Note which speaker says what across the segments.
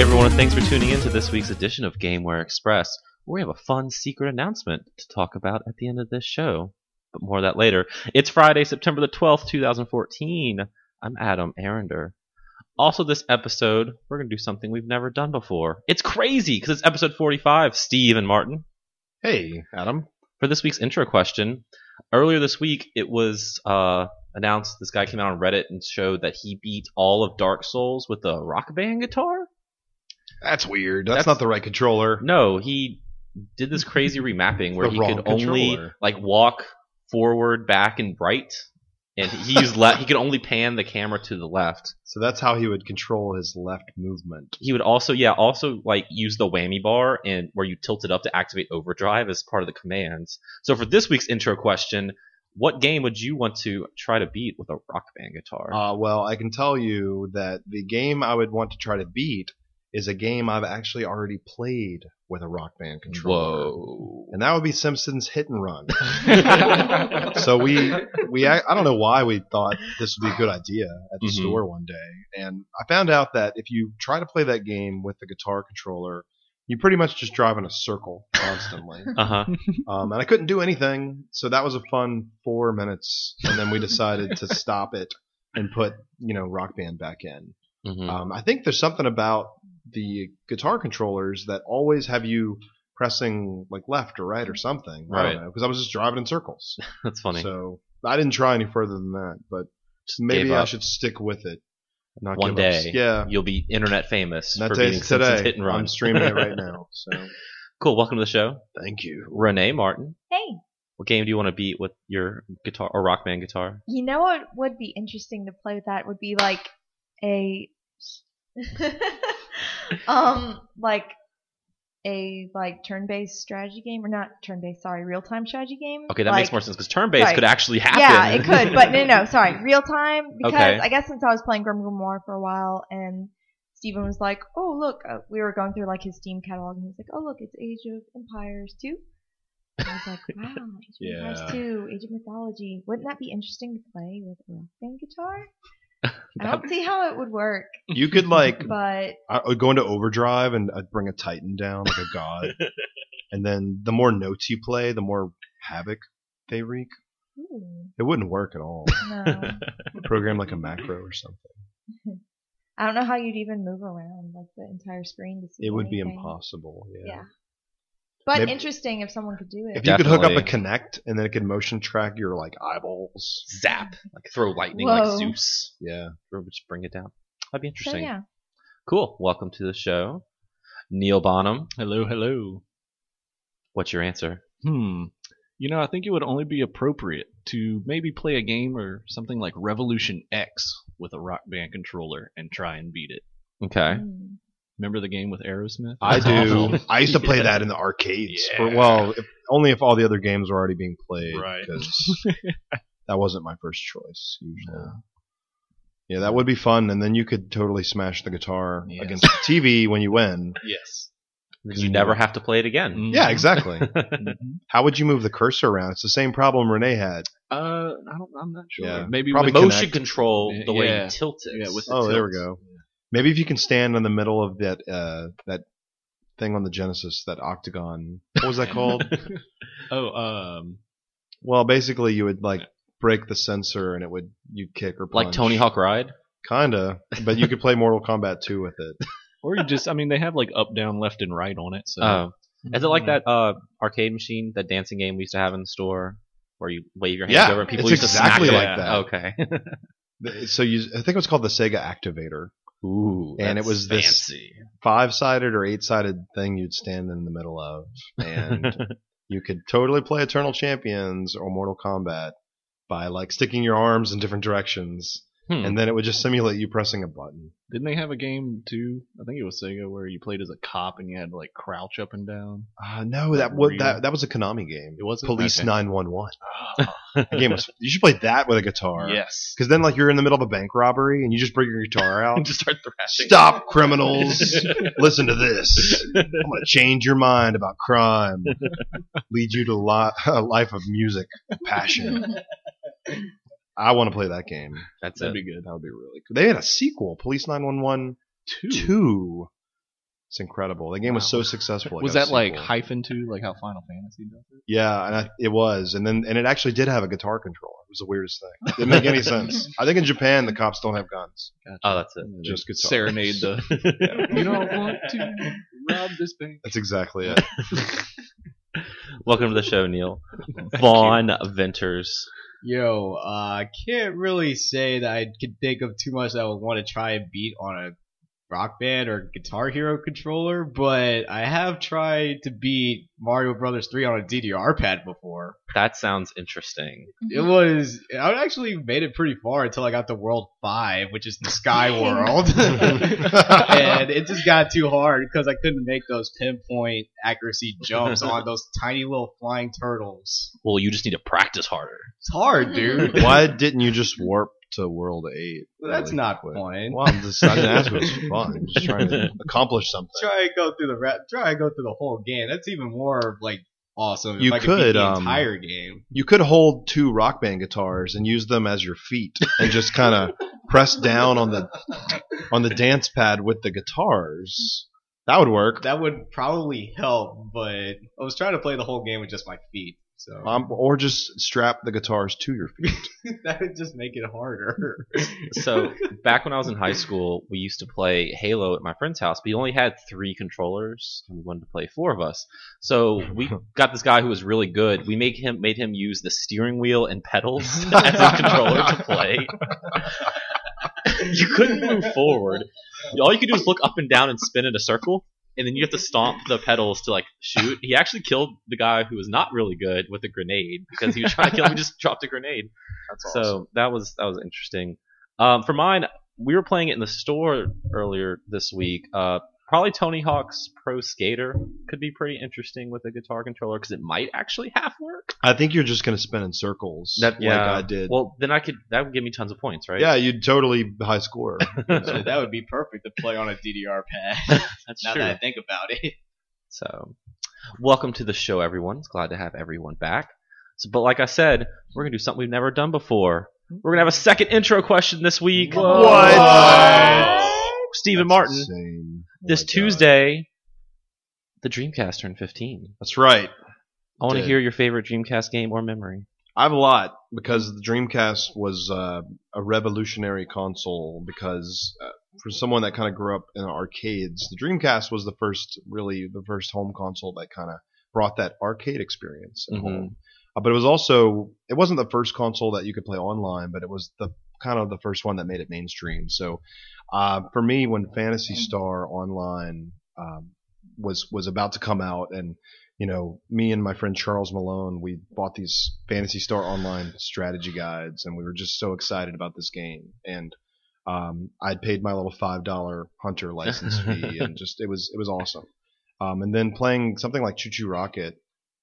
Speaker 1: everyone, and thanks for tuning in to this week's edition of GameWare Express, where we have a fun secret announcement to talk about at the end of this show. But more of that later. It's Friday, September the 12th, 2014. I'm Adam Arender. Also, this episode, we're going to do something we've never done before. It's crazy because it's episode 45, Steve and Martin.
Speaker 2: Hey, Adam.
Speaker 1: For this week's intro question, earlier this week, it was uh, announced this guy came out on Reddit and showed that he beat all of Dark Souls with a rock band guitar.
Speaker 2: That's weird. That's,
Speaker 1: That's-
Speaker 2: not the right controller.
Speaker 1: No, he did this crazy remapping where
Speaker 2: The
Speaker 1: he
Speaker 2: wrong
Speaker 1: could only
Speaker 2: controller.
Speaker 1: like walk forward, back, and right, and he used left. He could only pan the camera to the left.
Speaker 2: So that's how he would control his left movement.
Speaker 1: He would also, yeah, also like use the whammy bar and where you tilt it up to activate overdrive as part of the commands. So for this week's intro question, what game would you want to try to beat with a rock band guitar?
Speaker 2: Uh, well, I can tell you that the game I would want to try to beat is a game I've actually already played with a Rock Band controller.
Speaker 1: Whoa.
Speaker 2: And that would be Simpsons Hit and Run. so we we I, I don't know why we thought this would be a good idea at the
Speaker 1: Mhm.
Speaker 2: store one day, and I found out that if you try to play that game with the guitar controller, you pretty much just drive in a circle constantly.
Speaker 1: Uh huh.
Speaker 2: um, and I couldn't do anything. So that was a fun four minutes, and then we decided to stop it and put you know Rock Band back in.
Speaker 1: Hmm. Mm-hmm.
Speaker 2: Um, I think there's something about the guitar controllers that always have you pressing like left or right or something. I
Speaker 1: Hmm. Right.
Speaker 2: don't know because I was just driving in circles.
Speaker 1: That's funny.
Speaker 2: So I didn't try any further than that, but
Speaker 1: Just
Speaker 2: maybe
Speaker 1: gave
Speaker 2: I
Speaker 1: up.
Speaker 2: should stick with it. Not
Speaker 1: One
Speaker 2: give up.
Speaker 1: day.
Speaker 2: yeah.
Speaker 1: You'll be internet famous
Speaker 2: That
Speaker 1: for beating
Speaker 2: tastes today.
Speaker 1: Simpsons Hit and Run.
Speaker 2: I'm streaming it right now. So
Speaker 1: Cool. Welcome to the show,
Speaker 2: thank you.
Speaker 1: Renee Martin.
Speaker 3: Hey,
Speaker 1: What game do you want to beat with your guitar or rock band guitar?
Speaker 3: you know what would be interesting to play with that would be like a um like a like turn-based strategy game or not turn-based, sorry, real-time strategy game.
Speaker 1: Okay, that
Speaker 3: Like-
Speaker 1: makes more sense because turn based
Speaker 3: right.
Speaker 1: could actually happen.
Speaker 3: Yeah, it could, but no, no, sorry, real-time because
Speaker 1: Okay.
Speaker 3: I guess since I was playing Grim Grimoire for a while and Steven was like, "Oh, look, uh, we were going through like his Steam catalog and he was like, "Oh, look, it's Age of Empires 2." I was like, wow, Age of
Speaker 2: Yeah.
Speaker 3: Empires 2, Age of Mythology. Wouldn't that be interesting to play with a rock band guitar? I don't see how it would work,
Speaker 2: You could like
Speaker 3: but
Speaker 2: I would go into overdrive and I'd bring a Titan down like a god. and then the more notes you play, the more havoc they wreak.
Speaker 3: ooh,
Speaker 2: It wouldn't work at all.
Speaker 3: hmm, no.
Speaker 2: Program like a macro or something.
Speaker 3: I don't know how you'd even move around like the entire screen to see.
Speaker 2: It would be
Speaker 3: anything.
Speaker 2: impossible. Yeah.
Speaker 3: Yeah. But
Speaker 2: Maybe-
Speaker 3: interesting if someone could do
Speaker 2: If
Speaker 3: it.
Speaker 2: you could hook up a
Speaker 1: Definitely.
Speaker 2: connect and then it could motion track your like eyeballs.
Speaker 1: zap, like throw lightning,
Speaker 3: Whoa.
Speaker 1: like Zeus,
Speaker 2: Yeah.
Speaker 1: or just bring it down. That'd be
Speaker 3: So
Speaker 1: interesting.
Speaker 3: yeah,
Speaker 1: Cool. Welcome to the show, Neil Bonham.
Speaker 4: Hello, hello.
Speaker 1: What's your answer?
Speaker 4: Hmm. You know, I think it would only be appropriate to maybe play a game or something like Revolution X with a Rock Band controller and try and beat it.
Speaker 1: Okay.
Speaker 3: Mm.
Speaker 4: Remember the game with Aerosmith?
Speaker 2: I do.
Speaker 1: Awful.
Speaker 2: I used to play
Speaker 4: Yeah.
Speaker 2: that in the arcades.
Speaker 4: Yeah.
Speaker 2: For, well, if, only if all the other games were already being played.
Speaker 4: Right.
Speaker 2: 'cause that wasn't my first choice usually. Yeah, that would be fun, and then you could totally smash the guitar
Speaker 4: Yes.
Speaker 2: against the TV when you win.
Speaker 4: Yes.
Speaker 1: You never have to play it again.
Speaker 2: Yeah,
Speaker 4: Mm-hmm.
Speaker 2: exactly.
Speaker 4: Mhm.
Speaker 2: How would you move the cursor around? It's the same problem Renee had.
Speaker 4: Uh, I don't. I'm not sure.
Speaker 2: Yeah,
Speaker 4: maybe
Speaker 2: probably
Speaker 4: with-
Speaker 1: Motion
Speaker 2: connect.
Speaker 1: control the way
Speaker 4: Yeah.
Speaker 1: you tilt it.
Speaker 4: Yeah, with the
Speaker 2: Oh, there we
Speaker 4: tilt.
Speaker 2: go. Maybe if you can stand in the middle of that uh, that thing on the Genesis, that octagon. What was that called?
Speaker 4: Oh, um,
Speaker 2: well, basically, you would like break the sensor, and it would you kick or punch.
Speaker 1: like Tony Hawk Ride.
Speaker 2: Kinda, but you could play Mortal Kombat 2 with it.
Speaker 4: or you just. I mean, they have like up, down, left, and right on it. So
Speaker 1: Oh. Is it like
Speaker 2: Mm-hmm.
Speaker 4: Mm-hmm.
Speaker 1: that uh, arcade machine, that dancing game we used to have in the store, where you wave your hands
Speaker 2: Yeah,
Speaker 1: over and people
Speaker 2: it's
Speaker 1: used
Speaker 2: exactly
Speaker 1: to smack
Speaker 2: like
Speaker 1: it?
Speaker 2: that.
Speaker 1: Okay.
Speaker 2: So you, I think it was called the Sega Activator.
Speaker 1: Ooh,
Speaker 2: And it
Speaker 1: that's
Speaker 2: was this-
Speaker 1: fancy.
Speaker 2: Five sided or eight sided thing you'd stand in the middle of, and you could totally play Eternal Champions or Mortal Kombat by like sticking your arms in different directions,
Speaker 1: Hmm.
Speaker 2: and then it would just simulate you pressing a button.
Speaker 4: Didn't they have a game too? I think it was Sega where you played as a cop and you had to like crouch up and down.
Speaker 2: Uh, no, that was that that was a Konami game.
Speaker 4: It wasn't
Speaker 2: Police
Speaker 4: Okay. Oh.
Speaker 2: Nine One One. The game was. You should play that with a guitar.
Speaker 4: Yes.
Speaker 2: Because then, like, you're in the middle of a bank robbery and you just bring your guitar out.
Speaker 1: just start thrashing.
Speaker 2: Stop, criminals! Listen to this. I'm gonna change your mind about crime. Lead you to li- a life of music, passion.
Speaker 3: Hmm.
Speaker 2: I want to play that game.
Speaker 1: That's
Speaker 4: That'd
Speaker 1: it.
Speaker 4: be good.
Speaker 2: That would be really cool. They had a sequel, Police 911
Speaker 4: Two.
Speaker 2: 2. It's incredible. The game was so successful. it
Speaker 4: was
Speaker 2: got a
Speaker 4: that like
Speaker 2: sequel.
Speaker 4: hyphen two, like how Final Fantasy does it?
Speaker 2: Yeah, and I, it was, and then and it actually did have a guitar controller. It was the weirdest thing. Didn't make any sense. I think in Japan the cops don't have guns.
Speaker 1: Oh, that's it.
Speaker 4: And they
Speaker 2: Just guitar.
Speaker 4: serenade the. you don't want to rob this bank.
Speaker 2: That's exactly it.
Speaker 1: Welcome to the show, Neil. Vaughn Venters.
Speaker 5: Yo, I uh, can't really say that I could think of too much that I would want to try and beat on a Rock Band or Guitar Hero controller, but I have tried to beat Mario Brothers 3 on a DDR pad before.
Speaker 1: That sounds interesting.
Speaker 5: It
Speaker 4: Hmm.
Speaker 5: was I actually made it pretty far until I got to World 5, which is the Sky World. and it just got too hard because I couldn't make those pinpoint accuracy jumps on those tiny little flying turtles.
Speaker 1: Well, you just need to practice harder.
Speaker 5: It's hard, dude.
Speaker 2: Why didn't you just warp to World Eight?
Speaker 5: That's
Speaker 2: really
Speaker 5: not
Speaker 2: quick?
Speaker 5: fun.
Speaker 2: Well, I'm just, I didn't ask what was fun. I'm just trying to accomplish something.
Speaker 5: try and go through the ra- try and go through the whole game. That's even more like awesome.
Speaker 2: You
Speaker 5: if I could, beat
Speaker 2: could,
Speaker 5: the
Speaker 2: um,
Speaker 5: entire game.
Speaker 2: You could hold two rock band guitars and use them as your feet, and just kind of press down on the on the dance pad with the guitars. That would work.
Speaker 5: That would probably help, but I was trying to play the whole game with just my feet, so
Speaker 2: Um, or just strap the guitars to your feet.
Speaker 5: that would just make it harder.
Speaker 1: So, back when I was in high school, we used to play Halo at my friend's house, but he only had three controllers, and we wanted to play four of us. So, we got this guy who was really good. We made him made him use the steering wheel and pedals as his controller to play. you couldn't move forward. All you could do is look up and down and spin in a circle, and then you have to stomp the pedals to like shoot. He actually killed the guy who was not really good with a grenade because he was trying to kill him. He just dropped a grenade.
Speaker 2: That's
Speaker 1: So that was that was interesting. Um, for mine, we were playing it in the store earlier this week. Uh, probably Tony Hawk's Pro Skater could be pretty interesting with a guitar controller because it might actually half work.
Speaker 2: I think you're just gonna spin in circles
Speaker 1: That-
Speaker 2: like
Speaker 1: yeah.
Speaker 2: I did.
Speaker 1: Well, then I could that would give me tons of points, right?
Speaker 2: Yeah, you'd totally high score.
Speaker 5: So that would be perfect to play on a DDR pad.
Speaker 1: that's
Speaker 5: now
Speaker 1: true.
Speaker 5: that I think about it,
Speaker 1: So, welcome to the show, everyone. It's glad to have everyone back. So, but like I said, we're gonna do something we've never done before. We're gonna have a second intro question this week.
Speaker 3: Whoa.
Speaker 2: What?
Speaker 1: Stephen
Speaker 2: That's
Speaker 1: Martin.
Speaker 2: insane. Oh
Speaker 1: This
Speaker 2: my God.
Speaker 1: Tuesday, the Dreamcast turned 15.
Speaker 2: That's right.
Speaker 1: I want to
Speaker 2: Did.
Speaker 1: hear your favorite Dreamcast game or memory.
Speaker 2: I have a lot because the Dreamcast was uh, a revolutionary console because uh, for someone that kind of grew up in arcades, the Dreamcast was the first really the first home console that kind of brought that arcade experience at
Speaker 1: Mhm.
Speaker 2: home. Uh, but it was also it wasn't the first console that you could play online, but it was the kind of the first one that made it mainstream. So uh, for me, when Fantasy Star Online um, was was about to come out and you know, me and my friend Charles Malone, we bought these Fantasy Star Online strategy guides, and we were just so excited about this game. And um, I'd paid my little five dollar hunter license fee, and just it was it was awesome. Um, and then playing something like Choo Choo Rocket,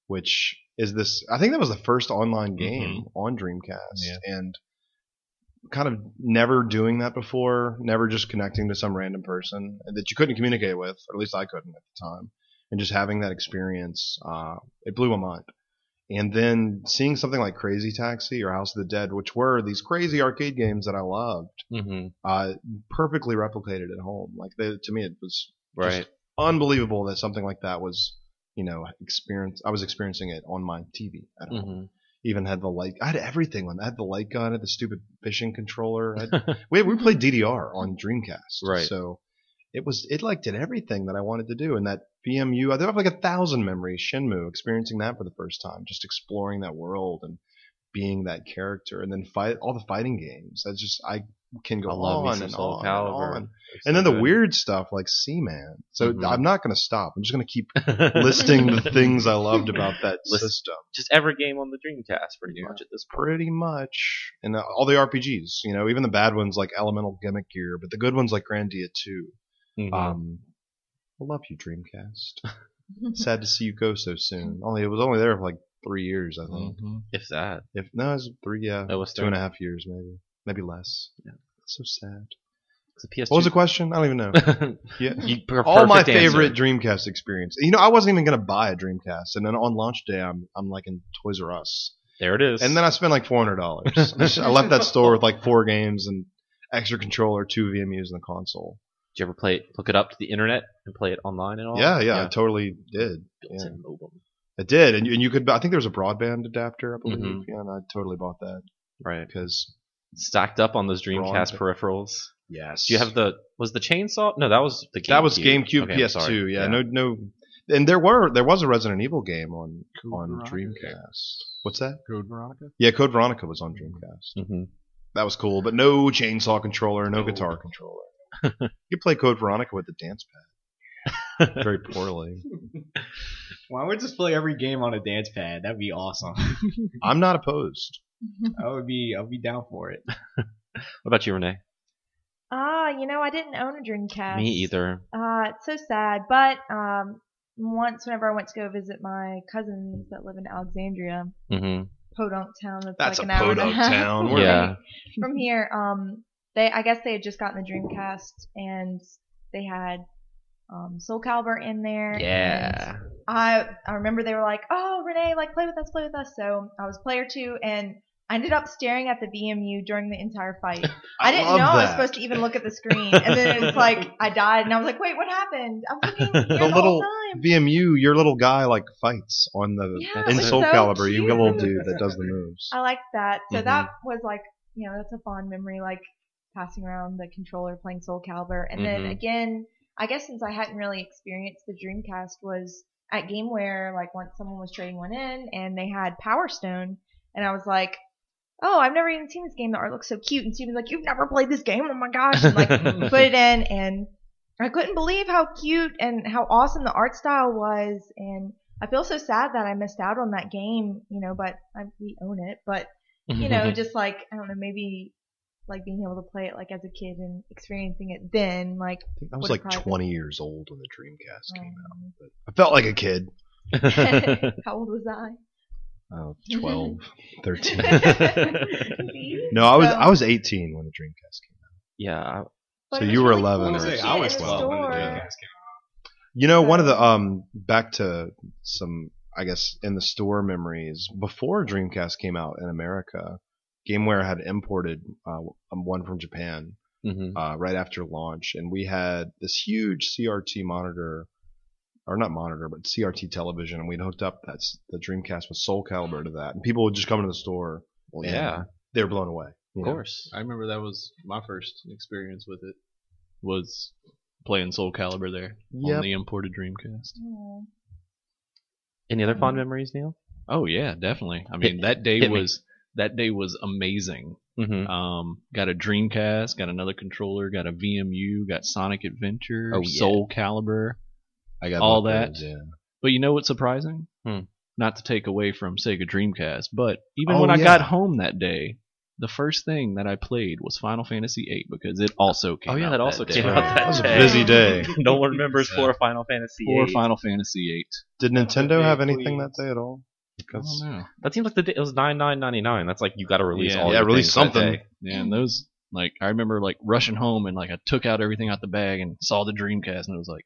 Speaker 2: which is this, I think that was the first online game on Dreamcast,
Speaker 4: Yeah.
Speaker 2: and kind of never doing that before, never just connecting to some random person that you couldn't communicate with, or at least I couldn't at the time and just having that experience, uh, it blew my mind. And then seeing something like Crazy Taxi or House of the Dead, which were these crazy arcade games that I loved,
Speaker 1: Mm-hmm.
Speaker 2: uh, perfectly replicated at home. Like they, to me, it was
Speaker 1: Right.
Speaker 2: unbelievable that something like that was, you know, experience. I was experiencing it on my TV at home.
Speaker 1: hmm
Speaker 2: Even had the light. I had everything on. I had the light gun. I had the stupid fishing controller. I had, we we played DDR on Dreamcast.
Speaker 1: Right.
Speaker 2: So it was it like did everything that I wanted to do. And that VMU, I think I have like a thousand memories. Shenmue, experiencing that for the first time, just exploring that world and being that character, and then fight all the fighting games. I just I can go
Speaker 1: I love me
Speaker 2: on
Speaker 1: some
Speaker 2: and
Speaker 1: Soul
Speaker 2: on
Speaker 1: Calibur.
Speaker 2: and on.
Speaker 1: It's
Speaker 2: And
Speaker 1: so
Speaker 2: then the
Speaker 1: good.
Speaker 2: weird stuff like Seaman. So
Speaker 1: Mhm.
Speaker 2: I'm not going to stop. I'm just going to keep listing the things I loved about that
Speaker 1: List-
Speaker 2: system
Speaker 1: just every game on the Dreamcast, pretty
Speaker 2: Yeah.
Speaker 1: much at this point.
Speaker 2: pretty much and uh, all the RPGs, you know, even the bad ones like Elemental Gimmick Gear, but the good ones like Grandia 2.
Speaker 1: Mm-hmm.
Speaker 2: Um I love you Dreamcast. Sad to see you go so soon. Only it was only there for like 3 years, I think.
Speaker 1: if that,
Speaker 2: If no, it was 3 yeah,
Speaker 1: Mm-hmm. that was
Speaker 2: two and a half years maybe. Maybe less. Yeah. So sad.
Speaker 1: The PS2.
Speaker 2: What was the question? I don't even know. Yeah.
Speaker 1: you, per-
Speaker 2: All my
Speaker 1: perfect answer.
Speaker 2: favorite Dreamcast experience. You know, I wasn't even gonna buy a Dreamcast, and then on launch day, I'm I'm like in Toys R Us,
Speaker 1: There it is.
Speaker 2: And then I spent like four hundred dollars. I left that store with like four games and extra controller, two VMUs, and a console.
Speaker 1: Did you ever play it, hook it up to the internet and play it online at all?
Speaker 2: Yeah, yeah, I totally did.
Speaker 1: Oh, Built in mobile.
Speaker 2: I did, and you, and you could. I think there was a broadband adapter, I believe.
Speaker 1: Mhm.
Speaker 2: Yeah, and I totally bought that
Speaker 1: Right.
Speaker 2: because
Speaker 1: Stacked up on those Dreamcast
Speaker 2: Broadband.
Speaker 1: peripherals.
Speaker 2: yes,
Speaker 1: Do you have the was the chainsaw? No, that was the GameCube.
Speaker 2: that was GameCube,
Speaker 1: Okay, I'm sorry.
Speaker 2: PS2. Yeah, no, no, and there were there was a Resident Evil game on
Speaker 4: Code
Speaker 2: on
Speaker 4: Veronica?
Speaker 2: Dreamcast. What's that?
Speaker 4: Code Veronica.
Speaker 2: Yeah, Code Veronica was on Dreamcast.
Speaker 1: Mhm.
Speaker 2: That was cool, but no chainsaw controller, no
Speaker 4: No.
Speaker 2: guitar controller. you play Code Veronica with the dance pad. Very poorly.
Speaker 5: Why would just play every game on a dance pad? That'd be awesome.
Speaker 2: I'm not opposed.
Speaker 5: I would be. I'd be down for it.
Speaker 1: What about you, Renee?
Speaker 3: Ah, you know, I didn't own a Dreamcast.
Speaker 1: Me either.
Speaker 3: Uh, it's so sad. But um, once, whenever I went to go visit my cousins that live in Alexandria,
Speaker 1: hmm
Speaker 3: podunk town, that's,
Speaker 2: That's
Speaker 3: like an
Speaker 2: a
Speaker 3: hour and a
Speaker 2: podunk
Speaker 3: half
Speaker 2: town.
Speaker 3: away
Speaker 2: We're-
Speaker 1: Yeah.
Speaker 3: From here, um, they I guess they had just gotten the Dreamcast and they had um, Soul Calibur in there. and
Speaker 1: Yeah.
Speaker 3: I I remember they were like, "Oh, Renee, like play with us, play with us." So I was player two, and I ended up staring at the VMU during the entire fight. I, didn't know
Speaker 2: love
Speaker 3: I was
Speaker 2: that.
Speaker 3: supposed to even look at the screen, and then it was like I died, and I was like, "Wait, what happened?" I'm looking here the,
Speaker 2: The
Speaker 3: whole
Speaker 2: little
Speaker 3: time.
Speaker 2: VMU, your little guy like fights on the
Speaker 3: Yeah,
Speaker 1: it
Speaker 2: in
Speaker 1: was
Speaker 2: Soul
Speaker 3: so
Speaker 2: Caliber. You get a little dude
Speaker 3: cute.
Speaker 2: that does the moves.
Speaker 3: I liked that. So
Speaker 1: Mhm.
Speaker 3: that was like, you know, that's a fond memory, like passing around the controller, playing Soul Calibur, and then
Speaker 1: Mhm.
Speaker 3: again, I guess since I hadn't really experienced the Dreamcast, was at GameWare like once someone was trading one in, and they had Power Stone, and I was like. Oh, I've never even seen this game. The art looks so cute. And Steven's like, You've never played this game? Oh my gosh. And like, put it in and I couldn't believe how cute and how awesome the art style was and I feel so sad that I missed out on that game, you know, but I, we own it, but you know, just like I don't know, maybe like being able to play it like as a kid and experiencing it then, like
Speaker 2: I think I was
Speaker 3: What a
Speaker 2: like
Speaker 3: product.
Speaker 2: 20 years old when the Dreamcast came out.
Speaker 3: um,
Speaker 2: I felt like a kid.
Speaker 3: how old was I?
Speaker 2: Oh, 12, 13.
Speaker 3: See?
Speaker 2: No, I was
Speaker 3: So-
Speaker 2: I was 18 when the Dreamcast came out.
Speaker 1: yeah. I-
Speaker 3: But
Speaker 2: so
Speaker 3: it was
Speaker 2: you were
Speaker 3: really
Speaker 2: 11 or
Speaker 3: cool to see
Speaker 2: something.
Speaker 3: it
Speaker 2: I
Speaker 3: in
Speaker 2: was
Speaker 3: the
Speaker 2: 12 when the
Speaker 3: store.
Speaker 2: Dreamcast You know, one of the
Speaker 3: So-
Speaker 2: um back to some I guess in the store memories before Dreamcast came out in America, GameWare had imported uh, one from Japan
Speaker 1: mhm.
Speaker 2: uh, right after launch, and we had this huge CRT monitor, or not monitor, but CRT television, and we'd hooked up that's the Dreamcast with Soul Calibur to that, and people would just come into the store.
Speaker 1: Well,
Speaker 2: and
Speaker 1: yeah.
Speaker 2: they were blown away. you
Speaker 1: Of
Speaker 2: know.
Speaker 1: course.
Speaker 4: I remember that was my first experience with it. Was playing Soul Calibur there
Speaker 2: Yep.
Speaker 4: on the imported Dreamcast.
Speaker 3: Oh.
Speaker 1: Any other
Speaker 4: Mm-hmm.
Speaker 1: fond memories, Neil?
Speaker 4: Oh yeah, definitely. I mean,
Speaker 1: Hit-
Speaker 4: that day
Speaker 1: hit me.
Speaker 4: was that day was amazing.
Speaker 1: Mm-hmm.
Speaker 4: Um, got a Dreamcast, got another controller, got a VMU, got Sonic Adventure,
Speaker 1: Oh, yeah.
Speaker 4: Soul Calibur.
Speaker 2: I got
Speaker 4: All
Speaker 2: both
Speaker 4: that.
Speaker 2: those, yeah.
Speaker 4: But you know what's surprising?
Speaker 1: Hmm.
Speaker 4: Not to take away from Sega Dreamcast, but even
Speaker 2: Oh,
Speaker 4: when I
Speaker 2: yeah.
Speaker 4: got home that day, the first thing that I played was Final Fantasy VIII because it also came
Speaker 1: Oh, yeah,
Speaker 4: out
Speaker 1: that also
Speaker 4: day.
Speaker 1: came out that
Speaker 3: Wow.
Speaker 2: That was a
Speaker 1: day.
Speaker 2: busy day.
Speaker 1: no one remembers poor Final Fantasy.
Speaker 4: Or
Speaker 1: VIII.
Speaker 4: Final Fantasy
Speaker 2: Did Nintendo
Speaker 5: Okay,
Speaker 2: have anything
Speaker 5: please.
Speaker 2: that day at all?
Speaker 4: VIII. I
Speaker 2: Because
Speaker 4: don't know.
Speaker 1: That seems like the day, it was nine nine ninety nine. That's like you got to release
Speaker 4: Yeah.
Speaker 1: all.
Speaker 2: Yeah,
Speaker 1: your
Speaker 2: release
Speaker 1: things
Speaker 2: something.
Speaker 1: That day.
Speaker 4: Yeah, and those like I remember like rushing home and like I took out everything out the bag and saw the Dreamcast and it was like,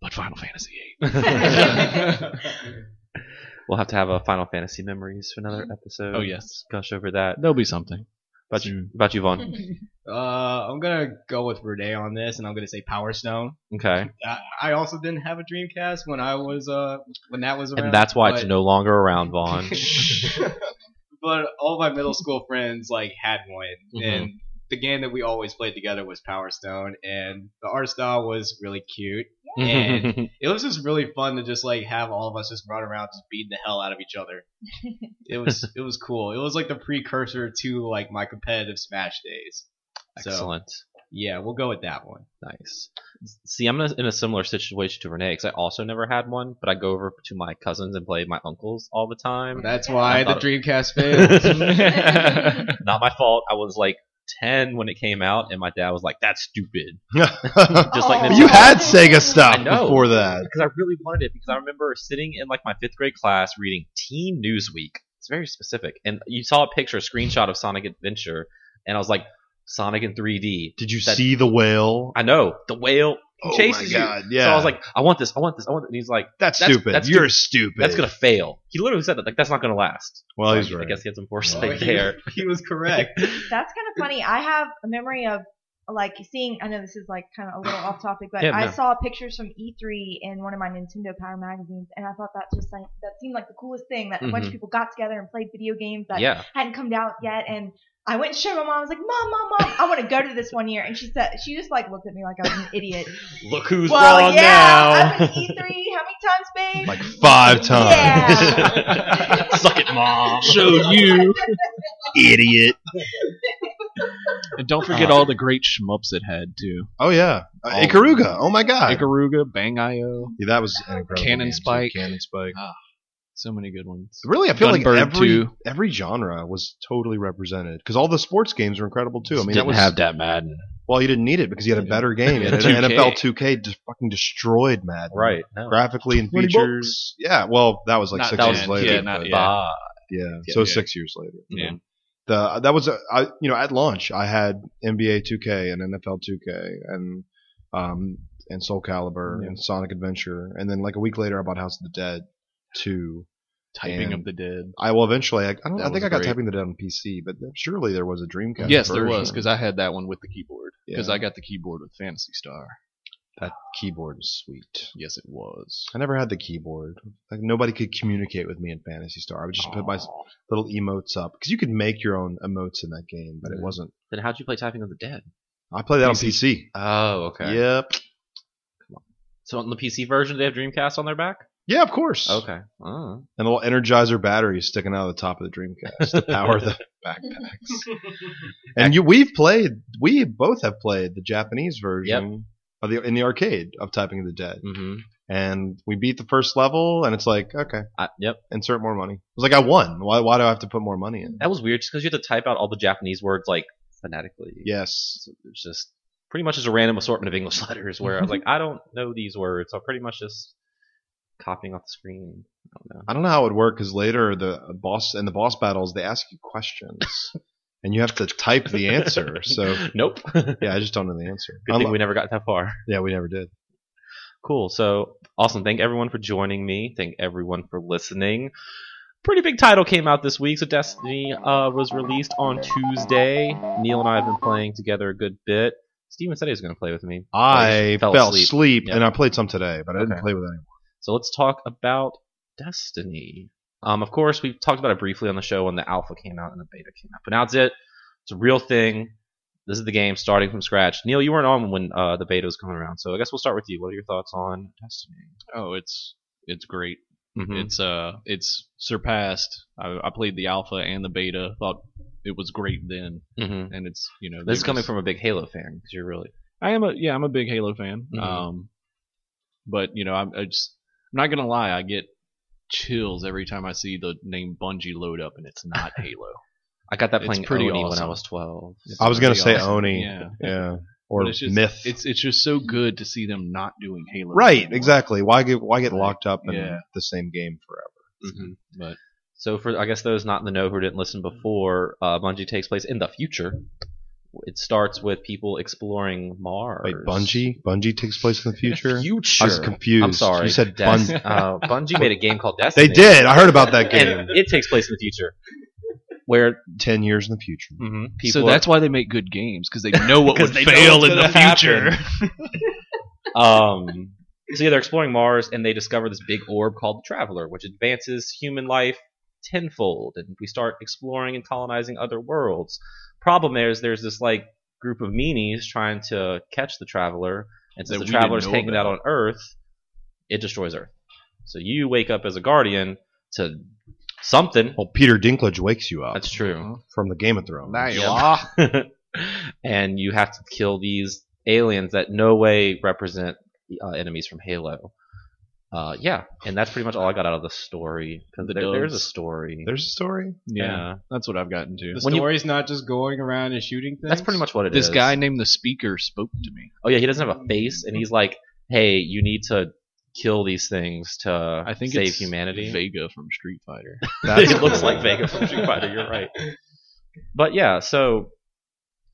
Speaker 4: but Final Fantasy VIII.
Speaker 1: We'll have to have a Final Fantasy memories for another episode.
Speaker 4: Oh, yes.
Speaker 1: gush over that.
Speaker 4: There'll be something.
Speaker 1: About you,
Speaker 4: Soon.
Speaker 1: about you, Vaughn.
Speaker 5: uh, I'm gonna go with Renee on this, and I'm gonna say Power Stone.
Speaker 1: Okay,
Speaker 5: I, I also didn't have a Dreamcast when I was uh when that was around.
Speaker 1: and that's why it's
Speaker 5: but-
Speaker 1: no longer around, Vaughn.
Speaker 5: but all my middle school friends like had one,
Speaker 1: Mhm.
Speaker 5: and the game that we always played together was Power Stone, and the art style was really cute. And- It was just really fun to just like have all of us just run around, just beating the hell out of each other. It was it was cool. It was like the precursor to like my competitive Smash days. So,
Speaker 1: Excellent.
Speaker 5: Yeah, we'll go with that one.
Speaker 1: Nice. See, I'm in a, in a similar situation to Renee because I also never had one, but I go over to my cousins and play my uncles all the time.
Speaker 5: That's
Speaker 1: I
Speaker 5: why the
Speaker 1: thought
Speaker 5: Dreamcast failed.
Speaker 1: Not my fault. I was like 10 when it came out, and my dad was like, "That's stupid," just like
Speaker 3: Aw.
Speaker 1: Nintendo.
Speaker 2: you had Sega
Speaker 1: I
Speaker 2: stuff
Speaker 1: know.
Speaker 2: before that.
Speaker 1: because I really wanted it because I remember sitting in like my fifth grade class reading Teen Newsweek. It's very specific, and you saw a picture, a screenshot of Sonic Adventure, and I was like, Sonic in 3D.
Speaker 2: Did you
Speaker 1: That-
Speaker 2: see the whale?
Speaker 1: I know the whale
Speaker 2: oh
Speaker 1: chases
Speaker 2: my god!
Speaker 1: you.
Speaker 2: Yeah.
Speaker 1: So I was like, I want this, I want this, I want. This. And he's like,
Speaker 2: that's,
Speaker 1: that's-
Speaker 2: stupid.
Speaker 1: that's
Speaker 2: You're stupid.
Speaker 1: That's gonna fail. He literally said that, like, that's not gonna last.
Speaker 2: Well, he's
Speaker 1: So I
Speaker 2: right.
Speaker 1: guess he had some foresight
Speaker 5: Well, he-
Speaker 1: there.
Speaker 5: he was correct.
Speaker 3: That's kind of funny. I have a memory of like seeing. I know this is like kind of a little off topic, but
Speaker 1: Yeah,
Speaker 3: I
Speaker 1: no.
Speaker 3: saw pictures from E3 in one of my Nintendo Power magazines, and I thought that just like that seemed like the coolest thing that a bunch of people got together and played video games that
Speaker 1: Mm-hmm. yeah.
Speaker 3: hadn't come out yet, and. I went and showed my mom. I was like, "Mom, mom, mom! I want to go to this one year." And she said, "She just like looked at me like I was an idiot."
Speaker 1: Look who's
Speaker 3: well,
Speaker 1: wrong
Speaker 3: yeah, I've
Speaker 1: now.
Speaker 3: been E3 how many times, babe?
Speaker 2: Like five times.
Speaker 3: Yeah.
Speaker 1: Suck it, mom.
Speaker 4: Show you.
Speaker 1: idiot.
Speaker 4: And don't
Speaker 1: Uh,
Speaker 4: forget all the great shmups it had too.
Speaker 2: Oh yeah, uh,
Speaker 4: Oh.
Speaker 2: Ikaruga. Oh my god,
Speaker 4: Ikaruga, Bang IO,
Speaker 2: Yeah, that was an incredible
Speaker 4: Cannon
Speaker 2: game, too.
Speaker 4: Spike.
Speaker 2: Cannon Spike.
Speaker 4: so many good ones.
Speaker 2: Really, I feel
Speaker 4: Gunbird
Speaker 2: like every
Speaker 4: 2.
Speaker 2: every genre was totally represented because all the sports games were incredible too. I mean, that was
Speaker 4: that Madden.
Speaker 2: well, you didn't need it because you had a better game.
Speaker 4: Yeah,
Speaker 2: And
Speaker 4: 2K.
Speaker 2: NFL 2K just fucking destroyed Madden,
Speaker 1: Right. No.
Speaker 2: Graphically and
Speaker 4: 20
Speaker 2: features. Yeah, well, that was like
Speaker 4: Not-
Speaker 2: six
Speaker 4: that
Speaker 2: years
Speaker 4: was-
Speaker 2: later.
Speaker 4: yeah,
Speaker 2: but-
Speaker 4: not- yeah.
Speaker 1: Bah.
Speaker 2: Yeah,
Speaker 4: Yeah,
Speaker 2: so
Speaker 4: yeah.
Speaker 2: six years later.
Speaker 4: Yeah.
Speaker 2: The that was a, I you know at launch I had NBA 2K and NFL 2K and um and Soul Calibur
Speaker 4: Yeah.
Speaker 2: and Sonic Adventure and then like a week later I bought House of the Dead 2.
Speaker 4: Typing
Speaker 2: And-
Speaker 4: of the Dead.
Speaker 2: I will eventually I, I, don't,
Speaker 4: That
Speaker 2: I think
Speaker 4: was
Speaker 2: I got
Speaker 4: great.
Speaker 2: Typing the Dead on PC but surely there was a Dreamcast.
Speaker 4: yes, there was
Speaker 2: version.
Speaker 4: because I had that one with the keyboard because
Speaker 2: Yeah.
Speaker 4: I got the keyboard with Fantasy Star.
Speaker 2: that keyboard is sweet.
Speaker 4: Yes, it was.
Speaker 2: I never had the keyboard. Like nobody could communicate with me in Fantasy Star. I would just put my s-
Speaker 4: Aw.
Speaker 2: little emotes up because you could make your own emotes in that game, but it
Speaker 1: Mhm.
Speaker 2: wasn't.
Speaker 1: Then how'd you play Typing of the Dead?
Speaker 2: I played that on
Speaker 4: PC.
Speaker 2: PC.
Speaker 1: Oh, okay.
Speaker 2: Yep.
Speaker 1: So on the PC version, do they have Dreamcast on their back?
Speaker 2: Yeah, of course.
Speaker 1: Okay. Oh.
Speaker 2: And a little Energizer battery sticking out of the top of the Dreamcast to power the backpacks. And you, we've played, we both have played the Japanese version of the in the arcade of Typing of the Dead,
Speaker 1: Mm-hmm.
Speaker 2: and we beat the first level, and it's like, okay,
Speaker 1: I, yep.
Speaker 2: insert more money. It's like I won. Why, why do I have to put more money in?
Speaker 1: That was weird, just because you had to type out all the Japanese words like phonetically.
Speaker 2: Yes.
Speaker 1: So It's just pretty much just a random assortment of English letters where I was like, I don't know these words. So I'm pretty much just copying off the screen. I don't know.
Speaker 2: I don't know how it would work because later the boss and the boss battles they ask you questions, and you have to type the answer. So
Speaker 1: nope. Good
Speaker 2: yeah, I just don't know the answer.
Speaker 1: thing
Speaker 2: Unlo-
Speaker 1: we never got that far.
Speaker 2: yeah, we never did.
Speaker 1: Cool. So awesome. Thank everyone for joining me. Thank everyone for listening. Pretty big title came out this week. So Destiny uh, was released on Tuesday. Neil and I have been playing together a good bit. Steven said he was going to play with me.
Speaker 2: I
Speaker 1: fell
Speaker 2: fell,
Speaker 1: asleep.
Speaker 2: asleep,
Speaker 1: Yeah.
Speaker 2: and I played some today, but I didn't
Speaker 1: Okay.
Speaker 2: play with anyone.
Speaker 1: So let's talk about Destiny. Um, of course, we talked about it briefly on the show when the alpha came out and the beta came out, but now it's it. It's a real thing. This is the game starting from scratch. Neil, you weren't on when uh, the beta was coming around, so I guess we'll start with you. What are your thoughts on Destiny?
Speaker 4: Oh, it's it's great.
Speaker 1: Mhm.
Speaker 4: It's uh, it's surpassed. I, I played the alpha and the beta. Thought it was great then,
Speaker 1: Mhm.
Speaker 4: and it's you know
Speaker 1: This is
Speaker 4: they've
Speaker 1: coming
Speaker 4: just-
Speaker 1: from a big Halo fan because you're really
Speaker 4: I am a yeah, I'm a big Halo fan.
Speaker 1: Mhm.
Speaker 4: Um, but you know, I'm I just I'm not gonna lie, I get chills every time I see the name Bungie load up, and it's not Halo.
Speaker 1: I got that
Speaker 4: It's
Speaker 1: playing
Speaker 4: pretty
Speaker 1: Oni when I
Speaker 4: awesome.
Speaker 1: was 12.
Speaker 4: It's
Speaker 2: I was gonna
Speaker 4: pretty
Speaker 2: say
Speaker 4: awesome.
Speaker 2: Oni,
Speaker 4: Yeah.
Speaker 2: yeah, or
Speaker 4: But it's just-
Speaker 2: Myth.
Speaker 4: It's it's just so good to see them not doing Halo.
Speaker 2: right,
Speaker 4: anymore.
Speaker 2: exactly. Why get why get
Speaker 4: Right.
Speaker 2: locked up in
Speaker 4: Yeah.
Speaker 2: the same game forever?
Speaker 1: Mhm.
Speaker 4: But
Speaker 1: So for I guess those not in the know who didn't listen before, uh, Bungie takes place in the future. It starts with people exploring Mars.
Speaker 2: Wait, Bungie, Bungie takes place in the future.
Speaker 1: Future.
Speaker 2: I was confused.
Speaker 1: I'm sorry.
Speaker 2: You said
Speaker 1: Des-
Speaker 2: Bungie.
Speaker 1: uh, Bungie made a game called
Speaker 2: They
Speaker 1: Destiny.
Speaker 2: did. I heard about that game.
Speaker 1: And it takes place in the future, where
Speaker 2: Ten years in the future.
Speaker 1: people.
Speaker 4: Mm-hmm. so that's why they make good games because they know what
Speaker 1: 'Cause
Speaker 4: would
Speaker 1: they know
Speaker 4: fail
Speaker 1: what's
Speaker 4: in the
Speaker 1: gonna happen.
Speaker 4: future.
Speaker 1: um. So yeah, they're exploring Mars and they discover this big orb called the Traveler, which advances human life tenfold, and we start exploring and colonizing other worlds. Problem is, there's this like group of meanies trying to catch the Traveler, and since
Speaker 4: That
Speaker 1: the
Speaker 4: we didn't
Speaker 1: Traveler's
Speaker 4: know
Speaker 1: hanging out
Speaker 4: about.
Speaker 1: on Earth, it destroys Earth. So you wake up as a guardian to something.
Speaker 2: Well, Peter Dinklage wakes you up
Speaker 1: That's true.
Speaker 2: from the Game of Thrones.
Speaker 1: you and you have to kill these aliens that no way represent uh, enemies from Halo. Uh, yeah, and that's pretty much all I got out of the story. 'cause
Speaker 4: The
Speaker 1: there- there's a
Speaker 4: doves.
Speaker 1: story.
Speaker 2: There's a story.
Speaker 4: Yeah, that's what I've gotten to.
Speaker 5: The
Speaker 1: When you-
Speaker 5: story's not just going around and shooting things.
Speaker 1: that's pretty much what it is.
Speaker 4: This guy named the Speaker spoke to me.
Speaker 1: Oh yeah, he doesn't have a face, and he's like, "Hey, you need to kill these things to
Speaker 4: I think
Speaker 1: save
Speaker 4: it's
Speaker 1: humanity."
Speaker 4: Vega from Street Fighter.
Speaker 2: That's
Speaker 1: it looks
Speaker 2: cool.
Speaker 1: like Vega from Street Fighter. You're right. But yeah, so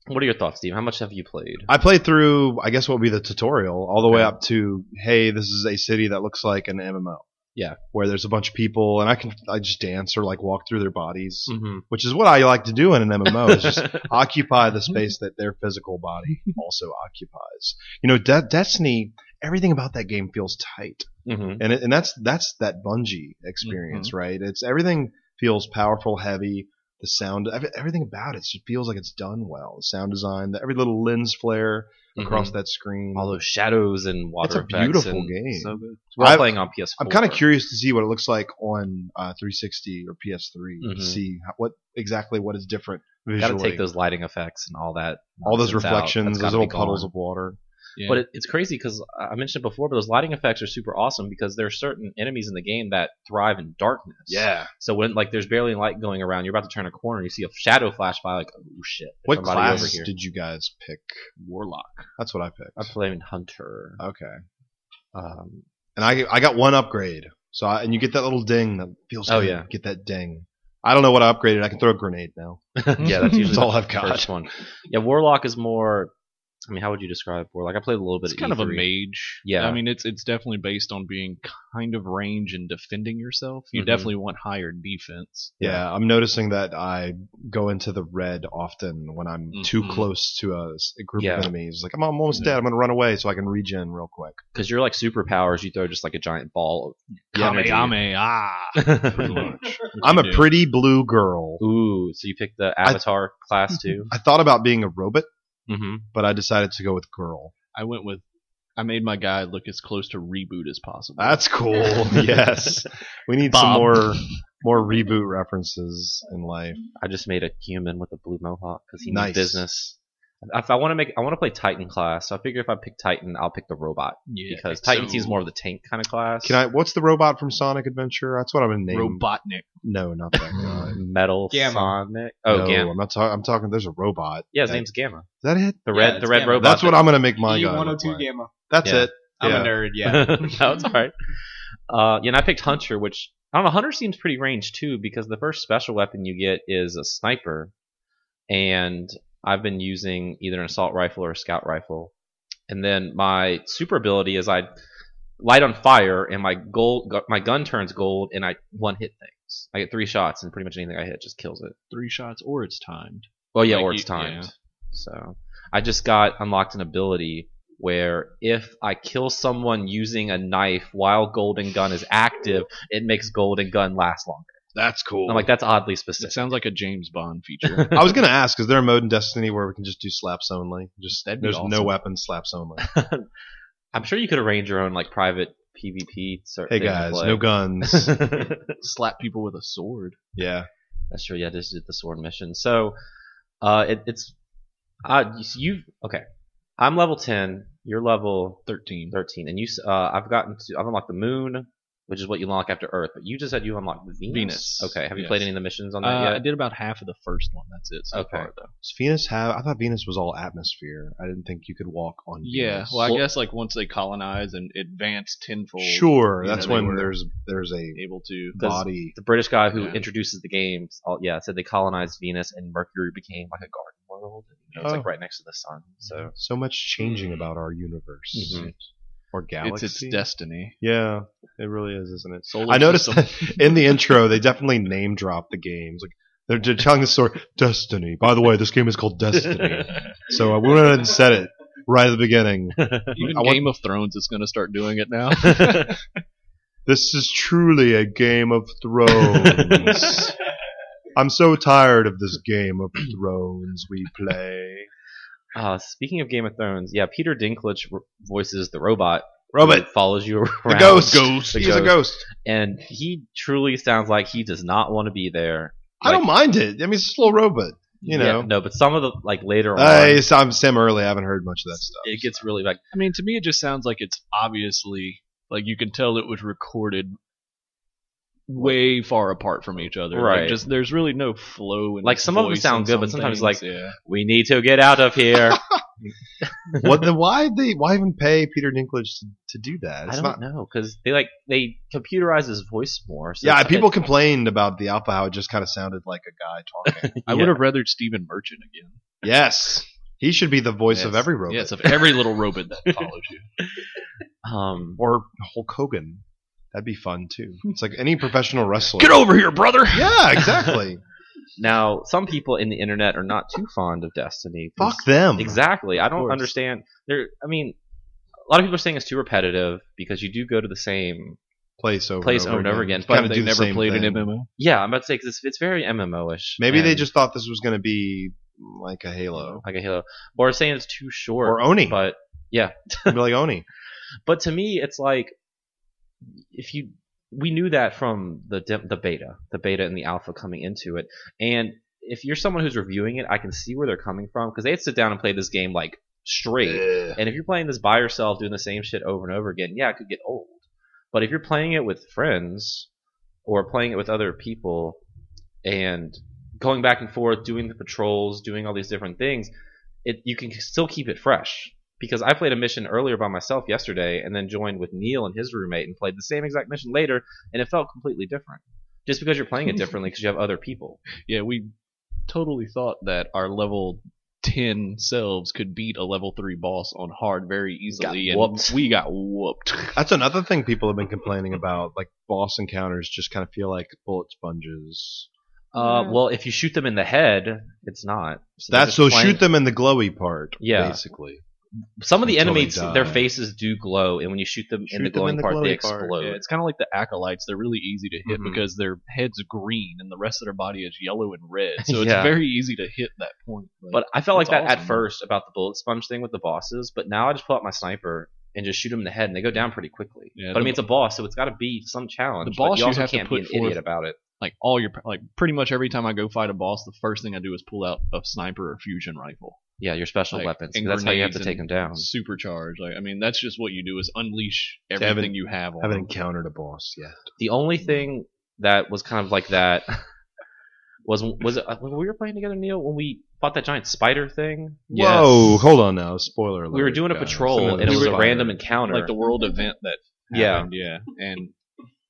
Speaker 1: what are your thoughts, Steve? How much have you played?
Speaker 2: I played through, I guess, what would be the tutorial all the way
Speaker 1: Okay.
Speaker 2: up to, hey, this is a city that looks like an MMO. Yeah, where there's a bunch of people and I can I just dance or like walk through their bodies,
Speaker 1: Mm-hmm.
Speaker 2: which is what I like to do in an MMO. is just occupy the space that their physical body also occupies. You know, De- Destiny, everything about that game feels tight,
Speaker 1: mm-hmm.
Speaker 2: and it, and that's that's that Bungie experience, right? It's everything feels powerful, heavy. The sound, ev- everything about it just feels like it's done well. The sound design, the, every little lens flare across that screen.
Speaker 1: all those shadows and water.
Speaker 2: It's a
Speaker 1: effects
Speaker 2: beautiful
Speaker 1: and
Speaker 2: game.
Speaker 1: So good. We're all
Speaker 2: I've-
Speaker 1: playing on PS4.
Speaker 2: I'm kind of curious to see what it looks like on uh, 360 or PS3
Speaker 1: Mhm.
Speaker 2: to see how, what exactly what is different
Speaker 1: Got
Speaker 2: visually.
Speaker 1: to take those lighting effects and all that.
Speaker 2: all those
Speaker 1: nonsense out.
Speaker 2: reflections,
Speaker 1: That's gotta
Speaker 2: those little
Speaker 1: be gone.
Speaker 2: puddles of water.
Speaker 4: Yeah.
Speaker 1: But it, it's crazy because I mentioned it before, but those lighting effects are super awesome because there are certain enemies in the game that thrive in darkness. So when like there's barely any light going around, you're about to turn a corner, you see a shadow flash by, like oh shit. there's
Speaker 2: What
Speaker 1: somebody
Speaker 2: class
Speaker 1: over here.
Speaker 2: did you guys pick?
Speaker 4: Warlock.
Speaker 2: That's what I picked.
Speaker 1: I'm playing hunter.
Speaker 2: okay. Um, and I I got one upgrade. So I, and you get that little ding that feels.
Speaker 1: Oh,
Speaker 2: good.
Speaker 1: yeah.
Speaker 2: Get that ding. I don't know what I upgraded. I can throw a grenade now.
Speaker 1: yeah, that's usually
Speaker 2: That's all
Speaker 1: the
Speaker 2: I've got.
Speaker 1: First one. Yeah, warlock is more. I mean, how would you describe warlock? I played a little bit.
Speaker 4: It's
Speaker 1: of E
Speaker 4: kind of a
Speaker 1: E3.
Speaker 4: mage.
Speaker 1: Yeah.
Speaker 4: I mean it's it's definitely based on being kind of range and defending yourself. You
Speaker 1: Mhm.
Speaker 4: definitely want higher defense.
Speaker 2: Yeah, I'm noticing that I go into the red often when I'm too
Speaker 4: Mhm.
Speaker 2: close to a, s- a group
Speaker 1: Mm-hmm. Yeah.
Speaker 2: of enemies. Like I'm almost
Speaker 4: Yeah.
Speaker 2: dead. I'm gonna run away so I can regen real quick.
Speaker 1: because you're like superpowers. You throw just like a giant ball. Of comedy.
Speaker 4: Kamehame, ah. Pretty much.
Speaker 2: I'm
Speaker 4: You
Speaker 2: a
Speaker 4: do.
Speaker 2: pretty blue girl.
Speaker 1: Ooh, so you pick the avatar class too.
Speaker 2: I thought about being a robot,
Speaker 1: Mm-hmm.
Speaker 2: but I decided to go with girl.
Speaker 4: I went with I made my guy look as close to reboot as possible.
Speaker 2: That's cool. yes, we need some
Speaker 4: Bob.
Speaker 2: more more reboot references in life.
Speaker 1: I just made a human with a blue mohawk because he
Speaker 2: Nice.
Speaker 1: needs business. If I want to make, I want to play Titan class. So I figure if I pick Titan, I'll pick the robot
Speaker 4: yeah,
Speaker 1: because
Speaker 4: so-
Speaker 1: Titan seems more of the tank kind of class.
Speaker 2: Can I? What's the robot from Sonic Adventure? That's what I'm gonna name.
Speaker 4: Robotnik.
Speaker 2: No, not that guy.
Speaker 1: Metal
Speaker 5: Gamma.
Speaker 1: Sonic. Oh,
Speaker 2: no,
Speaker 1: Gamma.
Speaker 2: I'm not talking. I'm talking. There's a robot.
Speaker 1: Yeah, his
Speaker 2: That-
Speaker 1: name's Gamma.
Speaker 2: Is that it?
Speaker 1: The
Speaker 5: Yeah,
Speaker 1: red, the
Speaker 5: it's
Speaker 1: red
Speaker 5: Gamma.
Speaker 1: robot. E
Speaker 2: That's what I'm gonna make my
Speaker 1: oh
Speaker 2: guy. look
Speaker 5: E102
Speaker 2: like.
Speaker 5: Gamma.
Speaker 2: That's
Speaker 1: Yeah.
Speaker 2: it.
Speaker 5: I'm
Speaker 2: Yeah.
Speaker 5: a nerd, yeah.
Speaker 1: that- no, it's all right. Uh, yeah, and I picked Hunter, which I don't know. Hunter seems pretty range too because the first special weapon you get is a sniper, and I've been using either an assault rifle or a scout rifle. And then my super ability is I light on fire, and my gold, gu- my gun turns gold, and I one hit things. I get three shots, and pretty much anything I hit just kills it.
Speaker 4: Three shots or it's timed.
Speaker 1: Well, yeah,
Speaker 4: Like
Speaker 1: or
Speaker 4: you-
Speaker 1: it's timed.
Speaker 4: yeah.
Speaker 1: So I just got unlocked an ability where if I kill someone using a knife while Golden Gun is active, it makes Golden Gun last longer.
Speaker 2: That's cool.
Speaker 1: And I'm like, that's oddly
Speaker 4: It
Speaker 1: specific.
Speaker 4: sounds like a James Bond feature.
Speaker 2: I was gonna ask, is there a mode in Destiny where we can just do slaps only? Just
Speaker 4: That'd be
Speaker 2: there's no
Speaker 4: awesome.
Speaker 2: weapons, slaps only.
Speaker 1: I'm sure you could arrange your own like private PvP. Sort
Speaker 2: Hey
Speaker 1: thing to
Speaker 2: guys,
Speaker 1: play.
Speaker 2: no guns.
Speaker 4: Slap people with a sword.
Speaker 2: yeah,
Speaker 1: That's true. Yeah, this did the sword mission. So, uh, it, it's uh, you- so you okay? I'm level ten. You're level
Speaker 4: Thirteen.
Speaker 1: 13 and you s- uh, i've gotten to i've unlocked the moon which is what you unlock after earth but you just said you unlocked venus,
Speaker 4: Venus,
Speaker 1: okay have you
Speaker 4: yes.
Speaker 1: played any of the missions on
Speaker 4: Uh,
Speaker 1: that
Speaker 4: I
Speaker 1: yet
Speaker 4: did about half of the first one. That's it so
Speaker 1: Okay.
Speaker 4: far, though.
Speaker 2: Does Venus have? I thought Venus was all atmosphere. I didn't think you could walk on.
Speaker 4: Yeah.
Speaker 2: Venus.
Speaker 4: Well, I guess like once they colonize and advance tenfold,
Speaker 2: sure.
Speaker 4: you
Speaker 2: That's
Speaker 4: know, they
Speaker 2: when
Speaker 4: were
Speaker 2: there's there's a
Speaker 4: able to.
Speaker 1: Does-
Speaker 2: body.
Speaker 1: the british guy who
Speaker 4: Yeah.
Speaker 1: introduces the games all, yeah said they colonized venus and mercury became like a garden world and, you know, it's
Speaker 2: Oh.
Speaker 1: like right next to the sun
Speaker 4: Mm-hmm.
Speaker 1: so
Speaker 2: So much changing about our universe
Speaker 1: Mhm.
Speaker 2: or
Speaker 4: It's
Speaker 2: galaxy.
Speaker 4: its destiny.
Speaker 2: yeah, it really is, isn't it?
Speaker 4: Solar
Speaker 2: I noticed
Speaker 4: system.
Speaker 2: in the intro they definitely name drop the games. Like they're, they're telling the story. Destiny. By the way, this game is called Destiny. so I went ahead and said it right at the beginning.
Speaker 4: Even
Speaker 2: I want-
Speaker 4: Game of Thrones is going to start doing it now.
Speaker 2: This is truly a Game of Thrones. I'm so tired of this Game of Thrones we play.
Speaker 1: uh, speaking of game of thrones yeah peter dinklage r- voices the robot
Speaker 2: Robot,
Speaker 1: who follows you around
Speaker 2: Oh, the ghost.
Speaker 1: The
Speaker 2: He's a ghost.
Speaker 1: and he truly sounds like he does not want to be there
Speaker 2: I don't mind it. I mean, it's a slow robot. You
Speaker 1: Yeah,
Speaker 2: know.
Speaker 1: no but some of the like later on
Speaker 2: I, it's- I'm Sam early. I haven't heard much of that stuff.
Speaker 1: it gets really like
Speaker 4: I mean, to me, it just sounds like it's obviously like you can tell it was recorded way far apart from each other. Like,
Speaker 1: Right.
Speaker 4: just there's really no flow. In
Speaker 1: Like,
Speaker 4: its
Speaker 1: some of them
Speaker 4: voice
Speaker 1: sound
Speaker 4: and
Speaker 1: good, but
Speaker 4: some
Speaker 1: sometimes, like,
Speaker 4: things, yeah.
Speaker 1: we need to get out of here.
Speaker 2: what? Then why they? Why even pay Peter Dinklage to, to do that?
Speaker 1: I
Speaker 2: It's
Speaker 1: don't
Speaker 2: not.
Speaker 1: know because they like they computerize his voice more. So
Speaker 2: Yeah,
Speaker 1: it's-
Speaker 2: people
Speaker 1: it-
Speaker 2: complained about the alpha how it just kind of sounded like a guy talking.
Speaker 4: I
Speaker 1: yeah.
Speaker 4: would have rathered Stephen Merchant again.
Speaker 2: yes, he should be the voice of
Speaker 4: Yes.
Speaker 2: every robot.
Speaker 4: Yes, of every little robot that follows you.
Speaker 1: Um,
Speaker 2: or Hulk Hogan. That'd be fun too. It's like any professional wrestler.
Speaker 4: Get over here, brother.
Speaker 2: Yeah, exactly.
Speaker 1: Now, some people in the internet are not too fond of Destiny. 'cause-
Speaker 2: Fuck them.
Speaker 1: Exactly. I don't
Speaker 2: course.
Speaker 1: understand. There. I mean, a lot of people are saying it's too repetitive because you do go to the same.
Speaker 2: Place over
Speaker 1: Place
Speaker 2: and
Speaker 1: over and over again.
Speaker 2: It's kinda
Speaker 1: Kind of
Speaker 2: do
Speaker 1: do
Speaker 2: the
Speaker 1: never
Speaker 2: same
Speaker 4: Played
Speaker 2: thing.
Speaker 4: an MMO.
Speaker 1: Yeah, I'm about to say because it's, it's very MMO-ish.
Speaker 2: Maybe they
Speaker 1: and-
Speaker 2: just thought this was going to be mm, like a Halo
Speaker 1: like a Halo, or saying it's too short.
Speaker 2: or oh. Oni.
Speaker 1: but
Speaker 2: It'd be like Oni.
Speaker 1: But to me, it's like if you we knew that from the de- the beta, the beta and the alpha coming into it, and if you're someone who's reviewing it, I can see where they're coming from because they'd sit down and play this game like straight,
Speaker 2: Ugh.
Speaker 1: and if you're playing this by yourself, doing the same shit over and over again, yeah, it could get old. But if you're playing it with friends or playing it with other people and going back and forth, doing the patrols, doing all these different things, it you can still keep it fresh. Because I played a mission earlier by myself yesterday and then joined with Neil and his roommate and played the same exact mission later and it felt completely different. Just because you're playing it differently because you have other people.
Speaker 4: Yeah, we totally thought that our level ten selves could beat a level three boss on hard very easily, and
Speaker 1: whooped.
Speaker 4: we got whooped.
Speaker 2: That's another thing people have been complaining about. Like boss encounters just kind of feel like bullet sponges.
Speaker 1: Uh,
Speaker 3: Yeah.
Speaker 1: well, if you shoot them in the head, it's not. So they're
Speaker 2: That's
Speaker 1: just
Speaker 2: so
Speaker 1: playing-
Speaker 2: shoot them in the glowy part.
Speaker 1: Yeah.
Speaker 2: basically.
Speaker 1: Some of the
Speaker 2: Until they
Speaker 1: enemies,
Speaker 2: die.
Speaker 1: their faces do glow, and when you shoot them
Speaker 2: Shoot
Speaker 1: in the
Speaker 2: them
Speaker 1: glowing
Speaker 2: in the
Speaker 1: part, they
Speaker 2: glowy part,
Speaker 1: explode. Mm-hmm.
Speaker 4: Yeah, it's kind of like the acolytes. They're really easy to hit
Speaker 2: Mhm.
Speaker 4: because their head's green and the rest of their body is yellow and red. So
Speaker 1: Yeah.
Speaker 4: it's very easy to hit that point.
Speaker 1: But I felt like
Speaker 4: That's
Speaker 1: that at
Speaker 4: awesome.
Speaker 1: first about the bullet sponge thing with the bosses, but now I just pull out my sniper and just shoot them in the head, and they go down pretty quickly.
Speaker 4: Yeah,
Speaker 1: but I
Speaker 4: the-
Speaker 1: mean, it's a boss, so it's got to be some challenge.
Speaker 4: The boss
Speaker 1: but you
Speaker 4: you
Speaker 1: also
Speaker 4: have to
Speaker 1: can't
Speaker 4: put
Speaker 1: be an idiot
Speaker 4: forth-
Speaker 1: about it.
Speaker 4: like all your like pretty much every time I go fight a boss, the first thing I do is pull out a sniper or fusion rifle,
Speaker 1: Yeah, your special
Speaker 4: Like,
Speaker 1: weapons.
Speaker 4: and
Speaker 1: That's how you have to
Speaker 4: grenades
Speaker 1: take them down.
Speaker 4: supercharge. Like I mean, that's just what you do is unleash
Speaker 2: haven't-
Speaker 4: everything you have. on
Speaker 2: Haven't
Speaker 4: them.
Speaker 2: encountered a boss yet.
Speaker 1: The only thing that was kind of like that was was it, uh, when we were playing together, Neil, when we fought that giant spider thing.
Speaker 2: Whoa, hold on now. Spoiler alert.
Speaker 1: We were doing a
Speaker 2: guys.
Speaker 1: patrol, and it
Speaker 4: We
Speaker 1: was a
Speaker 4: were-
Speaker 1: random encounter.
Speaker 4: like the world event that
Speaker 1: Yeah.
Speaker 4: happened, yeah and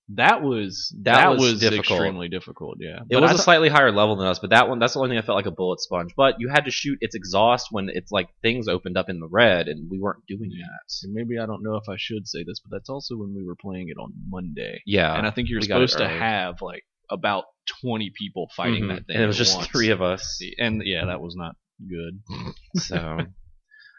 Speaker 4: that was
Speaker 1: That
Speaker 4: that,
Speaker 1: was
Speaker 4: was,
Speaker 1: difficult.
Speaker 4: extremely difficult yeah
Speaker 1: It
Speaker 4: But
Speaker 1: was
Speaker 4: I
Speaker 1: a
Speaker 4: thought-
Speaker 1: slightly higher level than us, but that one, that's the only thing I felt like a bullet sponge. But you had to shoot its exhaust when it's like things opened up in the red, and we weren't doing
Speaker 4: Yeah.
Speaker 1: that.
Speaker 4: and maybe I don't know if I should say this but that's also when we were playing it on Monday
Speaker 1: Yeah.
Speaker 4: and I think you're
Speaker 1: Ah, we got it
Speaker 4: supposed to
Speaker 1: early.
Speaker 4: have like about 20 people fighting
Speaker 1: Mhm.
Speaker 4: that thing
Speaker 1: And it was
Speaker 4: at
Speaker 1: just
Speaker 4: once.
Speaker 1: three of us.
Speaker 4: and yeah that was not good
Speaker 1: So,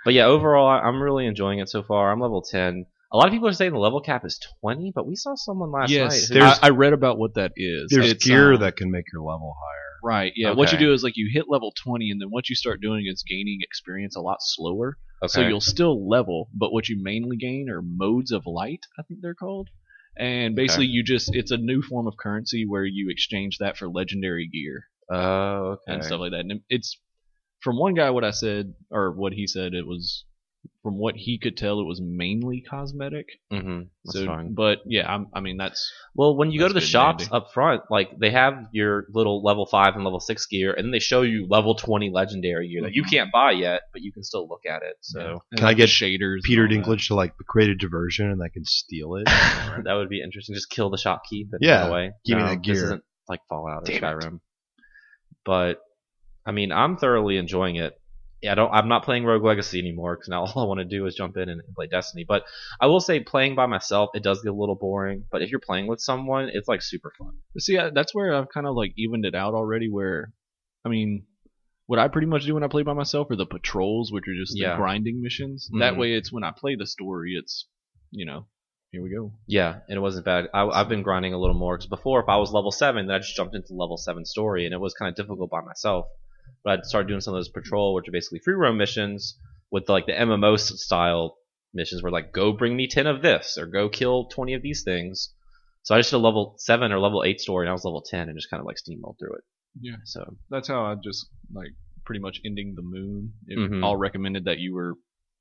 Speaker 1: but yeah, overall, I- I'm really enjoying it so far. I'm level 10. A lot of people are saying the level cap is 20, but we saw someone last
Speaker 4: yes
Speaker 1: night. who-
Speaker 4: I, I read about what that is
Speaker 2: There's
Speaker 4: It's,
Speaker 2: gear
Speaker 4: um,
Speaker 2: that can make your level higher.
Speaker 4: right yeah what you
Speaker 1: Okay.
Speaker 4: do is like you hit level 20 and then what you start doing is gaining experience a lot slower
Speaker 1: okay.
Speaker 4: So you'll still level, but what you mainly gain are modes of light, I think they're called. And basically, you just, it's a new form of currency where you exchange that for legendary gear
Speaker 1: oh, okay.
Speaker 4: and stuff like that. And it's, from one guy, what I said, or what he said, it was, from what he could tell, it was mainly cosmetic.
Speaker 1: hmm That's
Speaker 4: So,
Speaker 1: fine.
Speaker 4: but yeah, I'm, I mean, that's,
Speaker 1: Well, when you go to
Speaker 4: That's
Speaker 1: the
Speaker 4: good,
Speaker 1: shops
Speaker 4: Mandy.
Speaker 1: up front, like they have your little level five and level six gear, and then they show you level twenty legendary gear that you
Speaker 2: Mm-hmm.
Speaker 4: Mhm.
Speaker 1: can't buy yet, but you can still look at it. So
Speaker 4: and
Speaker 2: Can I
Speaker 4: like the
Speaker 2: get
Speaker 4: shaders? and
Speaker 2: Peter
Speaker 4: all that.
Speaker 2: Dinklage to like create a diversion, and I can steal it.
Speaker 1: that would be interesting. Just kill the shopkeep and
Speaker 2: Yeah,
Speaker 1: run away.
Speaker 2: give me
Speaker 1: No,
Speaker 2: that
Speaker 1: This
Speaker 2: gear.
Speaker 1: isn't like Fallout or
Speaker 2: Damn it.
Speaker 1: Skyrim. But I mean, I'm thoroughly enjoying it. Yeah, I don't. I'm not playing Rogue Legacy anymore because now all I want to do is jump in and play Destiny. But I will say, playing by myself, it does get a little boring. But if you're playing with someone, it's like super fun.
Speaker 4: See, I, that's where I've kind of like evened it out already. Where, I mean, what I pretty much do when I play by myself are the patrols, which are just the
Speaker 1: Yeah.
Speaker 4: grinding missions. That
Speaker 1: Mhm.
Speaker 4: way, it's when I play the story, it's you know, here we go.
Speaker 1: Yeah, and it wasn't bad. I, I've been grinding a little more because before, if I was level seven, then I just jumped into level seven story, and it was kind of difficult by myself. But I started doing some of those patrol, which are basically free roam missions with like the MMO s- style missions, where like go bring me ten of this or go kill twenty of these things. So I just did a level seven or level eight story, and I was level ten, and just kind of like steamrolled through it.
Speaker 4: Yeah.
Speaker 1: So
Speaker 4: That's how I just like pretty much ending the moon. It
Speaker 1: Mhm.
Speaker 4: all recommended that you were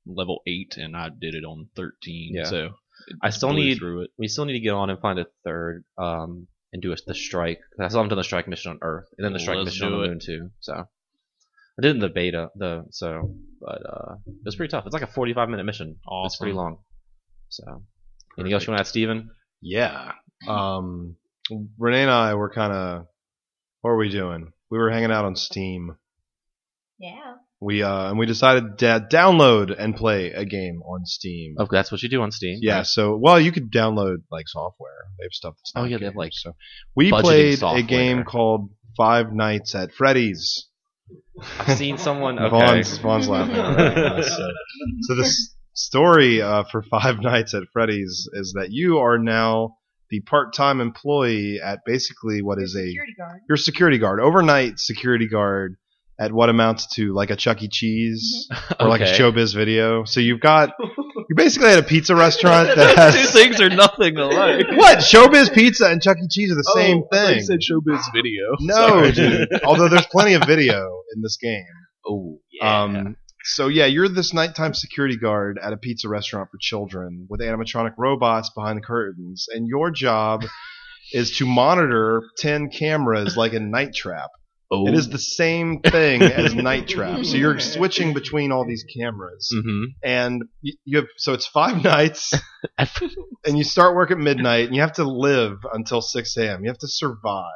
Speaker 4: level eight, and I did it on thirteen.
Speaker 1: Yeah.
Speaker 4: So it
Speaker 1: I still
Speaker 4: blew
Speaker 1: need-
Speaker 4: through it.
Speaker 1: we still need to get on and find a third, um, and do a, the strike. 'cause I still haven't done the strike mission on Earth, and then the strike
Speaker 4: Let's
Speaker 1: mission on
Speaker 4: do
Speaker 1: the
Speaker 4: it.
Speaker 1: Moon too. So I did in the beta though, so but uh, it was pretty tough. It's like a forty-five minute mission. It's pretty
Speaker 4: Awesome.
Speaker 1: long. So anything else you want to add, Steven?
Speaker 2: Yeah. Um, Renee and I were kind of. What were we doing? We were hanging out on Steam.
Speaker 3: Yeah.
Speaker 2: We uh, and we decided to download and play a game on Steam.
Speaker 1: Oh, that's what you do on Steam.
Speaker 2: Yeah, so well, you could download like software. They have stuff that's
Speaker 1: Oh,
Speaker 2: not
Speaker 1: yeah, they have,
Speaker 2: games,
Speaker 1: like,
Speaker 2: so. We
Speaker 1: budgeting
Speaker 2: played
Speaker 1: software.
Speaker 2: a game called Five Nights at Freddy's.
Speaker 1: I've seen someone. Okay.
Speaker 2: Vaughn's, Vaughn's laughing. Right now, so. so the s- story uh, for Five Nights at Freddy's is that you are now the part-time employee at basically what is a
Speaker 3: security guard.
Speaker 2: your security guard, overnight security guard at what amounts to like a Chuck E. Cheese
Speaker 4: Mm-hmm.
Speaker 2: or like a
Speaker 1: Okay.
Speaker 2: Showbiz video. So you've got you're basically at a pizza restaurant that has
Speaker 1: Two things are nothing alike.
Speaker 2: what Showbiz Pizza and Chuck E. Cheese are the same
Speaker 4: Oh, I thought you
Speaker 2: thing.
Speaker 4: said E. showbiz video.
Speaker 2: no,
Speaker 4: Sorry.
Speaker 2: dude. Although there's plenty of video in this game.
Speaker 1: Oh,
Speaker 2: Um, so yeah, you're this nighttime security guard at a pizza restaurant for children with animatronic robots behind the curtains, and your job is to monitor ten cameras like a night trap.
Speaker 1: oh.
Speaker 2: It is the same thing as Night Trap. So you're switching between all these cameras,
Speaker 1: Mm-hmm.
Speaker 2: and you, you have so it's five nights, and you start work at midnight, and you have to live until six a.m. You have to survive.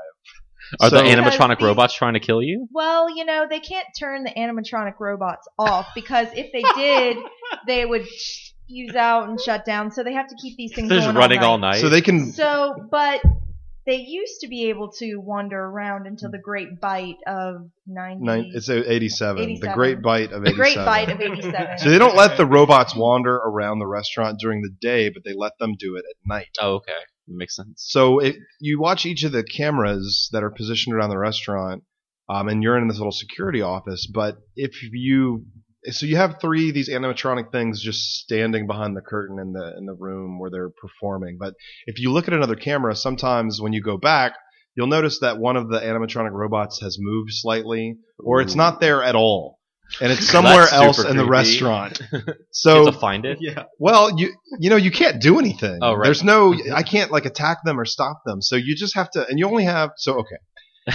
Speaker 1: Are the
Speaker 2: So-
Speaker 1: animatronic
Speaker 3: Because-
Speaker 1: robots trying to kill you?
Speaker 3: Well, you know, they can't turn the animatronic robots off because if they did, they would fuse out and shut down. So they have to keep these things
Speaker 1: They're just
Speaker 3: going
Speaker 1: running
Speaker 3: all
Speaker 1: all
Speaker 3: night.
Speaker 1: night.
Speaker 2: so they can
Speaker 3: So, but they used to be able to wander around until the great bite of 90.
Speaker 2: nine, it's a- 87, the
Speaker 3: 87.
Speaker 2: Great Bite of
Speaker 3: the
Speaker 2: 87.
Speaker 3: great bite of 87.
Speaker 2: So they don't let the robots wander around the restaurant during the day, but they let them do it at night.
Speaker 1: oh, okay. Makes sense.
Speaker 2: So it, you watch each of the cameras that are positioned around the restaurant, um, and you're in this little security office. But if you so you have three of these animatronic things just standing behind the curtain in the in the room where they're performing. But if you look at another camera, sometimes when you go back, you'll notice that one of the animatronic robots has moved slightly, or it's not there at all, and it's somewhere
Speaker 1: That's super
Speaker 2: else in the
Speaker 1: creepy.
Speaker 2: restaurant.
Speaker 1: You
Speaker 2: So
Speaker 1: have to find it.
Speaker 5: Yeah.
Speaker 2: well, you you know you can't do anything.
Speaker 1: Oh, right.
Speaker 2: There's no I can't like attack them or stop them. So you just have to and you only have so okay.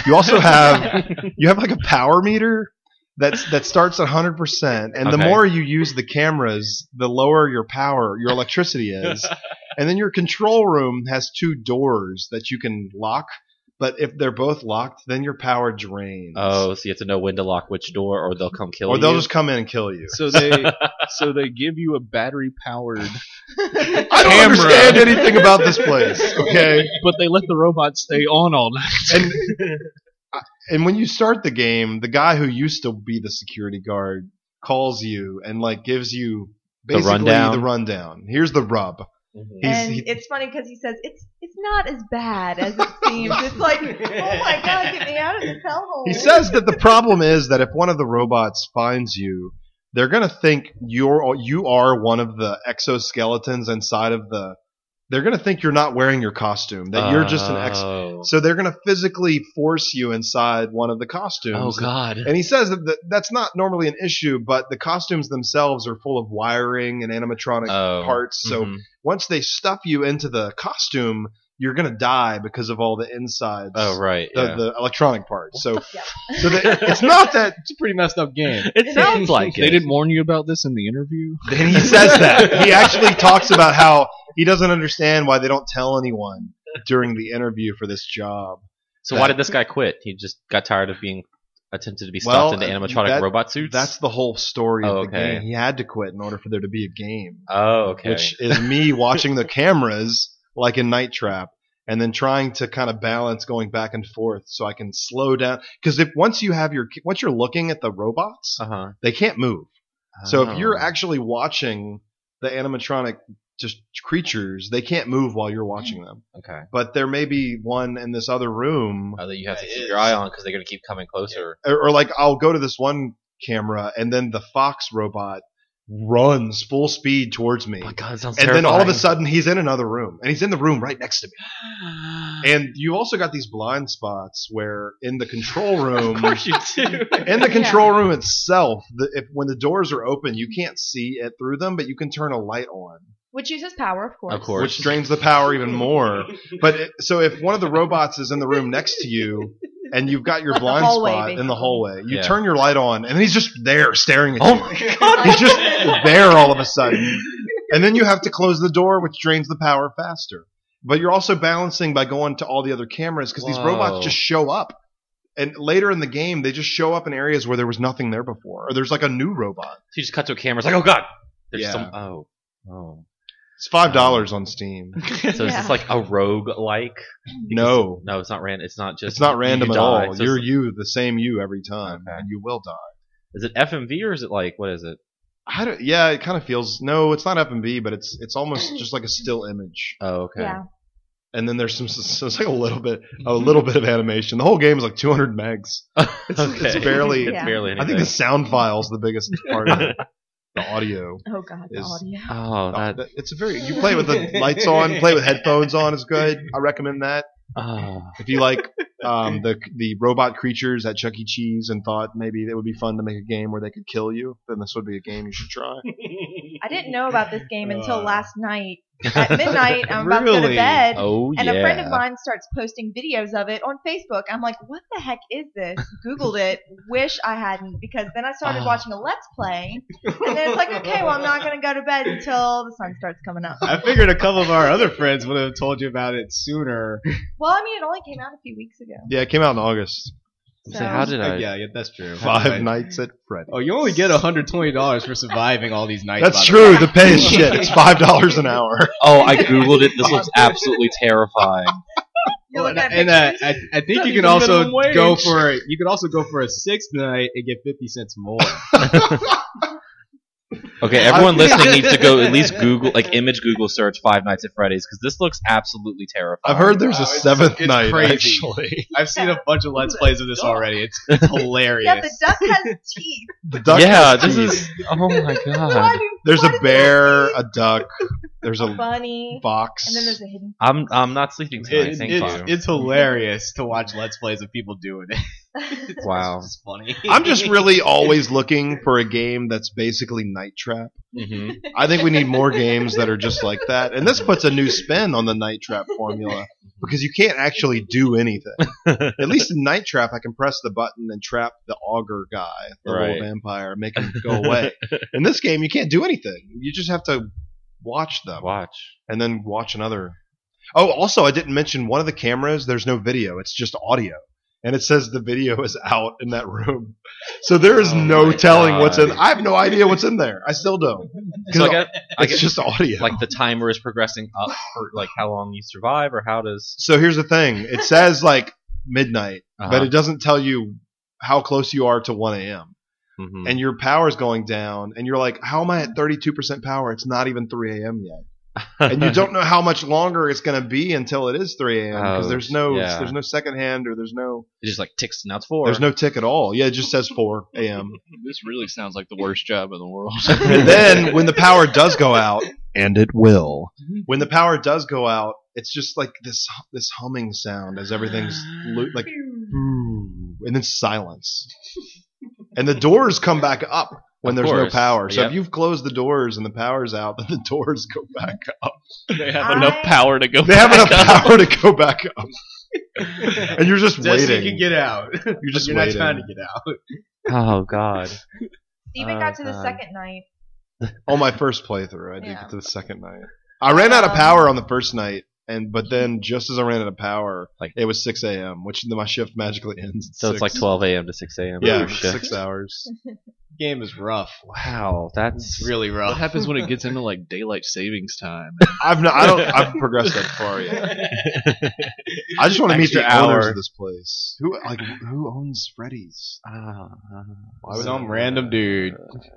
Speaker 2: You also have you have like a power meter that's that starts at 100% and the
Speaker 1: Okay.
Speaker 2: more you use the cameras, the lower your power, your electricity is. and then your control room has two doors that you can lock, but if they're both locked, then your power drains.
Speaker 1: Oh, so you have to know when to lock which door, or they'll come kill
Speaker 2: or
Speaker 1: you.
Speaker 2: they'll just come in and kill you.
Speaker 4: So they so they give you a battery powered,
Speaker 2: I don't
Speaker 4: Camera.
Speaker 2: understand anything about this place. Okay.
Speaker 4: but they let the robots stay on all night.
Speaker 2: and and when you start the game, the guy who used to be the security guard calls you and like gives you
Speaker 1: The
Speaker 2: basically
Speaker 1: rundown.
Speaker 2: the rundown. Here's the rub. He's-
Speaker 3: and
Speaker 2: he-
Speaker 3: it's funny because he says it's it's not as bad as it seems. It's like, oh my god, get me out of this hellhole.
Speaker 2: He says that the problem is that if one of the robots finds you, they're gonna think you're you are one of the exoskeletons inside of the. They're gonna think you're not wearing your costume. That you're just an ex.
Speaker 1: Oh.
Speaker 2: So they're gonna physically force you inside one of the costumes.
Speaker 1: Oh God.
Speaker 2: And he says that th- that's not normally an issue, but the costumes themselves are full of wiring and animatronic
Speaker 1: Oh.
Speaker 2: parts. So
Speaker 1: Mhm.
Speaker 2: once they stuff you into the costume, you're gonna die because of all the insides,
Speaker 1: Oh right.
Speaker 2: the,
Speaker 1: yeah.
Speaker 2: the electronic parts. So,
Speaker 3: Yeah.
Speaker 2: so that, it's not that.
Speaker 5: It's a pretty messed up game.
Speaker 1: it sounds like
Speaker 4: They
Speaker 1: it.
Speaker 4: didn't warn you about this in the interview.
Speaker 2: And he says that he actually talks about how he doesn't understand why they don't tell anyone during the interview for this job.
Speaker 1: So why did this guy quit? He just got tired of being attempted to be
Speaker 2: Well,
Speaker 1: stuffed into animatronic
Speaker 2: that-
Speaker 1: robot suits.
Speaker 2: That's the whole story of
Speaker 1: Oh,
Speaker 2: the
Speaker 1: okay.
Speaker 2: game. He had to quit in order for there to be a game.
Speaker 1: oh okay.
Speaker 2: which is me watching the cameras like in Night Trap and then trying to kind of balance going back and forth so I can slow down because if once you have your once you're looking at the robots
Speaker 1: uh huh.
Speaker 2: they can't move. So if
Speaker 1: Oh.
Speaker 2: you're actually watching the animatronic just creatures, they can't move while you're watching them.
Speaker 1: okay,
Speaker 2: But there may be one in this other room
Speaker 1: oh, that you have to
Speaker 5: That
Speaker 1: keep
Speaker 5: is-
Speaker 1: your eye on because they're gonna keep coming closer.
Speaker 2: or, or like I'll go to this one camera and then the fox robot runs full speed towards me.
Speaker 1: Oh my God, it sounds
Speaker 2: and then all of a
Speaker 1: terrifying.
Speaker 2: sudden he's in another room and he's in the room right next to me and you also got these blind spots where in the control room in the
Speaker 3: Yeah.
Speaker 2: control room itself the, if when the doors are open you can't see it through them but you can turn a light on
Speaker 3: which uses power, of course.
Speaker 1: Of course.
Speaker 2: which drains the power even more but it, so if one of the robots is in the room next to you and you've got your
Speaker 3: Like the
Speaker 2: blind
Speaker 3: hallway,
Speaker 2: spot in the
Speaker 3: basically.
Speaker 2: hallway you
Speaker 1: Yeah. Oh
Speaker 2: turn your light on and he's just there staring at you
Speaker 3: Like-
Speaker 2: he's just there all of a sudden. And then you have to close the door, which drains the power faster. But you're also balancing by going to all the other cameras because these
Speaker 1: Whoa.
Speaker 2: robots just show up And later in the game, they just show up in areas where there was nothing there before, or there's like a new robot.
Speaker 1: So you just cut to a camera. It's like, oh god, there's
Speaker 2: Yeah.
Speaker 1: some. Oh, oh.
Speaker 2: It's five dollars on Steam.
Speaker 1: So is this
Speaker 3: Yeah.
Speaker 1: like a rogue like?
Speaker 2: No,
Speaker 1: No, it's not random. It's not just.
Speaker 2: it's not
Speaker 1: you
Speaker 2: random at
Speaker 1: die.
Speaker 2: all.
Speaker 1: So
Speaker 2: You're
Speaker 1: it's-
Speaker 2: you, the same you every time, and you will die.
Speaker 1: Is it FMV or is it like what is it?
Speaker 2: I don't, yeah, it kind of feels no, it's not F and B, but it's it's almost just like a still image.
Speaker 1: Oh, okay.
Speaker 3: Yeah.
Speaker 2: And then there's some so it's like a little bit a little
Speaker 5: Mm-hmm.
Speaker 2: bit of animation. The whole game is like 200 megs. It's, it's
Speaker 1: Okay.
Speaker 2: barely.
Speaker 1: It's
Speaker 3: Yeah.
Speaker 1: barely. Anything.
Speaker 2: I think the sound file's the biggest part of it. The audio.
Speaker 3: Oh god, the
Speaker 2: Is-
Speaker 3: audio.
Speaker 1: Oh, that.
Speaker 2: It's a very. You play with the lights on. Play with headphones on is good. I recommend that.
Speaker 1: Oh.
Speaker 2: If you like um, the the robot creatures at Chuck E. Cheese and thought maybe it would be fun to make a game where they could kill you, then this would be a game you should try.
Speaker 3: I didn't know about this game until
Speaker 5: Uh.
Speaker 3: last night. At midnight, I'm about to go to
Speaker 5: Really?
Speaker 3: bed.
Speaker 1: Oh
Speaker 3: And
Speaker 1: yeah.
Speaker 3: a friend of mine starts posting videos of it on Facebook. I'm like, what the heck is this? Googled it. Wish I hadn't because then I started
Speaker 1: Ah.
Speaker 3: watching a Let's Play. And then it's like, okay, well, I'm not going to go to bed until the sun starts coming up.
Speaker 5: I figured a couple of our other friends would have told you about it sooner.
Speaker 3: Well, I mean, it only came out a few weeks ago.
Speaker 2: Yeah, it came out in August.
Speaker 1: So how did I?
Speaker 5: yeah, yeah, that's true.
Speaker 2: Five
Speaker 5: Right.
Speaker 2: nights at Freddy.
Speaker 5: Oh, you only get hundred twenty dollars for surviving all these nights. by
Speaker 2: That's
Speaker 5: the
Speaker 2: true.
Speaker 5: way.
Speaker 2: The pay is shit. It's five dollars an hour.
Speaker 1: Oh, I googled it. This looks absolutely terrifying.
Speaker 3: You look
Speaker 5: and
Speaker 3: at
Speaker 5: and, uh,
Speaker 3: pictures.
Speaker 5: I, I think
Speaker 4: Not
Speaker 5: you can
Speaker 4: even
Speaker 5: also
Speaker 4: minimum wage.
Speaker 5: go for you can also go for a sixth night and get fifty cents more.
Speaker 1: Okay,
Speaker 2: Uh,
Speaker 1: everyone listening needs to go at least Google, like, image Google search Five Nights at Freddy's because this looks absolutely terrifying.
Speaker 2: I've heard there's
Speaker 5: Wow,
Speaker 2: a
Speaker 5: it's-
Speaker 2: seventh
Speaker 5: it's
Speaker 2: night
Speaker 5: crazy.
Speaker 2: actually.
Speaker 5: I've seen a bunch of let's plays of this already. It's, it's
Speaker 3: yeah, the
Speaker 5: hilarious.
Speaker 3: duck has teeth.
Speaker 2: The duck
Speaker 1: yeah,
Speaker 2: has
Speaker 1: this
Speaker 2: teeth.
Speaker 1: is. Oh my
Speaker 3: Why
Speaker 1: god.
Speaker 3: do-
Speaker 2: There's
Speaker 3: why
Speaker 2: a
Speaker 3: does it
Speaker 2: bear,
Speaker 3: have
Speaker 2: a duck. There's
Speaker 3: teeth? a
Speaker 2: a
Speaker 3: bunny,
Speaker 2: fox.
Speaker 3: and then there's a hidden.
Speaker 1: I'm I'm not sleeping tonight.
Speaker 5: It-
Speaker 1: thank
Speaker 5: it's,
Speaker 1: you.
Speaker 5: it's hilarious to watch let's plays of people doing it. It's
Speaker 1: Wow.
Speaker 5: just funny.
Speaker 2: I'm just really always looking for a game that's basically Night Trap.
Speaker 1: hmm
Speaker 2: I think we need more games that are just like that. And this puts a new spin on the Night Trap formula because you can't actually do anything. At least in Night Trap, I can press the button and trap the auger guy, the
Speaker 1: Right.
Speaker 2: little vampire, make him go away. in this game, you can't do anything. You just have to watch them
Speaker 1: Watch.
Speaker 2: and then watch another. Oh, also, I didn't mention one of the cameras. There's no video; it's just audio, and it says the video is out in that room. So there is
Speaker 1: Oh
Speaker 2: no
Speaker 1: my
Speaker 2: telling what's in.
Speaker 1: God.
Speaker 2: I have no idea what's in there. I still don't.
Speaker 1: So I got, I
Speaker 2: it's
Speaker 1: get,
Speaker 2: just audio.
Speaker 1: like the timer is progressing up for like how long you survive or how does.
Speaker 2: so here's the thing: it says like midnight,
Speaker 1: Uh-huh.
Speaker 2: but it doesn't tell you how close you are to 1 a.m.
Speaker 1: hmm
Speaker 2: And your power's going down, and you're like, "How am I at 32% power? It's not even 3 a.m. yet." and you don't know how much longer it's going to be until it is 3 a.m. because
Speaker 1: Oh,
Speaker 2: there's no
Speaker 1: yeah.
Speaker 2: there's no second hand or there's no
Speaker 1: It just like ticks and now it's four.
Speaker 2: there's no tick at all. Yeah, it just says 4 a.m.
Speaker 4: This really sounds like the worst job in the world.
Speaker 2: and then when the power does go out, and it will, when the power does go out, it's just like this this humming sound as everything's lo- like, and then silence, and the doors come back up. When
Speaker 1: Of
Speaker 2: there's
Speaker 1: course.
Speaker 2: no power, so
Speaker 1: Yep.
Speaker 2: if you've closed the doors and the power's out, then the doors go back up.
Speaker 4: they have
Speaker 3: I-
Speaker 4: enough power to go.
Speaker 2: They have enough
Speaker 4: back up.
Speaker 2: power to go back up, and you're just,
Speaker 5: Just so
Speaker 2: waiting.
Speaker 5: you can get out. You're
Speaker 2: You're just
Speaker 5: You're
Speaker 2: waiting.
Speaker 5: not trying to get out.
Speaker 1: Oh god.
Speaker 3: Steven
Speaker 1: Oh,
Speaker 3: got to the
Speaker 1: God.
Speaker 3: second night.
Speaker 2: on Oh, my first playthrough, I did
Speaker 3: Yeah.
Speaker 2: get to the second night. I ran out of
Speaker 3: Um,
Speaker 2: power on the first night, and but then just as I ran out of power,
Speaker 1: Like-
Speaker 2: it was six a.m., which then my shift magically ends. At
Speaker 1: So it's like 12 a.m. to 6 a.m.
Speaker 2: Yeah,
Speaker 1: Ooh, Oh, shit.
Speaker 2: six hours.
Speaker 5: Game is rough.
Speaker 1: Wow, that's
Speaker 5: It's really
Speaker 4: What
Speaker 5: rough.
Speaker 4: happens when it gets into like daylight savings time?
Speaker 2: I've not. I don't. I've progressed that far yet. I just want to meet the
Speaker 1: Extra hour.
Speaker 2: owners of this place. Who like who owns Freddy's?
Speaker 1: Ah, ah.
Speaker 2: Why would
Speaker 5: Some
Speaker 2: they-
Speaker 1: uh,
Speaker 5: random dude.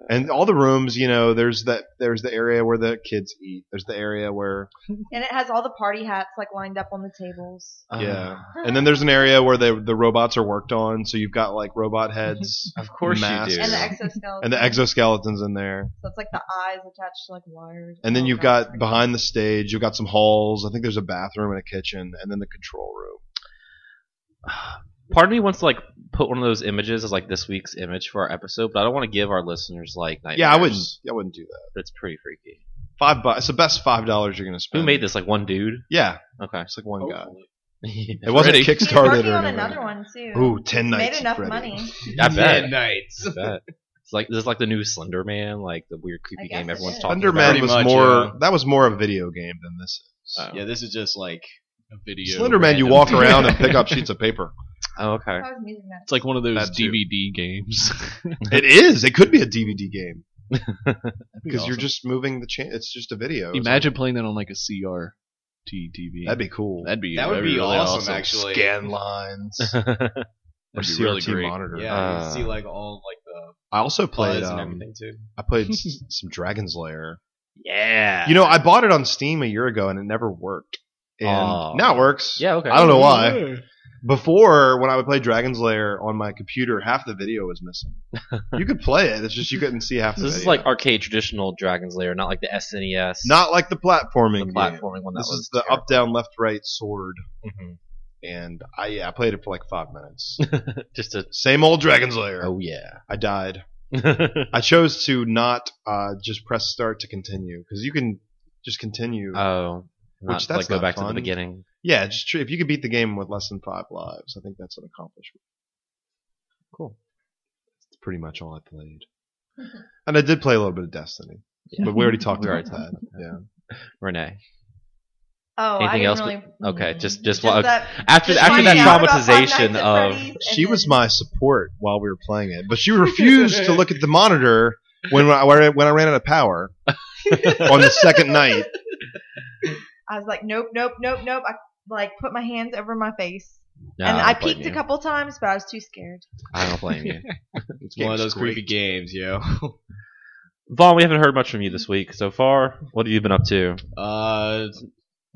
Speaker 2: And all the rooms, you know, there's that. There's the area where the kids eat. There's the area where
Speaker 3: And it has all the party hats like lined up on the tables.
Speaker 1: Ah,
Speaker 2: Yeah. And then there's an area where the the robots are worked on, so you've got like robot heads
Speaker 1: Of course
Speaker 2: Masks.
Speaker 1: you do.
Speaker 3: And the exoskeleton.
Speaker 2: and the exoskeletons in there.
Speaker 3: So it's like the eyes attached to like wires.
Speaker 2: And then
Speaker 3: Oh,
Speaker 2: you've
Speaker 3: God, it's
Speaker 2: got
Speaker 3: pretty-
Speaker 2: behind the stage, you've got some halls. I think there's a bathroom and a kitchen, and then the control room.
Speaker 1: Part of me wants to like put one of those images as like this week's image for our episode, but I don't want to give our listeners like nightmares.
Speaker 2: Yeah, I wouldn't. I wouldn't do that.
Speaker 1: That's pretty freaky.
Speaker 2: Five bucks. It's the best five dollars you're gonna
Speaker 1: Who
Speaker 2: spend.
Speaker 1: made this? Like one dude.
Speaker 2: Yeah,
Speaker 1: Okay.
Speaker 2: it's like one
Speaker 5: Oh.
Speaker 2: guy. It
Speaker 1: it
Speaker 2: wasn't
Speaker 3: He's
Speaker 2: kickstarted
Speaker 3: working
Speaker 2: or
Speaker 3: on
Speaker 2: anything.
Speaker 3: another one too.
Speaker 2: Ooh, ten
Speaker 3: He's
Speaker 2: nights.
Speaker 3: made
Speaker 2: of
Speaker 3: enough
Speaker 2: Freddy.
Speaker 3: money.
Speaker 1: I bet.
Speaker 5: Ten nights.
Speaker 1: bet. It's like this is like the new Slender Man, like the weird creepy
Speaker 3: I guess
Speaker 1: game
Speaker 3: it
Speaker 1: everyone's
Speaker 3: is.
Speaker 1: talking
Speaker 2: Thunder
Speaker 1: about.
Speaker 2: Man
Speaker 5: Pretty
Speaker 2: was
Speaker 5: much,
Speaker 2: more.
Speaker 5: yeah. Uh,
Speaker 2: That was more a video game than this. is.
Speaker 1: Oh.
Speaker 5: Yeah, this is just like
Speaker 4: A video.
Speaker 2: Slender Man, you walk around and pick up sheets of paper.
Speaker 1: Oh, okay.
Speaker 3: I was music nuts.
Speaker 4: It's like one of those
Speaker 2: That too.
Speaker 4: DVD games.
Speaker 2: It is. It could be a DVD game because
Speaker 4: Because
Speaker 2: you're just moving the chain. It's just a video.
Speaker 4: imagine playing that on like a CRT TV.
Speaker 2: that'd be cool.
Speaker 4: that'd be
Speaker 5: That would
Speaker 4: that'd
Speaker 5: be
Speaker 4: really
Speaker 5: awesome, actually.
Speaker 2: Scan lines or
Speaker 4: That'd be really
Speaker 2: CRT
Speaker 4: great.
Speaker 2: monitor.
Speaker 5: Yeah, you
Speaker 1: Uh,
Speaker 5: can see like all like the
Speaker 2: I also
Speaker 5: buzz
Speaker 2: played.
Speaker 5: and
Speaker 2: Um,
Speaker 5: everything too.
Speaker 2: I played s- some Dragon's Lair.
Speaker 1: yeah.
Speaker 2: You know, I bought it on Steam a year ago and it never worked. And
Speaker 1: Aw.
Speaker 2: now it works.
Speaker 1: yeah. Okay.
Speaker 2: I don't know why. Before, when I would play Dragon's Lair on my computer, half the video was missing. you could play it. It's just you couldn't see half
Speaker 1: So
Speaker 2: the
Speaker 1: this is
Speaker 2: video.
Speaker 1: like arcade traditional Dragon's Lair, not like the SNES.
Speaker 2: not like the platforming.
Speaker 1: the
Speaker 2: game.
Speaker 1: platforming one. That
Speaker 2: This
Speaker 1: was
Speaker 2: is the up, down, left, right sword.
Speaker 1: Mhm.
Speaker 2: And I yeah, I played it for like five minutes.
Speaker 1: Just a
Speaker 2: Same old Dragon's Lair.
Speaker 1: oh yeah.
Speaker 2: I died. I chose to not uh, just press start to continue because you can just continue.
Speaker 1: oh, not
Speaker 2: Which, that's
Speaker 1: like go
Speaker 2: not
Speaker 1: back to
Speaker 2: fun.
Speaker 1: the beginning.
Speaker 2: yeah, just tr- if you could beat the game with less than five lives, I think that's an accomplishment. Cool. That's pretty much all I played. And I did play a little bit of Destiny,
Speaker 1: Yeah.
Speaker 2: but we already talked
Speaker 1: We
Speaker 2: about
Speaker 1: already
Speaker 2: that. Yeah.
Speaker 1: Renee.
Speaker 3: Oh, I
Speaker 1: Anything
Speaker 3: didn't
Speaker 1: else
Speaker 3: Really,
Speaker 1: okay,
Speaker 3: mm.
Speaker 1: just- just wa-
Speaker 3: that-
Speaker 1: After
Speaker 3: just
Speaker 1: after that
Speaker 3: finding out about Five
Speaker 1: traumatization
Speaker 3: Nights at
Speaker 1: of
Speaker 3: Freddy's and
Speaker 2: She was
Speaker 3: then-
Speaker 2: my support while we were playing it, but she refused to look at the monitor when I, when I ran out of power on the second night.
Speaker 3: I was like, nope, nope, nope, nope. I like put my hands over my face,
Speaker 1: Nah,
Speaker 3: and
Speaker 1: don't
Speaker 3: I
Speaker 1: blame
Speaker 3: peeked
Speaker 1: you.
Speaker 3: a couple times, but I was too scared.
Speaker 1: I don't blame you,
Speaker 2: It's
Speaker 5: One of those creepy games, yo.
Speaker 1: Vaughn. We haven't heard much from you this week so far. What have you been up to?
Speaker 5: Uh,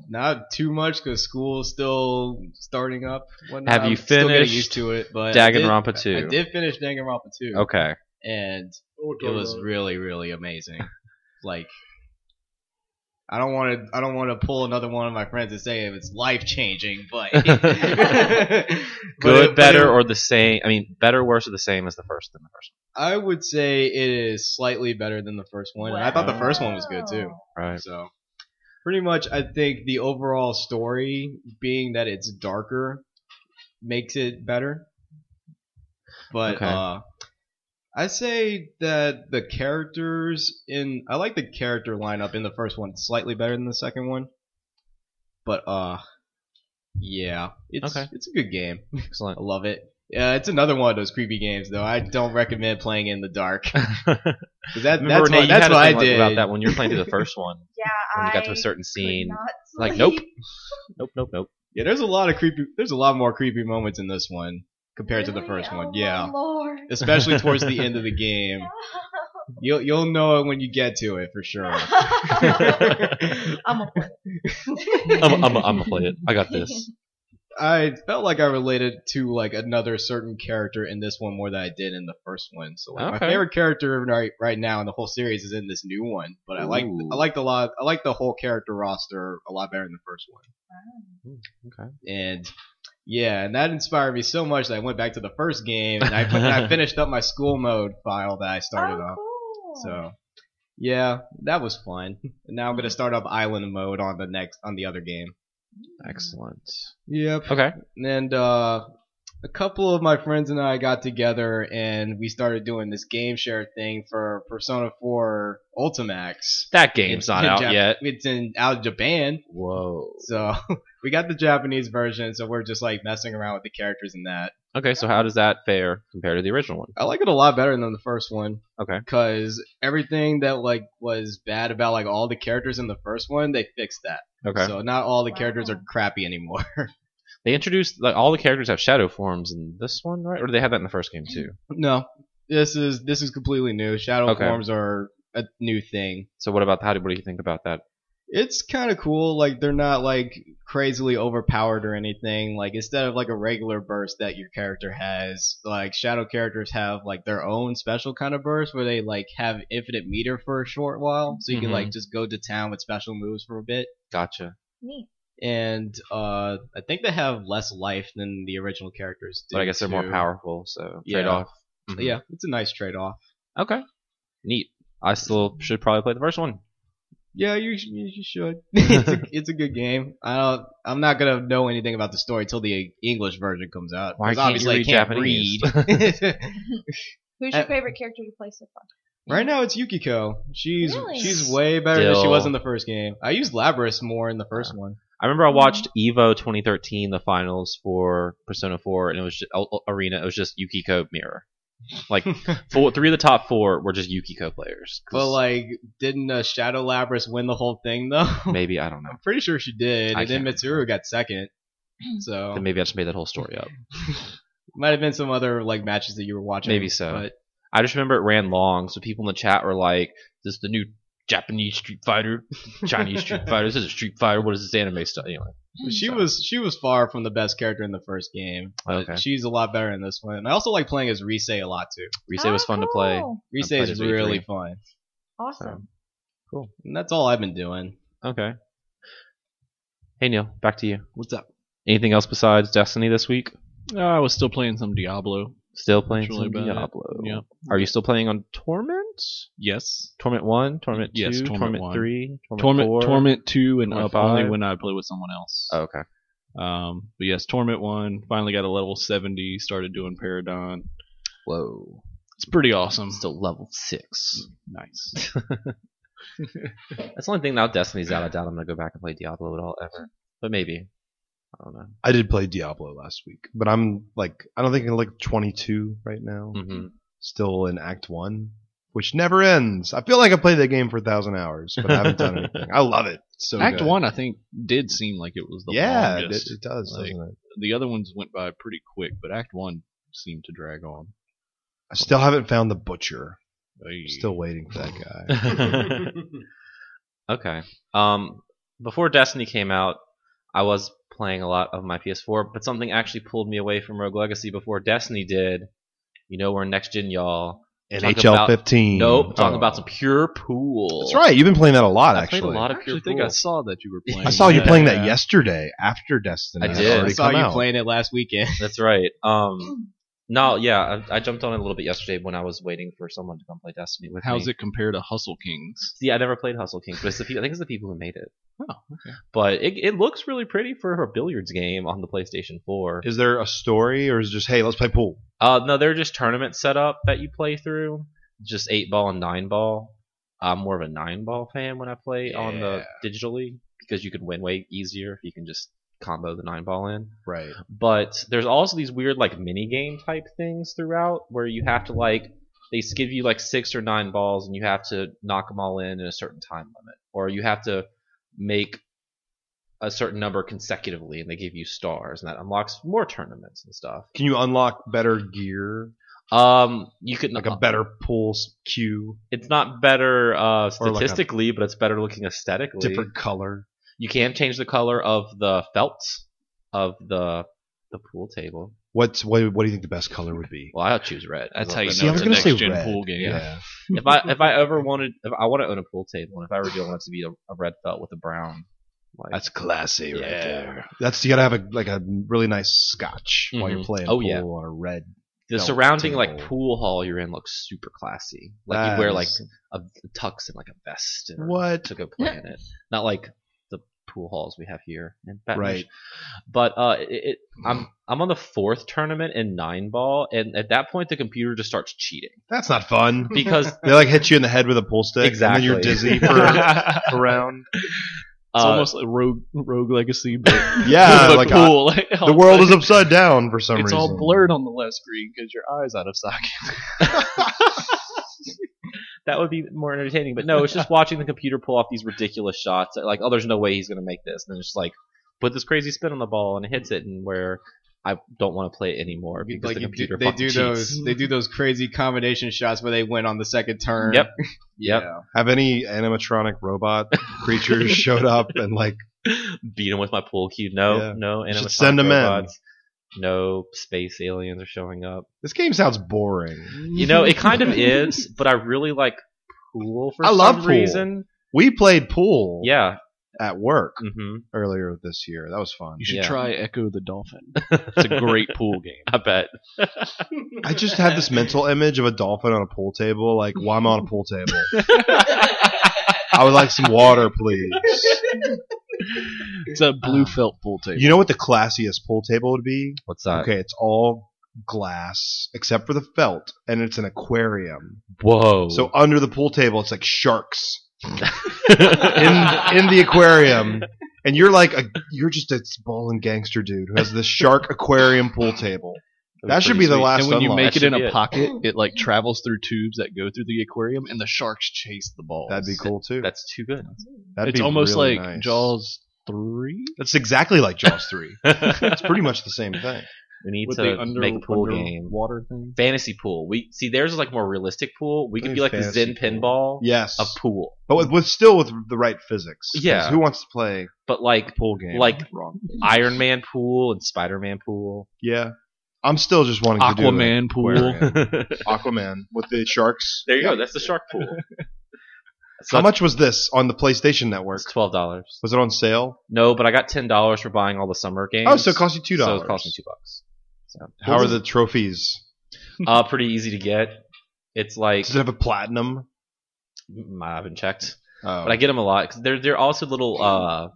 Speaker 5: not too much because school's still starting up. whatnot.
Speaker 1: Have you
Speaker 5: I'm Still getting
Speaker 1: finished
Speaker 5: used to it, but I did-
Speaker 1: Danganronpa two.
Speaker 5: I did finish Danganronpa two.
Speaker 1: Okay.
Speaker 5: and it was really really amazing like i don't want to i don't want to pull another one of my friends and say it's life changing but but it-
Speaker 1: Good,
Speaker 5: but
Speaker 1: better,
Speaker 5: it-
Speaker 1: or the same? I mean, better, worse, or the same as the first than the first
Speaker 5: i would say it is slightly better than the first one and i thought the first one was good too
Speaker 3: Wow.
Speaker 1: one, right?
Speaker 5: so pretty much i think the overall story being that it's darker makes it better but
Speaker 1: Okay.
Speaker 5: uh i say that the characters in i like the character lineup in the first one slightly better than the second one but uh yeah it's
Speaker 1: Okay.
Speaker 5: it's a good game i
Speaker 1: Excellent.
Speaker 5: love it yeah, it's another one of those creepy games, though. I don't recommend playing in the dark. 'Cause
Speaker 1: Remember,
Speaker 5: That, that's
Speaker 1: Renee,
Speaker 5: what,
Speaker 1: you
Speaker 5: that's
Speaker 1: had a
Speaker 5: what I
Speaker 1: thing like
Speaker 5: did.
Speaker 1: about that when you were playing through the first one.
Speaker 3: Yeah,
Speaker 1: When
Speaker 3: I
Speaker 1: you got to a certain
Speaker 3: could
Speaker 1: scene,
Speaker 3: not
Speaker 1: like, nope.
Speaker 3: sleep.
Speaker 1: Nope, nope, nope.
Speaker 5: Yeah, there's a lot of creepy. There's a lot more creepy moments in this one compared to the
Speaker 3: Really?
Speaker 5: first
Speaker 3: Oh,
Speaker 5: one.
Speaker 3: my
Speaker 5: Yeah,
Speaker 3: Lord.
Speaker 5: especially towards the end of the game. You'll you'll know it when you get to it for sure.
Speaker 3: I'm a play.
Speaker 1: I'm, I'm, I'm gonna play it. I got this.
Speaker 5: I felt like I related to like another certain character in this one more than I did in the first one. So like,
Speaker 1: Okay.
Speaker 5: my favorite character right right now in the whole series is in this new one. But I like
Speaker 1: Ooh.
Speaker 5: I liked a lot. I like the whole character roster a lot better than the first one.
Speaker 1: Okay.
Speaker 5: and yeah, and that inspired me so much that I went back to the first game and I, and I finished up my school mode file that I started
Speaker 3: oh,
Speaker 5: off.
Speaker 3: cool.
Speaker 5: So yeah, that was fun. And now I'm gonna start up island mode on the next on the other game.
Speaker 1: Excellent.
Speaker 5: Yep.
Speaker 1: Okay.
Speaker 5: And uh, a couple of my friends and I got together and we started doing this game share thing for Persona 4 Ultimax.
Speaker 1: That game's not
Speaker 5: In
Speaker 1: out
Speaker 5: Jap-
Speaker 1: yet.
Speaker 5: It's in out of Japan.
Speaker 1: Whoa.
Speaker 5: So we got the Japanese version, so we're just like messing around with the characters in that.
Speaker 1: Okay, so how does that fare compared to the original one?
Speaker 5: I like it a lot better than the first one.
Speaker 1: Okay.
Speaker 5: Cause everything that like was bad about like all the characters in the first one, they fixed that.
Speaker 1: Okay.
Speaker 5: So not all the characters
Speaker 3: Wow.
Speaker 5: are crappy anymore.
Speaker 1: They introduced like all the characters have shadow forms in this one, right? Or do they have that in the first game too?
Speaker 5: no, this is this is completely new. Shadow
Speaker 1: Okay.
Speaker 5: forms are a new thing.
Speaker 1: So what about how do what do you think about that?
Speaker 5: It's kind of cool. Like they're not like crazily overpowered or anything. Like instead of like a regular burst that your character has, like shadow characters have like their own special kind of burst where they like have infinite meter for a short while, so you
Speaker 1: Mhm.
Speaker 5: can like just go to town with special moves for a bit.
Speaker 1: Gotcha.
Speaker 3: Neat.
Speaker 5: And uh, I think they have less life than the original characters.
Speaker 1: But I
Speaker 5: did,
Speaker 1: guess they're more Mm-hmm.
Speaker 5: too.
Speaker 1: powerful, so
Speaker 5: Yeah.
Speaker 1: trade off.
Speaker 5: Yeah, it's a nice trade off.
Speaker 1: Okay. Neat. I still should probably play the first one.
Speaker 5: Yeah, you sh- you you should. it's a it's a good game. I don't. I'm not gonna know anything about the story till the English version comes out.
Speaker 1: Why
Speaker 5: 'cause
Speaker 1: can't you
Speaker 5: obviously
Speaker 1: read
Speaker 5: I can't
Speaker 1: Japanese?
Speaker 5: read.
Speaker 3: Who's your
Speaker 5: Uh,
Speaker 3: favorite character to play so far?
Speaker 5: right now it's Yukiko. She's
Speaker 3: Really?
Speaker 5: she's way better than she
Speaker 1: Still.
Speaker 5: was in the first game. I used Labrys more in the first one.
Speaker 1: I remember I watched
Speaker 3: Mm-hmm.
Speaker 1: Evo 2013, the finals for Persona 4, and it was just, Arena. It was just Yukiko Mirror. Like four, three of the top four were just Yukiko players. 'Cause
Speaker 5: But like, didn't uh, Shadow Labrys win the whole thing though?
Speaker 1: maybe I don't know.
Speaker 5: I'm pretty sure she did,
Speaker 1: I
Speaker 5: and then
Speaker 1: can't
Speaker 5: Mitsuru got second. So
Speaker 1: Then maybe I just made that whole story up.
Speaker 5: might have been some other like matches that you were watching.
Speaker 1: Maybe so.
Speaker 5: But
Speaker 1: I just remember it ran long, so people in the chat were like, "This is the new Japanese Street Fighter, Chinese Street Fighter. This is a Street Fighter. What is this anime stuff?" Anyway,
Speaker 5: she was she was far from the best character in the first game. But
Speaker 1: Okay.
Speaker 5: She's a lot better in this one. And I also like playing as Risei a lot too.
Speaker 1: Risei was
Speaker 3: Oh,
Speaker 1: fun to play.
Speaker 3: cool.
Speaker 1: played
Speaker 5: Risei
Speaker 1: as
Speaker 5: is
Speaker 1: Rei
Speaker 5: really
Speaker 1: three.
Speaker 5: fun.
Speaker 3: Awesome.
Speaker 5: And that's all I've been doing.
Speaker 1: Okay. Hey Neil, back to you.
Speaker 4: What's up? Uh,
Speaker 1: Anything else besides Destiny this week?
Speaker 4: I was still playing some Diablo.
Speaker 1: Still playing
Speaker 4: That's really
Speaker 1: some
Speaker 4: about it.
Speaker 1: Diablo.
Speaker 4: Yeah.
Speaker 1: Are you still playing on Torment?
Speaker 4: Yes.
Speaker 1: Torment one, Torment two,
Speaker 4: Yes,
Speaker 1: Torment,
Speaker 4: Torment one.
Speaker 1: three, Torment,
Speaker 4: Torment,
Speaker 1: four.
Speaker 4: Torment two, and
Speaker 1: Torment
Speaker 4: up only
Speaker 1: five.
Speaker 4: when I play with someone else.
Speaker 1: Oh, okay.
Speaker 4: Um, but yes, Torment one. Finally got a level seventy. Started doing Paradon.
Speaker 1: Whoa.
Speaker 4: It's pretty awesome.
Speaker 1: Still level six.
Speaker 4: nice.
Speaker 1: That's the only thing now Destiny's out. I doubt I'm gonna go back and play Diablo at all ever. But maybe. I don't know.
Speaker 2: I did play Diablo last week, but I'm like, I don't think I'm like 22 right now.
Speaker 1: Mm-hmm.
Speaker 2: Still in Act One, which never ends. I feel like I played that game for a thousand hours, but I haven't done anything. I love it. It's so
Speaker 4: Act
Speaker 2: good.
Speaker 4: one, I think, did seem like it was the
Speaker 2: yeah, it,
Speaker 4: longest.
Speaker 2: it does,
Speaker 4: Like-
Speaker 2: doesn't it?
Speaker 4: The other ones went by pretty quick, but Act one seemed to drag on.
Speaker 2: I still haven't found the butcher.
Speaker 4: Hey.
Speaker 2: I'm still waiting for that guy.
Speaker 1: okay. Um, before Destiny came out, I was playing a lot of my PS4, but something actually pulled me away from Rogue Legacy before Destiny did. You know, we're next gen, y'all.
Speaker 2: NHL
Speaker 1: about-
Speaker 2: 15.
Speaker 1: Nope, talking
Speaker 2: Oh.
Speaker 1: about some pure pool.
Speaker 2: That's right. You've been playing that a lot,
Speaker 1: I
Speaker 2: actually.
Speaker 1: played a lot
Speaker 4: I
Speaker 1: of pure
Speaker 4: actually think
Speaker 1: pool.
Speaker 4: I saw that you were playing. uh,
Speaker 2: I saw you
Speaker 5: Yeah.
Speaker 2: playing that yesterday after Destiny.
Speaker 1: I
Speaker 2: had
Speaker 1: did.
Speaker 5: I
Speaker 2: already
Speaker 5: saw
Speaker 2: come
Speaker 5: you
Speaker 2: out.
Speaker 5: playing it last weekend.
Speaker 1: That's right. Um, no, yeah, I, I jumped on it a little bit yesterday when I was waiting for someone to come play Destiny with me.
Speaker 4: How's it compare to Hustle Kings?
Speaker 1: See, I never played Hustle Kings, but it's the, pe- I think it's the people who made it.
Speaker 4: Oh, okay.
Speaker 1: But it, it looks really pretty for a billiards game on the PlayStation 4.
Speaker 2: Is there a story, or is it just hey, let's play pool?
Speaker 1: Uh, no, they're just tournament set up that you play through. Just eight ball and nine ball. I'm more of a nine ball fan when I play on the digitally because you can win way easier if you can just combo the nine ball in.
Speaker 2: Right.
Speaker 1: But there's also these weird like mini game type things throughout where you have to like they give you like six or nine balls and you have to knock them all in in a certain time limit, or you have to make a certain number consecutively and they give you stars and that unlocks more tournaments and stuff.
Speaker 2: Can you unlock better gear,
Speaker 1: Um, you could
Speaker 2: like a better pool s- cue,
Speaker 1: It's not better uh,
Speaker 2: Or like a-
Speaker 1: statistically, but it's better looking aesthetically.
Speaker 2: different color?
Speaker 1: You can change the color of the felts of the the pool table.
Speaker 2: What's what? What do you think the best color would be?
Speaker 1: Well, I'll choose red.
Speaker 4: That's
Speaker 1: Love
Speaker 4: how you
Speaker 1: red.
Speaker 2: See, I
Speaker 4: know
Speaker 2: was
Speaker 4: it's a
Speaker 2: gonna say
Speaker 4: next gen
Speaker 2: red.
Speaker 4: pool game.
Speaker 1: if I if I ever wanted, if I want to own a pool table, and if I ever do, I want it to be a, a red felt with a brown. Like,
Speaker 2: that's classy, right
Speaker 1: Yeah.
Speaker 2: there. That's you gotta have a like a really nice scotch while you're
Speaker 1: Mhm.
Speaker 2: playing
Speaker 1: Oh,
Speaker 2: pool
Speaker 1: yeah.
Speaker 2: on a red.
Speaker 1: the
Speaker 2: felt
Speaker 1: surrounding like
Speaker 2: table.
Speaker 1: pool hall you're in looks super classy. Like you wear like
Speaker 2: That's-
Speaker 1: a tux and like a vest. And
Speaker 2: what?
Speaker 1: to go play in it. Not like the pool halls we have here in Baton Rouge.
Speaker 2: Right.
Speaker 1: But uh, it, it, I'm I'm on the fourth tournament in nine ball, and at that point the computer just starts cheating
Speaker 2: That's not fun.
Speaker 1: because
Speaker 2: They like hit you in the head with a pool stick, and then you're
Speaker 1: Exactly.
Speaker 2: dizzy for a round.
Speaker 1: uh,
Speaker 4: It's almost like Rogue Rogue Legacy, but
Speaker 2: Yeah,
Speaker 4: but
Speaker 2: like I-
Speaker 4: cool. Like,
Speaker 2: the world is upside down for some
Speaker 4: It's
Speaker 2: reason.
Speaker 4: all blurred on the left screen because your eyes out of socket.
Speaker 1: that would be more entertaining. But no, it's just watching the computer pull off these ridiculous shots. Like, oh, there's no way he's gonna make this, and then just like put this crazy spin on the ball and it hits it, and where. I don't want to play it anymore because
Speaker 5: like
Speaker 1: the
Speaker 5: you do-
Speaker 1: computer
Speaker 5: they
Speaker 1: fucking
Speaker 5: do
Speaker 1: cheats.
Speaker 5: those they do those crazy combination shots where they went on the second turn.
Speaker 1: Yep.
Speaker 5: Yeah.
Speaker 1: Yep.
Speaker 2: Have any animatronic robot creatures showed up and like
Speaker 1: beat him with my pool cue. No,
Speaker 2: Yeah.
Speaker 1: no,
Speaker 2: You should
Speaker 1: animatronic
Speaker 2: send 'em in.
Speaker 1: robots. No space aliens are showing up.
Speaker 2: this game sounds boring.
Speaker 1: You know, it kind of is, but I really like pool for
Speaker 2: I
Speaker 1: some
Speaker 2: love pool.
Speaker 1: reason.
Speaker 2: We played pool
Speaker 1: Yeah.
Speaker 2: at work
Speaker 1: hmm
Speaker 2: earlier this year. That was fun.
Speaker 4: You should
Speaker 1: Yeah.
Speaker 4: try Echo the Dolphin. It's a great pool game.
Speaker 1: I bet.
Speaker 2: I just had this mental image of a dolphin on a pool table. Like, why am I on a pool table? I would like some water, please.
Speaker 4: It's a blue felt pool table.
Speaker 2: You know what the classiest pool table would be?
Speaker 1: What's that?
Speaker 2: Okay, it's all glass except for the felt, and it's an aquarium.
Speaker 1: Whoa.
Speaker 2: So under the pool table, it's like sharks in in the aquarium. and you're like a, you're just a balling gangster dude who has this shark aquarium pool table. That should be the last.
Speaker 4: and when you
Speaker 2: unlock.
Speaker 4: make it
Speaker 1: That
Speaker 4: in
Speaker 1: should be
Speaker 4: a
Speaker 1: it.
Speaker 4: pocket, it like travels through tubes that go through the aquarium, and the sharks chase the balls.
Speaker 2: That'd be cool too.
Speaker 1: That's too good.
Speaker 2: That'd
Speaker 4: it's
Speaker 2: be
Speaker 4: almost
Speaker 2: really
Speaker 4: like
Speaker 2: nice.
Speaker 4: Jaws three.
Speaker 2: That's exactly like Jaws three.
Speaker 1: we
Speaker 2: it's pretty much the same thing.
Speaker 1: need
Speaker 4: With
Speaker 1: to
Speaker 4: the under-
Speaker 1: make a pool
Speaker 4: under-
Speaker 1: game.
Speaker 4: Water thing.
Speaker 1: Fantasy pool. We see theirs is like more realistic pool. We could
Speaker 2: Maybe
Speaker 1: be like the
Speaker 2: fantasy
Speaker 1: Zen pinball
Speaker 2: pool. Yes,
Speaker 1: of pool,
Speaker 2: but with, with still with the right physics. 'Cause
Speaker 1: Yeah.
Speaker 2: who wants to play
Speaker 1: but like
Speaker 2: pool game?
Speaker 1: like
Speaker 2: wrong.
Speaker 1: Iron Man pool and Spider Man pool.
Speaker 2: Yeah, I'm still just wanting to do an
Speaker 4: Aquaman pool.
Speaker 2: aquarium.
Speaker 1: there
Speaker 2: Aquaman with the sharks.
Speaker 1: you go. That's the shark pool.
Speaker 2: How much was this on the PlayStation Network?
Speaker 1: It's twelve dollars.
Speaker 2: Was it on sale?
Speaker 1: No, but I got ten dollars for buying all the summer games.
Speaker 2: Oh, so it cost you two
Speaker 1: So
Speaker 2: dollars.
Speaker 1: it cost me two bucks. So
Speaker 2: How are the trophies?
Speaker 1: Uh, pretty easy to get. It's like
Speaker 2: Does it have a platinum?
Speaker 1: Mm, I haven't checked,
Speaker 2: Oh.
Speaker 1: but I get them a lot. they they're they're also little uh,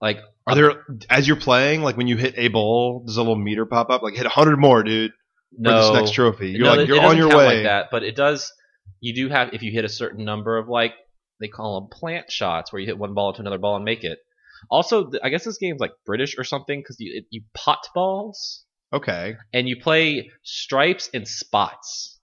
Speaker 1: like
Speaker 2: Are there as you're playing, like when you hit a ball, does a little meter pop up? Like hit hundred more, dude,
Speaker 1: no
Speaker 2: for this next trophy. You're
Speaker 1: No,
Speaker 2: like
Speaker 1: it-
Speaker 2: you're
Speaker 1: it
Speaker 2: on
Speaker 1: doesn't
Speaker 2: your
Speaker 1: count
Speaker 2: way.
Speaker 1: like that, but it does. You do have if you hit a certain number of like they call them plant shots, where you hit one ball into another ball and make it. Also, th- I guess this game's like British or something because you it, you pot balls
Speaker 2: Okay.
Speaker 1: and you play stripes and spots,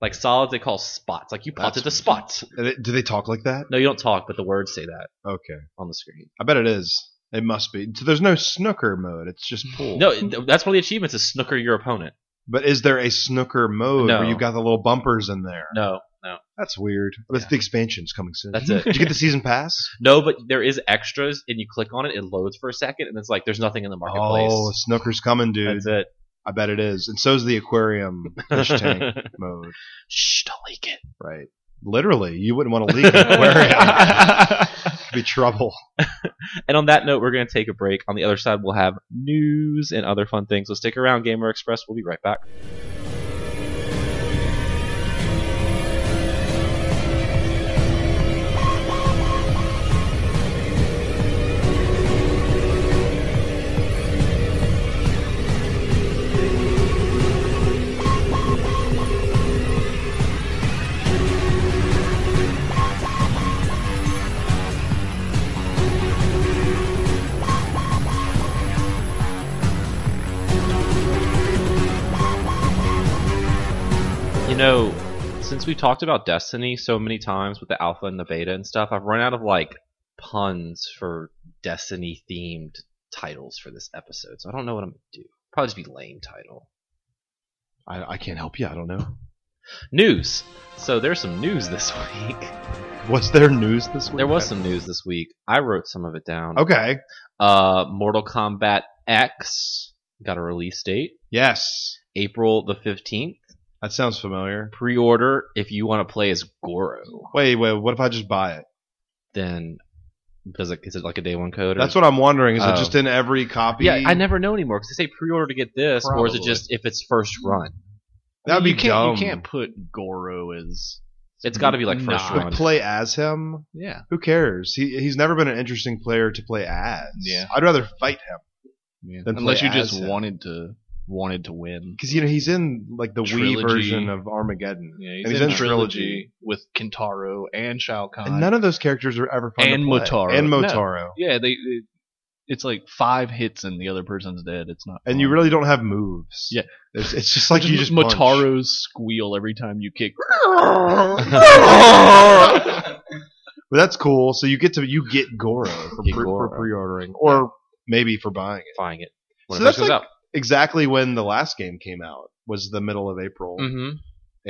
Speaker 1: like solids. They call spots. Like you potted the
Speaker 2: That's-
Speaker 1: spots.
Speaker 2: And it- Do they talk like that?
Speaker 1: No, you don't talk, but the words say that
Speaker 2: Okay.
Speaker 1: on the screen.
Speaker 2: I bet it is. It must be. So there's no snooker mode. It's just pool.
Speaker 1: No, th- that's one of the achievements is snooker your opponent.
Speaker 2: But is there a snooker mode
Speaker 1: No.
Speaker 2: where you've got the little bumpers in there?
Speaker 1: No, no,
Speaker 2: That's weird. That's the expansion's coming soon.
Speaker 1: that's it.
Speaker 2: Did you get the season pass?
Speaker 1: No, but there is extras, and you click on it, it loads for a second, and it's like there's nothing in the marketplace.
Speaker 2: Oh, snooker's coming, dude.
Speaker 1: that's it.
Speaker 2: I bet it is. And so's the aquarium fish tank mode.
Speaker 1: Shh, don't leak it.
Speaker 2: Right. Literally, you wouldn't want to leave an aquarium. It'd be trouble.
Speaker 1: And on that note, we're going to take a break. On the other side, we'll have news and other fun things. So stick around, Gamer Express. We'll be right back. You know, since we talked about Destiny so many times with the alpha and the beta and stuff, I've run out of like puns for Destiny themed titles for this episode. So I don't know what I'm going to do. Probably just be lame title.
Speaker 2: I, I can't help you. I don't know.
Speaker 1: News. So there's some news this week.
Speaker 2: Was there news this week?
Speaker 1: There was some news this week. I wrote some of it down.
Speaker 2: Okay.
Speaker 1: Uh, Mortal Kombat X got a release date,
Speaker 2: Yes.
Speaker 1: April the 15th.
Speaker 2: That sounds familiar.
Speaker 1: Pre-order if you want to play as Goro.
Speaker 2: Wait, wait. What if I just buy it?
Speaker 1: Then does it is it like a day one code? Or
Speaker 2: That's what I'm wondering. Is
Speaker 1: Oh.
Speaker 2: it just in every copy?
Speaker 1: Yeah, I never know anymore because they say pre-order to get this, or is it
Speaker 2: Probably.
Speaker 1: just if it's first run?
Speaker 2: That'd be
Speaker 4: you can't,
Speaker 2: dumb.
Speaker 4: You can't put Goro as.
Speaker 1: It's got to be like first
Speaker 4: Nah.
Speaker 1: run.
Speaker 2: But play as him.
Speaker 4: Yeah.
Speaker 2: Who cares? He he's never been an interesting player to play as.
Speaker 4: Yeah.
Speaker 2: I'd rather fight him
Speaker 4: yeah.
Speaker 2: Then play
Speaker 4: Unless you
Speaker 2: as
Speaker 4: just
Speaker 2: him.
Speaker 4: wanted to wanted to win.
Speaker 2: because you know he's in like the Wii
Speaker 4: Trilogy.
Speaker 2: version of Armageddon.
Speaker 4: Yeah,
Speaker 2: And he's in Trilogy.
Speaker 4: trilogy with Kintaro and Shao Kahn.
Speaker 2: And none of those characters are ever fun
Speaker 4: And
Speaker 2: to play.
Speaker 4: Motaro.
Speaker 2: And
Speaker 4: No.
Speaker 2: Motaro.
Speaker 4: yeah, they, they- It's like five hits and the other person's dead. It's not.
Speaker 2: And you
Speaker 4: fun.
Speaker 2: really don't have moves.
Speaker 4: Yeah.
Speaker 2: It's, it's just like you just punch.
Speaker 4: Motaro's squeal every time you kick.
Speaker 2: But that's cool. So you get to you get Goro for,
Speaker 1: Get
Speaker 2: pre-
Speaker 1: Goro.
Speaker 2: for pre-ordering or maybe for buying it.
Speaker 1: Buying it when
Speaker 2: So
Speaker 1: it first
Speaker 2: that's
Speaker 1: goes
Speaker 2: like-
Speaker 1: out.
Speaker 2: Exactly when the last game came out was the middle of April,
Speaker 1: Mm-hmm.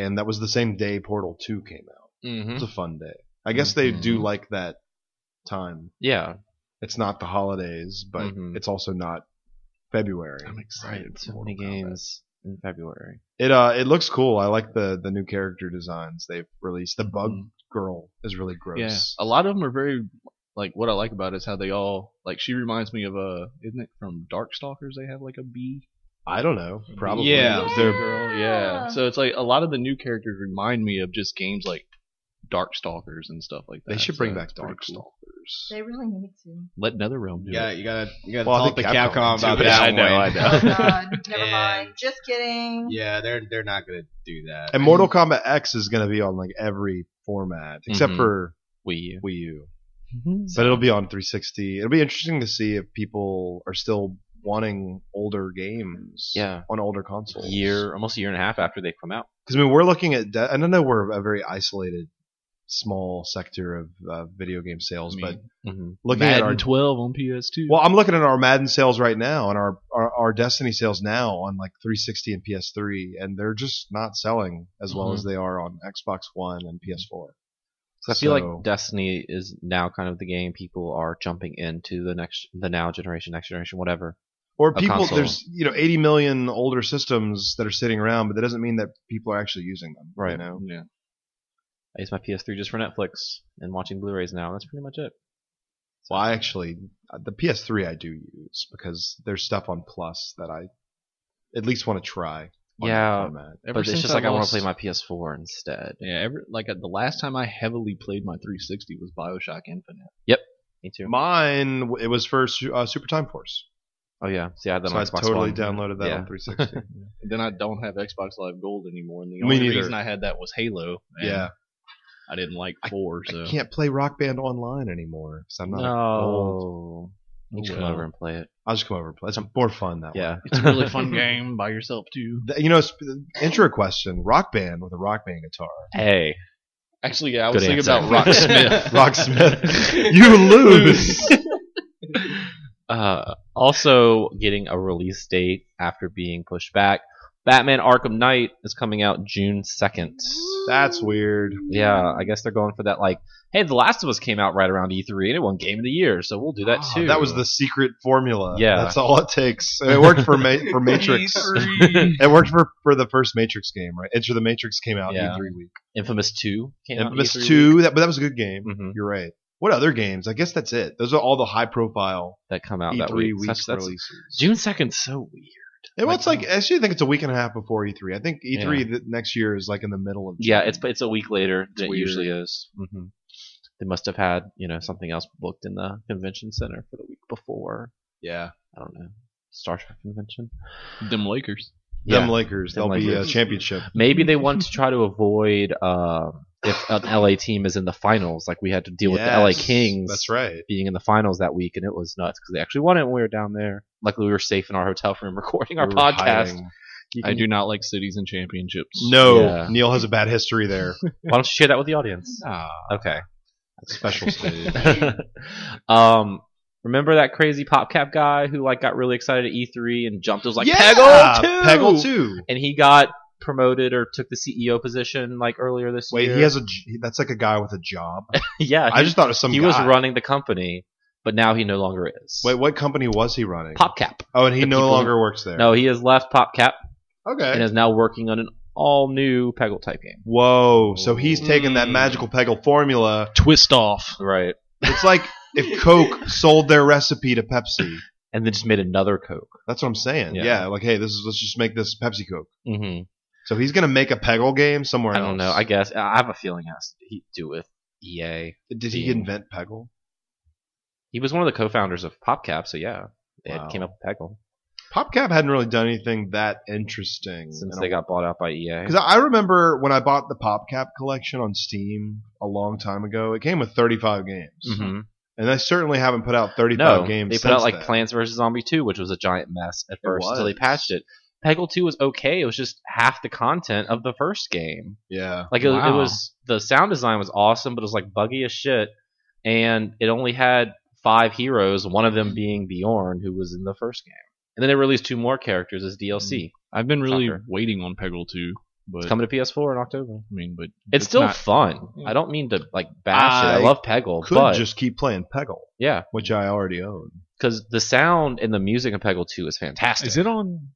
Speaker 2: and that was the same day Portal Two came out.
Speaker 1: Mm-hmm.
Speaker 2: It's a fun day. I guess they do
Speaker 4: Mhm.
Speaker 2: like that time.
Speaker 1: Yeah.
Speaker 2: It's not the holidays, but
Speaker 1: Mhm.
Speaker 2: it's also not February.
Speaker 4: I'm excited.
Speaker 1: So many games in February.
Speaker 2: It uh, it looks cool. I like the the new character designs they've released. The Bug
Speaker 4: Mm.
Speaker 2: Girl is really gross.
Speaker 4: Yeah, a lot of them are very like what I like about it is how they all like. She reminds me of uh, isn't it from Darkstalkers? They have like a bee.
Speaker 2: I don't know. Probably.
Speaker 4: Yeah.
Speaker 2: Is there-
Speaker 4: Girl,
Speaker 3: Yeah.
Speaker 4: yeah. So it's like a lot of the new characters remind me of just games like Darkstalkers and stuff like that.
Speaker 2: they should bring
Speaker 4: so
Speaker 2: back
Speaker 4: it's pretty
Speaker 2: Darkstalkers.
Speaker 4: cool.
Speaker 3: They really need to.
Speaker 4: Let Netherrealm do
Speaker 5: Yeah,
Speaker 4: it.
Speaker 5: you gotta you gotta
Speaker 2: Well, I
Speaker 5: talk to
Speaker 2: think
Speaker 5: Capcom,
Speaker 2: Capcom
Speaker 5: about
Speaker 2: too.
Speaker 5: that.
Speaker 4: I know,
Speaker 5: one.
Speaker 4: I know.
Speaker 3: Oh God, never
Speaker 5: And-
Speaker 3: mind. Just kidding.
Speaker 5: Yeah, they're they're not gonna do that.
Speaker 2: And Mortal Kombat X is going to be on like every format except
Speaker 1: Mhm.
Speaker 2: for
Speaker 1: Wii U.
Speaker 2: Wii U. But it'll be on 360. It'll be interesting to see if people are still wanting older games
Speaker 1: Yeah.
Speaker 2: on older consoles.
Speaker 1: year, almost a year and a half after they come out.
Speaker 2: Because I mean, we're looking at. De- and I know we're a very isolated, small sector of uh, video game sales,
Speaker 4: I
Speaker 2: but
Speaker 4: mean,
Speaker 1: Mm-hmm.
Speaker 2: looking
Speaker 4: Madden
Speaker 2: at our
Speaker 4: 12 on PS2.
Speaker 2: well, I'm looking at our Madden sales right now and our, our our Destiny sales now on like 360 and PS3, and they're just not selling as well
Speaker 1: Mhm.
Speaker 2: as they are on Xbox One and PS4.
Speaker 1: So Mm-hmm. I feel
Speaker 2: So-
Speaker 1: like Destiny is now kind of the game people are jumping into the next, the now generation, next generation, whatever.
Speaker 2: Or
Speaker 1: a
Speaker 2: people,
Speaker 1: console.
Speaker 2: there's you know 80 million older systems that are sitting around, but that doesn't mean that people are actually using them. You
Speaker 1: Right.
Speaker 2: know?
Speaker 4: yeah.
Speaker 1: I use my PS3 just for Netflix and watching Blu-rays now. That's pretty much it.
Speaker 2: Well, I actually uh, the PS3 I do use because there's stuff on Plus that I at least want to try. on
Speaker 1: Yeah,
Speaker 2: that format.
Speaker 4: Ever
Speaker 1: but it's
Speaker 4: since
Speaker 1: just like I want to
Speaker 4: lost-
Speaker 1: play my PS4 instead.
Speaker 4: Yeah, ever, like uh, the last time I heavily played my 360 was BioShock Infinite.
Speaker 1: Me too.
Speaker 2: Mine, w- it was for Su- uh, Super Time Force,
Speaker 1: Oh yeah, see, I had that
Speaker 2: so
Speaker 1: on
Speaker 2: I
Speaker 1: Xbox
Speaker 2: totally
Speaker 1: One.
Speaker 2: downloaded that
Speaker 1: Yeah.
Speaker 2: on 360.
Speaker 4: And then I don't have Xbox Live Gold anymore, and the
Speaker 2: Me
Speaker 4: only
Speaker 2: neither.
Speaker 4: reason I had that was Halo. and
Speaker 2: yeah,
Speaker 4: I didn't like four, so
Speaker 2: I can't play Rock Band online anymore because I'm not old.
Speaker 1: No, you should come
Speaker 4: Well.
Speaker 1: over and play it.
Speaker 2: I'll just come over and play. It's more fun that way.
Speaker 1: Yeah,
Speaker 4: it's a really fun game by yourself too.
Speaker 2: Th- You know, sp- intro question: Rock Band with a Rock Band guitar.
Speaker 1: Hey,
Speaker 4: Actually, yeah, I
Speaker 1: Good
Speaker 4: was thinking
Speaker 1: answer.
Speaker 4: about Rock Smith.
Speaker 2: Rocksmith, you lose.
Speaker 1: Uh, also getting a release date after being pushed back. Batman Arkham Knight is coming out June 2nd.
Speaker 2: That's weird.
Speaker 1: Yeah, I guess they're going for that like, hey, The Last of Us came out right around E3 and it won Game of the Year, so we'll do that
Speaker 4: Ah,
Speaker 1: too.
Speaker 2: Uh, That was the secret formula.
Speaker 1: Yeah.
Speaker 2: that's all it takes. And it worked for Ma- for Matrix. It worked for, for the first Matrix game, right? Enter the Matrix came out
Speaker 1: Yeah.
Speaker 2: in E three weeks.
Speaker 1: Infamous 2 came E
Speaker 2: Infamous Two, that, but that was a good game.
Speaker 1: hmm
Speaker 2: You're right. What other games? I guess that's it. Those are all the high profile
Speaker 1: that come out
Speaker 2: E3
Speaker 1: that week.
Speaker 2: weeks
Speaker 1: That's- that's-
Speaker 2: releases.
Speaker 1: June 2nd's so weird.
Speaker 2: Yeah, well,
Speaker 1: Like-
Speaker 2: it's like I actually think it's a week and a half before E3. I think E3 th- next year is like in the middle of.
Speaker 1: Yeah, it's it's a week later than it
Speaker 4: weird.
Speaker 1: usually is. hmm They must have had you know something else booked in the convention center for the week before.
Speaker 4: yeah,
Speaker 1: I don't know. Star Trek convention.
Speaker 4: them Lakers.
Speaker 2: them
Speaker 1: Yeah.
Speaker 2: Lakers.
Speaker 1: Them
Speaker 2: They'll be a
Speaker 1: Lakers.
Speaker 2: championship.
Speaker 1: Maybe they want to try to avoid uh, if an LA team is in the finals, like we had to deal with the LA
Speaker 2: Yes,
Speaker 1: Kings
Speaker 2: That's right.
Speaker 1: being in the finals that week, and it was nuts because they actually won it when we were down there. Luckily, we were safe in our hotel room recording our
Speaker 2: We were
Speaker 1: podcast.
Speaker 2: hiding.
Speaker 4: I do not like cities and championships.
Speaker 2: No,
Speaker 1: Yeah.
Speaker 2: Neil has a bad history there.
Speaker 1: Why don't you share that with the audience?
Speaker 4: Ah,
Speaker 1: Okay.
Speaker 2: Special stage.
Speaker 1: um, remember that crazy PopCap guy who like got really excited at E3 and jumped? It was like Peggle two,
Speaker 2: Ah, Peggle two.
Speaker 1: and he got promoted or took the CEO position like earlier this
Speaker 2: Wait,
Speaker 1: year.
Speaker 2: he has a. j- That's like a guy with a job.
Speaker 1: yeah. He,
Speaker 2: I just thought it was some.
Speaker 1: he was
Speaker 2: guy.
Speaker 1: running the company, but now he no longer is.
Speaker 2: Wait, what company was he running?
Speaker 1: PopCap.
Speaker 2: Oh, and he
Speaker 1: the
Speaker 2: no
Speaker 1: people-
Speaker 2: longer works there.
Speaker 1: No, he has left PopCap and
Speaker 2: Okay.
Speaker 1: is now working on an all new Peggle type game.
Speaker 2: Whoa. So he's taken that
Speaker 4: Mm.
Speaker 2: magical Peggle formula
Speaker 4: twist off.
Speaker 1: Right.
Speaker 2: It's like if Coke sold their recipe to Pepsi.
Speaker 1: And then just made another Coke.
Speaker 2: That's what I'm saying.
Speaker 1: Yeah.
Speaker 2: Yeah, like hey, this is let's just make this Pepsi Coke.
Speaker 1: Mm-hmm.
Speaker 2: So he's gonna make a Peggle game somewhere
Speaker 1: I
Speaker 2: else.
Speaker 1: don't know. I guess I have a feeling it has to do with EA.
Speaker 2: did he invent Peggle?
Speaker 1: He was one of the co-founders of PopCap, so yeah, they had
Speaker 2: Wow.
Speaker 1: came up with Peggle
Speaker 2: PopCap hadn't really done anything that interesting
Speaker 1: since they got bought out by E EA.
Speaker 2: Because I remember when I bought the PopCap collection on Steam a long time ago, it came with 35 games,
Speaker 1: Mhm.
Speaker 2: and I certainly haven't put out 35
Speaker 1: No,
Speaker 2: games.
Speaker 1: they put
Speaker 2: since
Speaker 1: out like
Speaker 2: then.
Speaker 1: Plants vs Zombie 2, which was a giant mess at
Speaker 2: It
Speaker 1: first until they
Speaker 2: was.
Speaker 1: patched it. Peggle 2 was okay; it was just half the content of the first game.
Speaker 2: Yeah,
Speaker 1: Like it, it
Speaker 4: Wow.
Speaker 1: was the sound design was awesome, but it was like buggy as shit, and it only had five heroes, one of
Speaker 4: Mm-hmm.
Speaker 1: them being Bjorn, who was in the first game. And then they released two more characters as DLC.
Speaker 4: I've been really
Speaker 1: Sucker.
Speaker 4: waiting on Peggle 2, but
Speaker 1: It's coming to PS4 in October.
Speaker 4: I mean, but
Speaker 1: It's, still
Speaker 4: not-
Speaker 1: fun.
Speaker 4: Yeah.
Speaker 1: I don't mean to like bash it. I
Speaker 2: I
Speaker 1: love Peggle,
Speaker 2: could
Speaker 1: but
Speaker 2: just keep playing Peggle,
Speaker 1: yeah,
Speaker 2: which I already own.
Speaker 1: because the sound and the music of Peggle Two is fantastic.
Speaker 4: Is it on?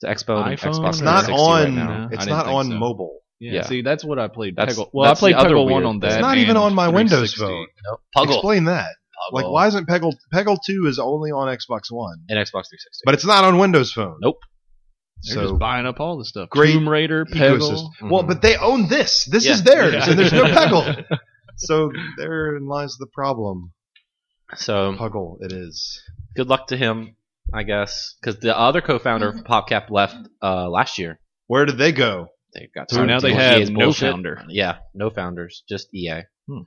Speaker 1: It's Expo and
Speaker 4: iPhone?
Speaker 1: Xbox
Speaker 2: It's
Speaker 4: It's
Speaker 2: not
Speaker 1: 360 right
Speaker 2: on.
Speaker 1: now.
Speaker 4: I
Speaker 2: it's
Speaker 4: didn't
Speaker 2: not
Speaker 4: think
Speaker 2: on
Speaker 4: so.
Speaker 2: mobile.
Speaker 4: Yeah,
Speaker 1: Yeah.
Speaker 4: See, that's what I played.
Speaker 1: That's-
Speaker 4: Peggle. Well, I
Speaker 1: that's
Speaker 4: played
Speaker 1: the other
Speaker 4: Peggle
Speaker 1: weird
Speaker 4: One on
Speaker 1: thing.
Speaker 4: that.
Speaker 1: It's
Speaker 2: not even
Speaker 4: and
Speaker 2: on my Windows
Speaker 4: 360.
Speaker 2: phone.
Speaker 1: Nope. Puggle.
Speaker 2: Explain that.
Speaker 1: Puggle.
Speaker 2: Like, why isn't Peggle Peggle Two is only on Xbox One,
Speaker 1: And Xbox 360.
Speaker 2: but it's not on Windows Phone?
Speaker 1: Nope.
Speaker 4: They're
Speaker 2: So
Speaker 4: just buying up all the stuff.
Speaker 2: Great
Speaker 4: Tomb Raider,
Speaker 2: ecosystem.
Speaker 4: Peggle.
Speaker 2: Well, but they own this. This is
Speaker 1: Yeah.
Speaker 2: theirs,
Speaker 1: Yeah.
Speaker 2: and there's no Peggle. so therein lies the problem.
Speaker 1: so
Speaker 2: Puggle, it is.
Speaker 1: good luck to him, I guess, because the other co-founder of
Speaker 2: Mm-hmm.
Speaker 1: PopCap left uh, last year.
Speaker 2: Where did they go?
Speaker 1: They got
Speaker 4: So
Speaker 1: tired
Speaker 4: now
Speaker 1: of
Speaker 4: they
Speaker 1: doing
Speaker 4: have
Speaker 1: EA's
Speaker 4: no
Speaker 1: bullshit.
Speaker 4: founder.
Speaker 1: Yeah, no founders, just EA.
Speaker 4: Hmm.
Speaker 1: E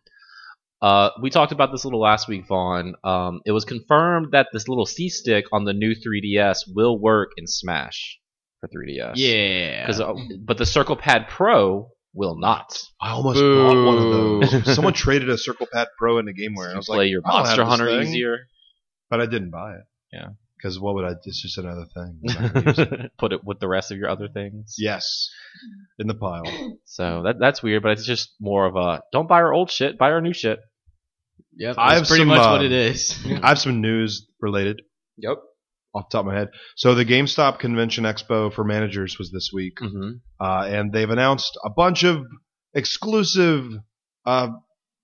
Speaker 1: Uh, we talked about this a little last week, Vaughn. Um, it was confirmed that this little C stick on the new 3DS will work in Smash for 3DS.
Speaker 5: Yeah.
Speaker 1: 'Cause, uh, but the Circle Pad Pro will not.
Speaker 2: I almost bought one of
Speaker 1: Boo.
Speaker 2: those. Someone traded a Circle Pad Pro into GameWare.
Speaker 1: You
Speaker 2: I was
Speaker 1: play
Speaker 2: like,
Speaker 1: your
Speaker 2: I'll have
Speaker 1: Monster
Speaker 2: this
Speaker 1: Hunter
Speaker 2: thing.
Speaker 1: easier.
Speaker 2: but I didn't buy it.
Speaker 1: Yeah.
Speaker 2: Because what would I? It's just another thing. I'm not gonna use it.
Speaker 1: Put it with the rest of your other things.
Speaker 2: yes, in the pile.
Speaker 1: So that that's weird, but it's just more of a don't buy our old shit, buy our new shit.
Speaker 5: Yep,
Speaker 2: I have
Speaker 5: that's pretty
Speaker 2: some,
Speaker 5: much
Speaker 2: uh,
Speaker 5: what it is.
Speaker 2: I have some news related
Speaker 1: Yep.
Speaker 2: off the top of my head. So the GameStop Convention Expo for managers was this week,
Speaker 1: hmm
Speaker 2: uh, and they've announced a bunch of exclusive, uh,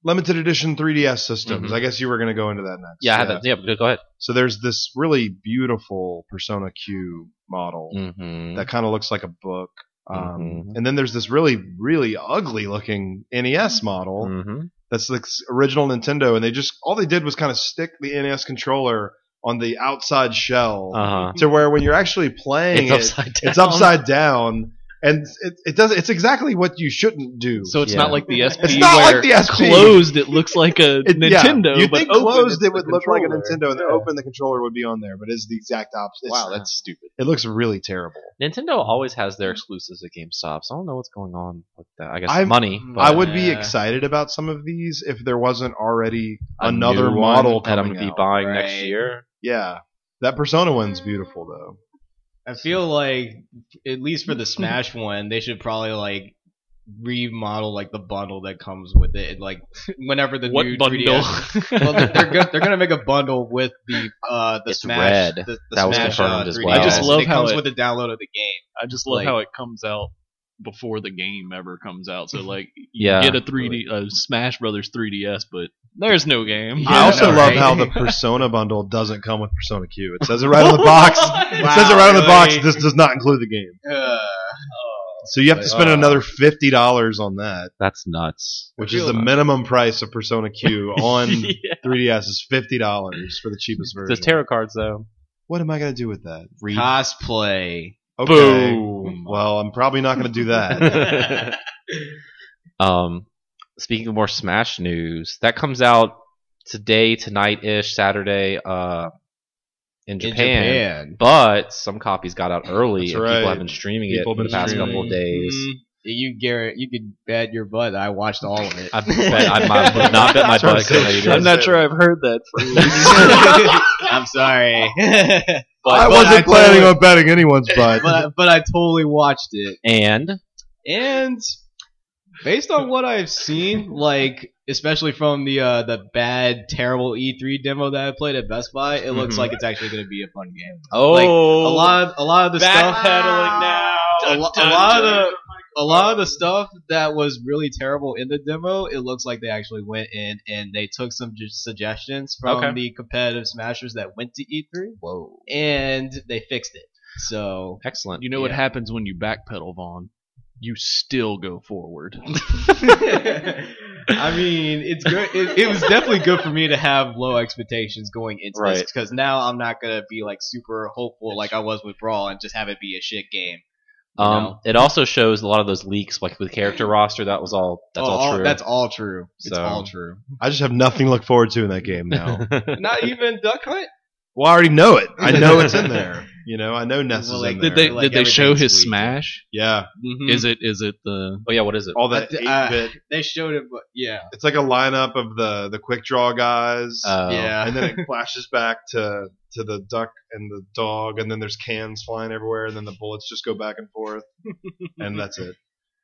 Speaker 2: limited edition 3DS systems.
Speaker 1: Mhm.
Speaker 2: I guess you were going to go into that next.
Speaker 1: Yeah, I have that. Yeah, go- go ahead.
Speaker 2: So there's this really beautiful Persona Q model
Speaker 1: Mm-hmm.
Speaker 2: that kind of looks like a book. Um,
Speaker 1: Mhm.
Speaker 2: And then there's this really, really ugly looking
Speaker 1: Mm-hmm.
Speaker 2: NES model that's like s- original Nintendo, and they just all they did was kind of stick the NES controller on the outside shell
Speaker 1: Uh huh.
Speaker 2: to where when you're actually playing
Speaker 1: It's
Speaker 2: it,
Speaker 1: upside down.
Speaker 2: it's upside down, and it, it does it's exactly what you shouldn't do.
Speaker 4: So it's
Speaker 1: Yeah.
Speaker 4: not like the SP
Speaker 2: it's not
Speaker 4: where
Speaker 2: like the SP.
Speaker 4: closed it looks like a
Speaker 2: It- yeah.
Speaker 4: Nintendo.
Speaker 2: You'd
Speaker 4: but
Speaker 2: think
Speaker 4: open,
Speaker 2: closed
Speaker 4: it's
Speaker 2: it would
Speaker 4: the
Speaker 2: look like a
Speaker 4: controller.
Speaker 2: Nintendo, and then open the controller would be on there, but it's the exact opposite.
Speaker 4: Wow,
Speaker 2: It's-
Speaker 4: that's stupid.
Speaker 2: it looks really terrible.
Speaker 1: Nintendo always has their exclusives at GameStop, so I don't know what's going on with that. I guess
Speaker 2: I'm-
Speaker 1: money. But
Speaker 2: I would be
Speaker 5: Yeah.
Speaker 2: excited about some of these if there wasn't already
Speaker 1: a
Speaker 2: another
Speaker 1: new one
Speaker 2: model
Speaker 1: that I'm
Speaker 2: coming
Speaker 1: gonna be
Speaker 2: out.
Speaker 1: buying next
Speaker 5: Right.
Speaker 1: year.
Speaker 2: Yeah, that Persona one's beautiful though.
Speaker 5: I feel like at least for the Smash one, they should probably like remodel like the bundle that comes with it. And, like whenever the
Speaker 4: What
Speaker 5: new
Speaker 4: bundle?
Speaker 5: 3DS well, they're they're, go- they're gonna make a bundle with the uh the
Speaker 1: It's
Speaker 5: Smash.
Speaker 1: red.
Speaker 5: The, the
Speaker 1: That was
Speaker 5: Smash,
Speaker 1: confirmed
Speaker 5: uh,
Speaker 1: as
Speaker 5: 3DS.
Speaker 1: well.
Speaker 5: I just love it
Speaker 4: how
Speaker 5: comes
Speaker 4: it-
Speaker 5: with the download of the game.
Speaker 4: I just love
Speaker 5: Like-
Speaker 4: how it comes out before the game ever comes out. So like, you
Speaker 1: Yeah.
Speaker 4: get a 3D a Smash Brothers 3DS, but there's no game.
Speaker 2: I also
Speaker 5: Yeah,
Speaker 2: love
Speaker 5: right.
Speaker 2: how the Persona bundle doesn't come with Persona Q. It says it right on the box. It says it right on the box.
Speaker 5: really?
Speaker 2: This does not include the game,
Speaker 5: Uh,
Speaker 2: so you have to
Speaker 5: Like,
Speaker 2: spend
Speaker 5: uh,
Speaker 2: another fifty dollars on that,
Speaker 1: That's nuts.
Speaker 2: which is the minimum price of Persona Q on
Speaker 4: Yeah.
Speaker 2: 3DS is fifty dollars for the cheapest version.
Speaker 1: Those tarot cards, though.
Speaker 2: what am I gonna do with that? Read.
Speaker 5: cosplay.
Speaker 2: Okay.
Speaker 1: Boom.
Speaker 2: Well, I'm probably not gonna do that.
Speaker 1: Um, speaking of more Smash news, that comes out today, tonight ish, Saturday, uh, in
Speaker 5: In
Speaker 1: Japan.
Speaker 5: Japan.
Speaker 1: But some copies got out early,
Speaker 2: That's
Speaker 1: and
Speaker 2: right.
Speaker 1: people have been streaming
Speaker 2: People
Speaker 1: it for
Speaker 2: have
Speaker 1: the
Speaker 2: been
Speaker 1: past
Speaker 2: streaming.
Speaker 1: couple of days.
Speaker 5: Mhm. You Garrett, you could bet your butt I watched all of it.
Speaker 1: I bet I might would not bet my
Speaker 2: Sorry,
Speaker 1: butt. 'cause I know you
Speaker 2: sorry.
Speaker 1: guys
Speaker 4: I'm not
Speaker 1: did.
Speaker 4: sure I've heard that phrase.
Speaker 5: I'm sorry.
Speaker 2: I
Speaker 5: but
Speaker 2: wasn't
Speaker 5: I
Speaker 2: planning
Speaker 5: totally-
Speaker 2: on betting anyone's butt.
Speaker 5: but but I totally watched it.
Speaker 1: And
Speaker 5: And based on what I've seen, like especially from the uh, the bad, terrible E3 demo that I played at Best Buy, it looks
Speaker 1: Mhm.
Speaker 5: like it's actually going to be a fun game.
Speaker 1: oh,
Speaker 5: Like, A lot of a lot of the
Speaker 4: Backpedaling now.
Speaker 5: stuff, a, lo- a
Speaker 4: Dun,
Speaker 5: lot of
Speaker 4: dun,
Speaker 5: the, a lot of the stuff that was really terrible in the demo, it looks like they actually went in and they took some ju- suggestions from
Speaker 1: Okay.
Speaker 5: the competitive smashers that went to E3
Speaker 1: whoa,
Speaker 5: and they fixed it. So
Speaker 1: excellent.
Speaker 4: You know what
Speaker 5: Yeah.
Speaker 4: happens when you backpedal, Vaughn? You still go forward.
Speaker 5: I mean, it's good. It, it was definitely good for me to have low expectations going into this
Speaker 1: Right.
Speaker 5: because now I'm not gonna be like super hopeful like I was with Brawl and just have it be a shit game. you
Speaker 1: Um,
Speaker 5: know?
Speaker 1: it also shows a lot of those leaks, like with character roster. That was all. That's
Speaker 5: Oh,
Speaker 1: all true.
Speaker 5: That's all true. It's
Speaker 1: So-
Speaker 5: all true.
Speaker 2: I just have nothing to look forward to in that game now.
Speaker 5: Not even Duck Hunt.
Speaker 2: Well, I already know it. I know it's in there. You know, I know Ness
Speaker 5: Well,
Speaker 2: is
Speaker 5: like,
Speaker 2: in there.
Speaker 4: Did they
Speaker 5: Like
Speaker 4: did they show
Speaker 5: everything's
Speaker 4: his
Speaker 5: leaked.
Speaker 4: Smash?
Speaker 2: yeah,
Speaker 5: Mm.
Speaker 4: Is it is it the
Speaker 1: oh yeah, what is it?
Speaker 2: all that
Speaker 5: Uh,
Speaker 2: eight bit.
Speaker 5: They showed it, but yeah,
Speaker 2: It's like a lineup of the the quick draw guys,
Speaker 1: Oh.
Speaker 5: yeah.
Speaker 2: and then it flashes back to to the duck and the dog, and then there's cans flying everywhere, and then the bullets just go back and forth, and that's it.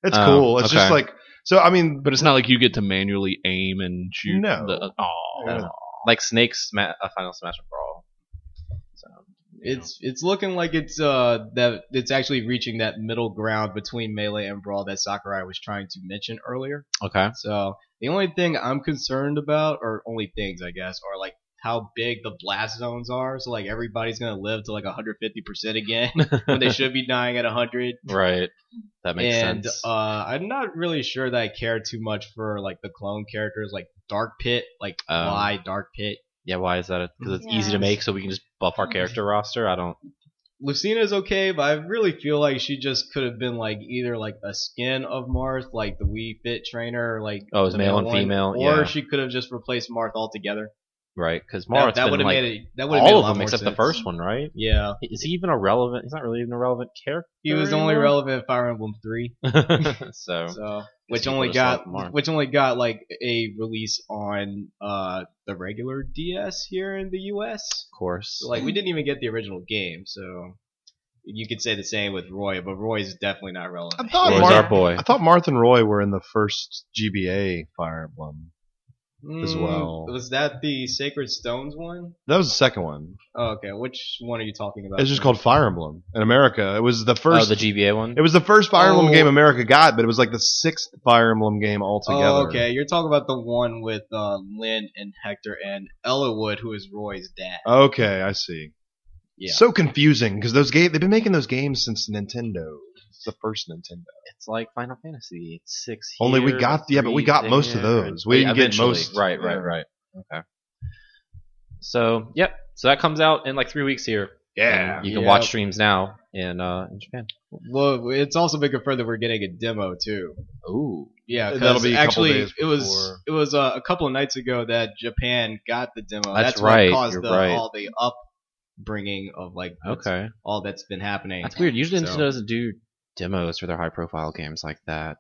Speaker 2: It's
Speaker 1: Oh,
Speaker 2: cool. It's just
Speaker 1: okay.
Speaker 2: like so. I mean,
Speaker 4: But it's not like you get to manually aim and shoot.
Speaker 2: No.
Speaker 4: The, aw.
Speaker 2: Yeah.
Speaker 1: like Snake's sma- uh, Final Smash and Brawl. So, you know.
Speaker 5: It's it's looking like it's uh that it's actually reaching that middle ground between melee and brawl that Sakurai was trying to mention earlier.
Speaker 1: okay.
Speaker 5: So the only thing I'm concerned about, or only things I guess, are like how big the blast zones are. So like everybody's gonna live to like 150 percent again when they should be dying at 100.
Speaker 1: Right. That makes
Speaker 5: and
Speaker 1: sense.
Speaker 5: uh, I'm not really sure that I care too much for like the clone characters, like Dark Pit, like
Speaker 1: Um,
Speaker 5: why Dark Pit.
Speaker 1: yeah. Why is that? Because it's
Speaker 3: Yeah.
Speaker 1: easy to make, so we can just buff our character roster. I don't.
Speaker 5: Lucina's okay, but I really feel like she just could have been like either like a skin of Marth, like the Wii Fit trainer, or like
Speaker 1: Oh, it's
Speaker 5: the
Speaker 1: male and
Speaker 5: one,
Speaker 1: female.
Speaker 5: or
Speaker 1: yeah,
Speaker 5: she could have just replaced Marth altogether.
Speaker 1: right. Because
Speaker 5: That,
Speaker 1: Marth's
Speaker 5: that
Speaker 1: been
Speaker 5: would have
Speaker 1: like
Speaker 5: made it. That would have made a
Speaker 1: all
Speaker 5: lot
Speaker 1: of them
Speaker 5: more
Speaker 1: except the
Speaker 5: sense.
Speaker 1: first one, right?
Speaker 5: Yeah,
Speaker 1: Is he even a relevant? He's not really even a relevant character.
Speaker 5: he was only relevant in Fire Emblem Three,
Speaker 1: so,
Speaker 5: so which
Speaker 1: he
Speaker 5: only
Speaker 1: would've
Speaker 5: got
Speaker 1: solved Marth.
Speaker 5: which only got like a release on uh the regular DS here in the U.S.
Speaker 1: of course,
Speaker 5: So, like we didn't even get the original game, so you could say the same with Roy, but Roy's definitely not relevant.
Speaker 2: I thought
Speaker 1: Roy's
Speaker 2: Marth,
Speaker 1: our boy.
Speaker 2: I thought Marth and Roy were in the first GBA Fire Emblem. as
Speaker 5: Mm,
Speaker 2: well.
Speaker 5: Was that the Sacred Stones one?
Speaker 2: That was the second one.
Speaker 5: Oh, okay, which one are you talking about?
Speaker 2: It's just called Fire Emblem in America. It was the
Speaker 1: oh,
Speaker 2: first.
Speaker 1: the GBA one.
Speaker 2: it was the first Fire Emblem
Speaker 5: Oh.
Speaker 2: game America got, but it was like the sixth Fire Emblem game altogether.
Speaker 5: Oh, okay. You're talking about the one with uh, Lynn and Hector and Ellerwood, who is Roy's dad.
Speaker 2: Okay, I see.
Speaker 5: Yeah.
Speaker 2: So confusing because those game they've been making those games since Nintendo, the first Nintendo.
Speaker 1: It's like Final Fantasy. It's six.
Speaker 2: Only we
Speaker 1: here,
Speaker 2: got yeah, but we
Speaker 1: three
Speaker 2: got most of
Speaker 1: there,
Speaker 2: those. We
Speaker 1: Yeah,
Speaker 2: didn't get
Speaker 1: eventually.
Speaker 2: most.
Speaker 1: Right, right, right. Okay. So, yep. So that comes out in like three weeks here.
Speaker 2: Yeah.
Speaker 1: And you can
Speaker 5: Yeah.
Speaker 1: watch streams now in uh, in Japan.
Speaker 5: Well, it's also been confirmed that we're getting a demo too.
Speaker 1: Ooh.
Speaker 5: Yeah, 'cause
Speaker 2: That'll be a couple
Speaker 5: actually
Speaker 2: days
Speaker 5: it was
Speaker 2: before-
Speaker 5: it was uh, a couple of nights ago that Japan got the demo.
Speaker 1: That's
Speaker 5: what
Speaker 1: right,
Speaker 5: Caused
Speaker 1: you're
Speaker 5: the,
Speaker 1: right.
Speaker 5: all the upbringing of like what's-
Speaker 1: Okay.
Speaker 5: all that's been happening.
Speaker 1: That's weird. Usually
Speaker 5: So-
Speaker 1: Nintendo doesn't do demos for their high profile games like that,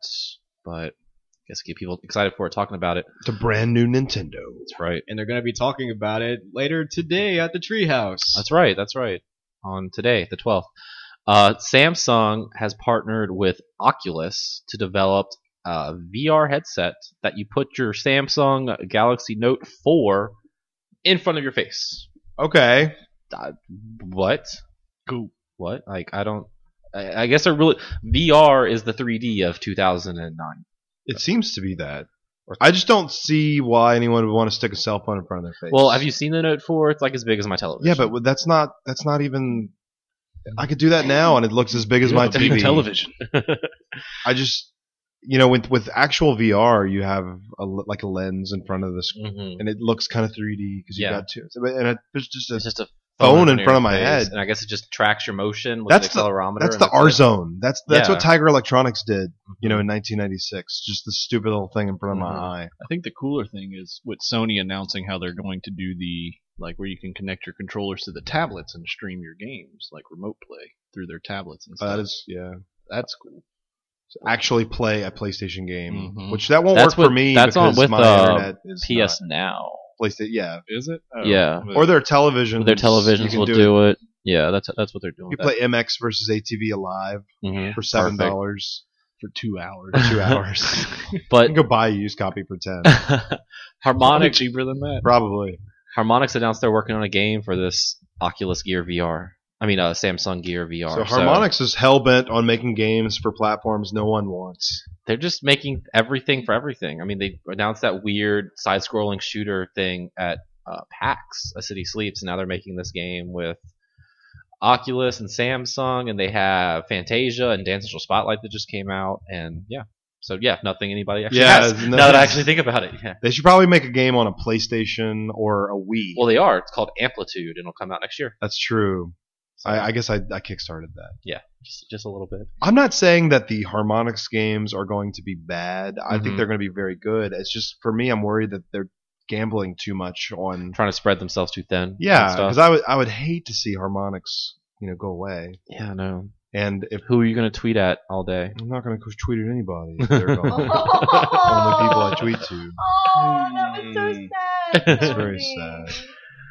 Speaker 1: but I guess get people excited for it, talking about it.
Speaker 2: It's a brand new Nintendo.
Speaker 1: That's right.
Speaker 5: and they're going to be talking about it later today at the treehouse.
Speaker 1: That's right. That's right. On today, the 12th, uh, Samsung has partnered with Oculus to develop a VR headset that you put your Samsung Galaxy Note 4 in front of your face.
Speaker 2: Okay.
Speaker 1: Uh, what? Go. What? Like, I don't. I I guess they're really VR is the 3D of 2009.
Speaker 2: It seems to be that. I just don't see why anyone would want to stick a cell phone in front of their face.
Speaker 1: Well, have you seen the Note 4? It's like as big as my television.
Speaker 2: Yeah, but that's not that's not even. I could do that now, and it looks as big as
Speaker 4: You
Speaker 2: my
Speaker 4: have a big
Speaker 2: TV.
Speaker 4: television.
Speaker 2: I just, you know, with with actual VR, you have a, l- like a lens in front of the screen,
Speaker 1: Mhm.
Speaker 2: and it looks kind of 3D because you
Speaker 1: Yeah.
Speaker 2: got two. And it, there's just a,
Speaker 1: it's just a
Speaker 2: phone in
Speaker 1: your
Speaker 2: front of my
Speaker 1: face,
Speaker 2: head.
Speaker 1: and I guess it just tracks your motion with
Speaker 2: That's
Speaker 1: an
Speaker 2: the-
Speaker 1: accelerometer.
Speaker 2: that's
Speaker 1: and
Speaker 2: the
Speaker 1: looks at
Speaker 2: R
Speaker 1: it.
Speaker 2: zone. That's that's
Speaker 1: Yeah. Mm-hmm.
Speaker 2: what Tiger Electronics did, you know, in 1996. Just the stupid little thing in front of
Speaker 1: Mhm.
Speaker 2: my eye.
Speaker 4: I think the cooler thing is with Sony announcing how they're going to do the like where you can connect your controllers to the tablets and stream your games like remote play through their tablets and stuff.
Speaker 2: Uh, that is, yeah.
Speaker 4: that's cool.
Speaker 2: Actually, play a PlayStation game,
Speaker 4: Mhm.
Speaker 2: which that won't
Speaker 1: Mm-hmm. That's
Speaker 2: work
Speaker 1: what-
Speaker 2: for me.
Speaker 1: that's on
Speaker 2: because
Speaker 1: with,
Speaker 2: my
Speaker 1: uh,
Speaker 2: internet is
Speaker 1: PS Now.
Speaker 2: not PlayStation. Yeah,
Speaker 4: Is it? Oh,
Speaker 1: Yeah.
Speaker 4: but-
Speaker 2: or their television.
Speaker 1: Their televisions will do, it. Yeah, that's that's what they're doing.
Speaker 2: You play MX versus ATV Alive
Speaker 1: Mhm.
Speaker 2: for seven
Speaker 1: Perfect.
Speaker 2: dollars
Speaker 4: for two
Speaker 2: for
Speaker 4: hours.
Speaker 2: two hours.
Speaker 1: Mm-hmm. But
Speaker 2: you can go buy a used copy for ten,
Speaker 4: Probably
Speaker 1: Harmonix
Speaker 4: cheaper than that.
Speaker 2: probably.
Speaker 1: Harmonix announced they're working on a game for this Oculus Gear VR. I mean, uh, Samsung Gear VR.
Speaker 2: So Harmonix is hell bent on making games for platforms no one wants.
Speaker 1: they're just making everything for everything. I mean, they announced that weird side-scrolling shooter thing at uh, PAX, A City Sleeps, and now they're making this game with Oculus and Samsung, and they have Fantasia and Dance Central Spotlight that just came out, and yeah. So yeah, nothing anybody actually has.
Speaker 2: no-
Speaker 1: Now that I actually think about it, yeah.
Speaker 2: they should probably make a game on a PlayStation or a Wii.
Speaker 1: Well, they are. It's called Amplitude, and it'll come out next year.
Speaker 2: That's true.
Speaker 1: So,
Speaker 2: I, I guess I, I kickstarted that.
Speaker 1: just just a little bit.
Speaker 2: I'm not saying that the harmonics games are going to be bad. I
Speaker 1: Mhm.
Speaker 2: think they're going to be very good. It's just for me, I'm worried that they're gambling too much on.
Speaker 1: Trying to spread themselves too thin. and
Speaker 2: Yeah,
Speaker 1: stuff.
Speaker 2: because I would I would hate to see harmonics you know go away.
Speaker 1: yeah, I know.
Speaker 2: And if
Speaker 1: Who are you gonna tweet at all day?
Speaker 2: I'm not going to tweet at anybody, if they're gone. only people I tweet to.
Speaker 3: Oh, that was so sad.
Speaker 1: It's
Speaker 2: very
Speaker 3: Tony.
Speaker 2: sad.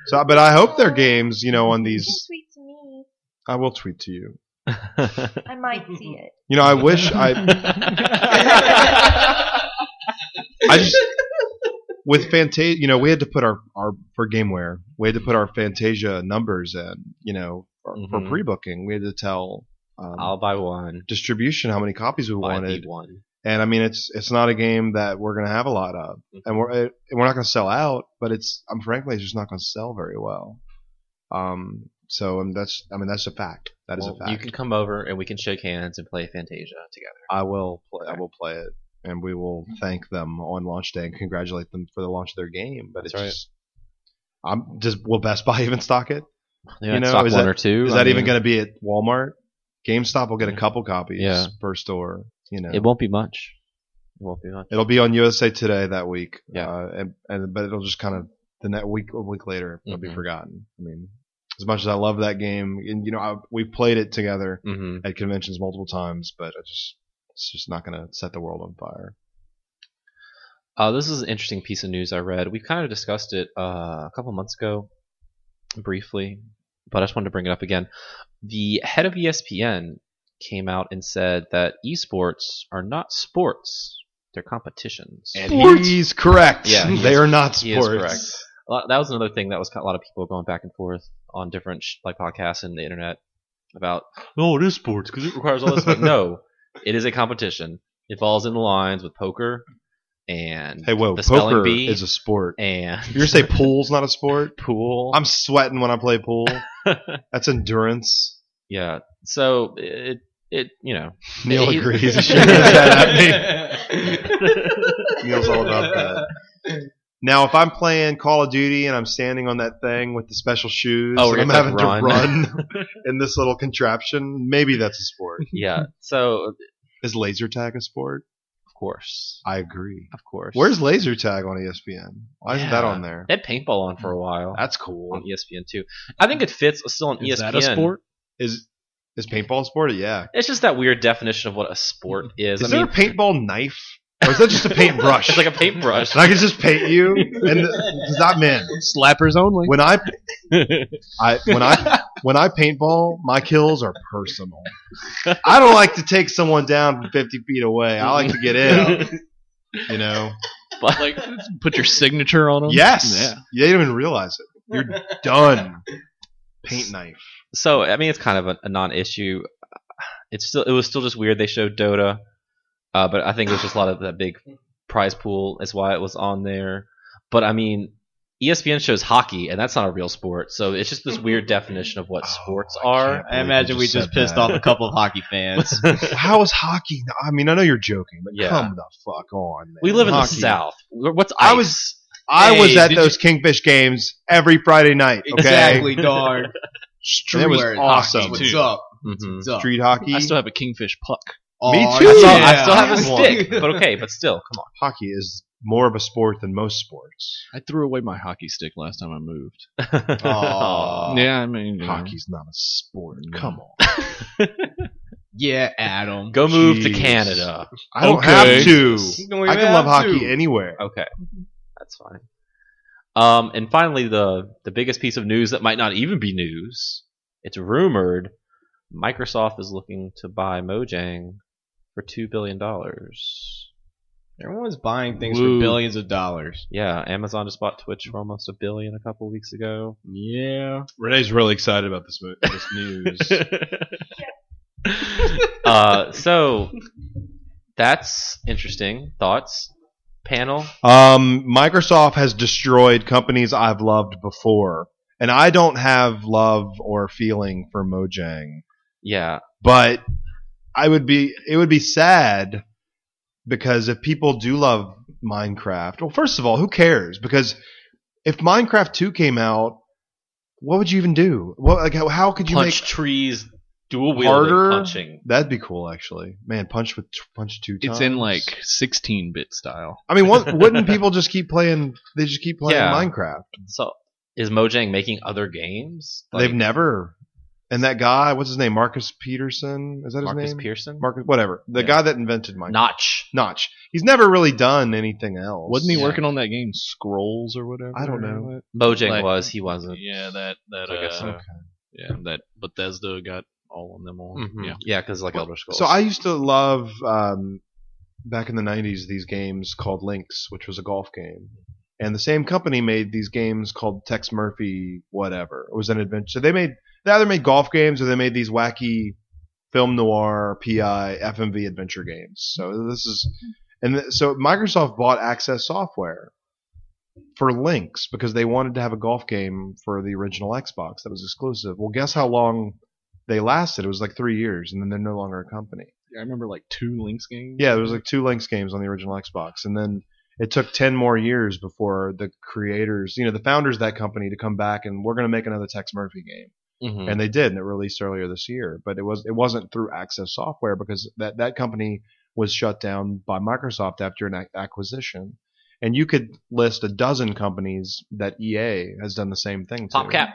Speaker 2: So, but I hope their games, you know, on
Speaker 3: You
Speaker 2: these.
Speaker 3: can tweet to me.
Speaker 2: I will tweet to you.
Speaker 3: I might see it.
Speaker 2: You know, I wish I I just with Fantasia, you know, we had to put our our for GameWare, we had to put our Fantasia numbers in. You know, for, for
Speaker 1: Mhm.
Speaker 2: pre-booking, we had to tell um,
Speaker 1: I'll buy one.
Speaker 2: distribution how many copies we
Speaker 1: Buy the
Speaker 2: wanted.
Speaker 1: one.
Speaker 2: And I mean, it's it's not a game that we're gonna have a lot of,
Speaker 1: Mm-hmm.
Speaker 2: and we're it, we're not gonna sell out. But it's I'm frankly, it's just not gonna sell very well. Um. So um, that's I mean that's a fact. That is
Speaker 1: Well,
Speaker 2: a fact.
Speaker 1: You can come over and we can shake hands and play Fantasia together.
Speaker 2: I will play. I will play it, and we will
Speaker 1: Mm-hmm.
Speaker 2: thank them on launch day and congratulate them for the launch of their game. But
Speaker 1: That's
Speaker 2: it's
Speaker 1: right.
Speaker 2: just, I'm does will Best Buy even stock it?
Speaker 1: They
Speaker 2: You
Speaker 1: might
Speaker 2: know,
Speaker 1: stock
Speaker 2: is
Speaker 1: one
Speaker 2: that-
Speaker 1: or two.
Speaker 2: Is
Speaker 1: I
Speaker 2: that even
Speaker 1: mean,
Speaker 2: going to be at Walmart? GameStop will get a couple copies
Speaker 1: Yeah.
Speaker 2: per store. You know,
Speaker 1: It won't be much. It won't be much.
Speaker 2: It'll be on USA Today that week.
Speaker 1: Yeah.
Speaker 2: uh, and, and but it'll just kind of the next week a week later it'll
Speaker 1: Mhm.
Speaker 2: be forgotten. I mean, as much as I love that game, and you know I, we played it together
Speaker 1: Mm-hmm.
Speaker 2: at conventions multiple times, but I just it's just not going to set the world on fire.
Speaker 1: Uh, this is an interesting piece of news I read. We kind of discussed it uh, a couple months ago, briefly, but I just wanted to bring it up again. The head of E ESPN came out and said that esports are not sports; they're competitions.
Speaker 2: And he's correct.
Speaker 1: Yeah, he
Speaker 2: they
Speaker 1: is-
Speaker 2: are not
Speaker 1: he is
Speaker 2: sports.
Speaker 1: correct. A lot- that was another thing that was a lot of people going back and forth on different sh- like podcasts and the internet about no, it is sports because it requires all this. Like, no, it is a competition. It falls in the lines with poker and
Speaker 2: Hey, whoa!
Speaker 1: The spelling
Speaker 2: poker
Speaker 1: bee.
Speaker 2: is a sport.
Speaker 1: and
Speaker 2: You're gonna say pool's not a sport?
Speaker 1: pool.
Speaker 2: I'm sweating when I play pool. That's endurance.
Speaker 1: yeah, so it it you know
Speaker 2: Neil
Speaker 1: He-
Speaker 2: agrees. He's shaking his head at me. Neil's all about that. Now, if I'm playing Call of Duty and I'm standing on that thing with the special shoes,
Speaker 1: Oh, we're
Speaker 2: and I'm
Speaker 1: gonna
Speaker 2: having
Speaker 1: have
Speaker 2: to
Speaker 1: to
Speaker 2: run in this little contraption, maybe that's a sport.
Speaker 1: yeah. So
Speaker 2: Is laser tag a sport?
Speaker 1: of course,
Speaker 2: I agree.
Speaker 1: of course.
Speaker 2: Where's laser tag on E ESPN? Why isn't that
Speaker 1: Yeah.
Speaker 2: on there?
Speaker 1: they had paintball on for a while
Speaker 2: Mm. That's cool.
Speaker 1: on E ESPN too? I think it fits still on E
Speaker 4: Is
Speaker 1: ESPN.
Speaker 2: E
Speaker 4: that a sport?
Speaker 2: Is is paintball a sport? Yeah.
Speaker 1: It's just that weird definition of what a sport is.
Speaker 2: Mm-hmm. Is
Speaker 1: I
Speaker 2: there
Speaker 1: mean,
Speaker 2: a paintball knife? Or is that just a paintbrush?
Speaker 1: It's like a paintbrush.
Speaker 2: and I can just paint you, and does that man?
Speaker 4: Slappers only.
Speaker 2: When I, I when I when I paintball, my kills are personal. I don't like to take someone down from fifty feet away. I like to get in. You know.
Speaker 1: But
Speaker 4: like put your signature on them.
Speaker 2: Yes.
Speaker 4: Yeah.
Speaker 2: They don't even realize it. You're done. Paint knife.
Speaker 1: so I mean, it's kind of a, a non-issue. It's still it was still just weird. They showed Dota, uh, but I think there's just a lot of that big prize pool is why it was on there. But I mean, E ESPN shows hockey, and that's not a real sport. So it's just this weird definition of what
Speaker 2: Oh,
Speaker 1: sports
Speaker 2: I
Speaker 1: are.
Speaker 5: I imagine we just pissed off a couple of hockey fans.
Speaker 2: How is hockey? I mean, I know you're joking, but
Speaker 1: Yeah.
Speaker 2: come the fuck on, man.
Speaker 1: We live in the
Speaker 2: Hockey.
Speaker 1: South. What's ice?
Speaker 2: I was I
Speaker 5: Hey,
Speaker 2: was at
Speaker 5: did
Speaker 2: those Kingfish games every Friday night. Okay,
Speaker 5: Exactly, dog.
Speaker 2: That was
Speaker 5: Streetwear,
Speaker 2: awesome,
Speaker 5: hockey, What's
Speaker 2: too.
Speaker 5: up?
Speaker 1: Mhm.
Speaker 5: What's up?
Speaker 2: Street hockey.
Speaker 4: I still have a kingfish puck.
Speaker 5: Aw,
Speaker 2: Me
Speaker 5: yeah.
Speaker 2: too.
Speaker 1: I, still, I still have a
Speaker 2: Yeah.
Speaker 1: stick, but okay, but still, come on.
Speaker 2: hockey is more of a sport than most sports.
Speaker 4: I threw away my hockey stick last time I moved.
Speaker 5: Aw.
Speaker 4: yeah, I mean, you know.
Speaker 2: Hockey's not a sport. Come on.
Speaker 5: Yeah, Adam.
Speaker 1: Go move to
Speaker 2: Jeez.
Speaker 1: Canada.
Speaker 2: I don't
Speaker 4: Okay.
Speaker 2: have to. I can love
Speaker 5: Adam,
Speaker 2: hockey
Speaker 5: too.
Speaker 2: anywhere.
Speaker 1: Okay, that's fine. Um, and finally, the the biggest piece of news that might not even be news. It's rumored Microsoft is looking to buy Mojang for two billion dollars.
Speaker 5: Everyone's buying things
Speaker 4: Woo.
Speaker 5: for billions of dollars.
Speaker 1: Yeah, Amazon just bought Twitch for almost a billion a couple weeks ago.
Speaker 5: Yeah.
Speaker 2: Renee's really excited about this, mo- this news.
Speaker 1: uh, so that's interesting. Thoughts, panel?
Speaker 2: um, Microsoft has destroyed companies I've loved before, and I don't have love or feeling for Mojang.
Speaker 1: Yeah,
Speaker 2: but I would be it would be sad because if people do love Minecraft, well, first of all, who cares? Because if Minecraft Two came out, what would you even do? What like how, how could you
Speaker 1: punch
Speaker 2: make
Speaker 1: trees, dual wielding
Speaker 2: harder?
Speaker 1: punching.
Speaker 2: That'd be cool, actually. Man, punch with punch two times.
Speaker 4: it's in like 16-bit style.
Speaker 2: I mean, what, wouldn't people just keep playing? They just keep playing
Speaker 1: Yeah.
Speaker 2: Minecraft.
Speaker 1: So is Mojang making other games? Like
Speaker 2: They've never. And that guy, what's his name? Marcus Peterson? Is that his
Speaker 1: Marcus
Speaker 2: name?
Speaker 1: Pearson,
Speaker 2: Marcus, whatever. The
Speaker 1: Yeah.
Speaker 2: guy that invented Minecraft.
Speaker 1: Notch.
Speaker 2: Notch. He's never really done anything else.
Speaker 4: Wasn't he
Speaker 1: Yeah.
Speaker 4: working on that game Scrolls or whatever?
Speaker 2: I don't know.
Speaker 1: Mojang
Speaker 4: Like-
Speaker 1: was. He wasn't.
Speaker 4: Yeah, that that
Speaker 1: I guess
Speaker 4: uh,
Speaker 1: so.
Speaker 4: yeah, that Bethesda got all of them on.
Speaker 1: Mhm.
Speaker 4: Yeah.
Speaker 1: Yeah, because like
Speaker 2: Well,
Speaker 1: Elder Scrolls.
Speaker 2: So I used to love um, back in the '90s these games called Lynx, which was a golf game, and the same company made these games called Tex Murphy, whatever. It was an adventure. So they made they either made golf games or they made these wacky film noir, PI, FMV adventure games. So this is and th- so Microsoft bought Access Software for Lynx because they wanted to have a golf game for the original Xbox that was exclusive. Well, guess how long they lasted. It was like three years, and then they're no longer a company.
Speaker 4: I remember like two Lynx games.
Speaker 2: Yeah, there was like two Lynx games on the original Xbox, and then It took 10 more years before the creators, you know, the founders of that company to come back and we're going to make another Tex Murphy game.
Speaker 1: Mhm.
Speaker 2: And they did, and it released earlier this year, but it was it wasn't through Access Software because that that company was shut down by Microsoft after an ac- acquisition. And you could list a dozen companies that EA has done the same thing to.
Speaker 1: Pop cap.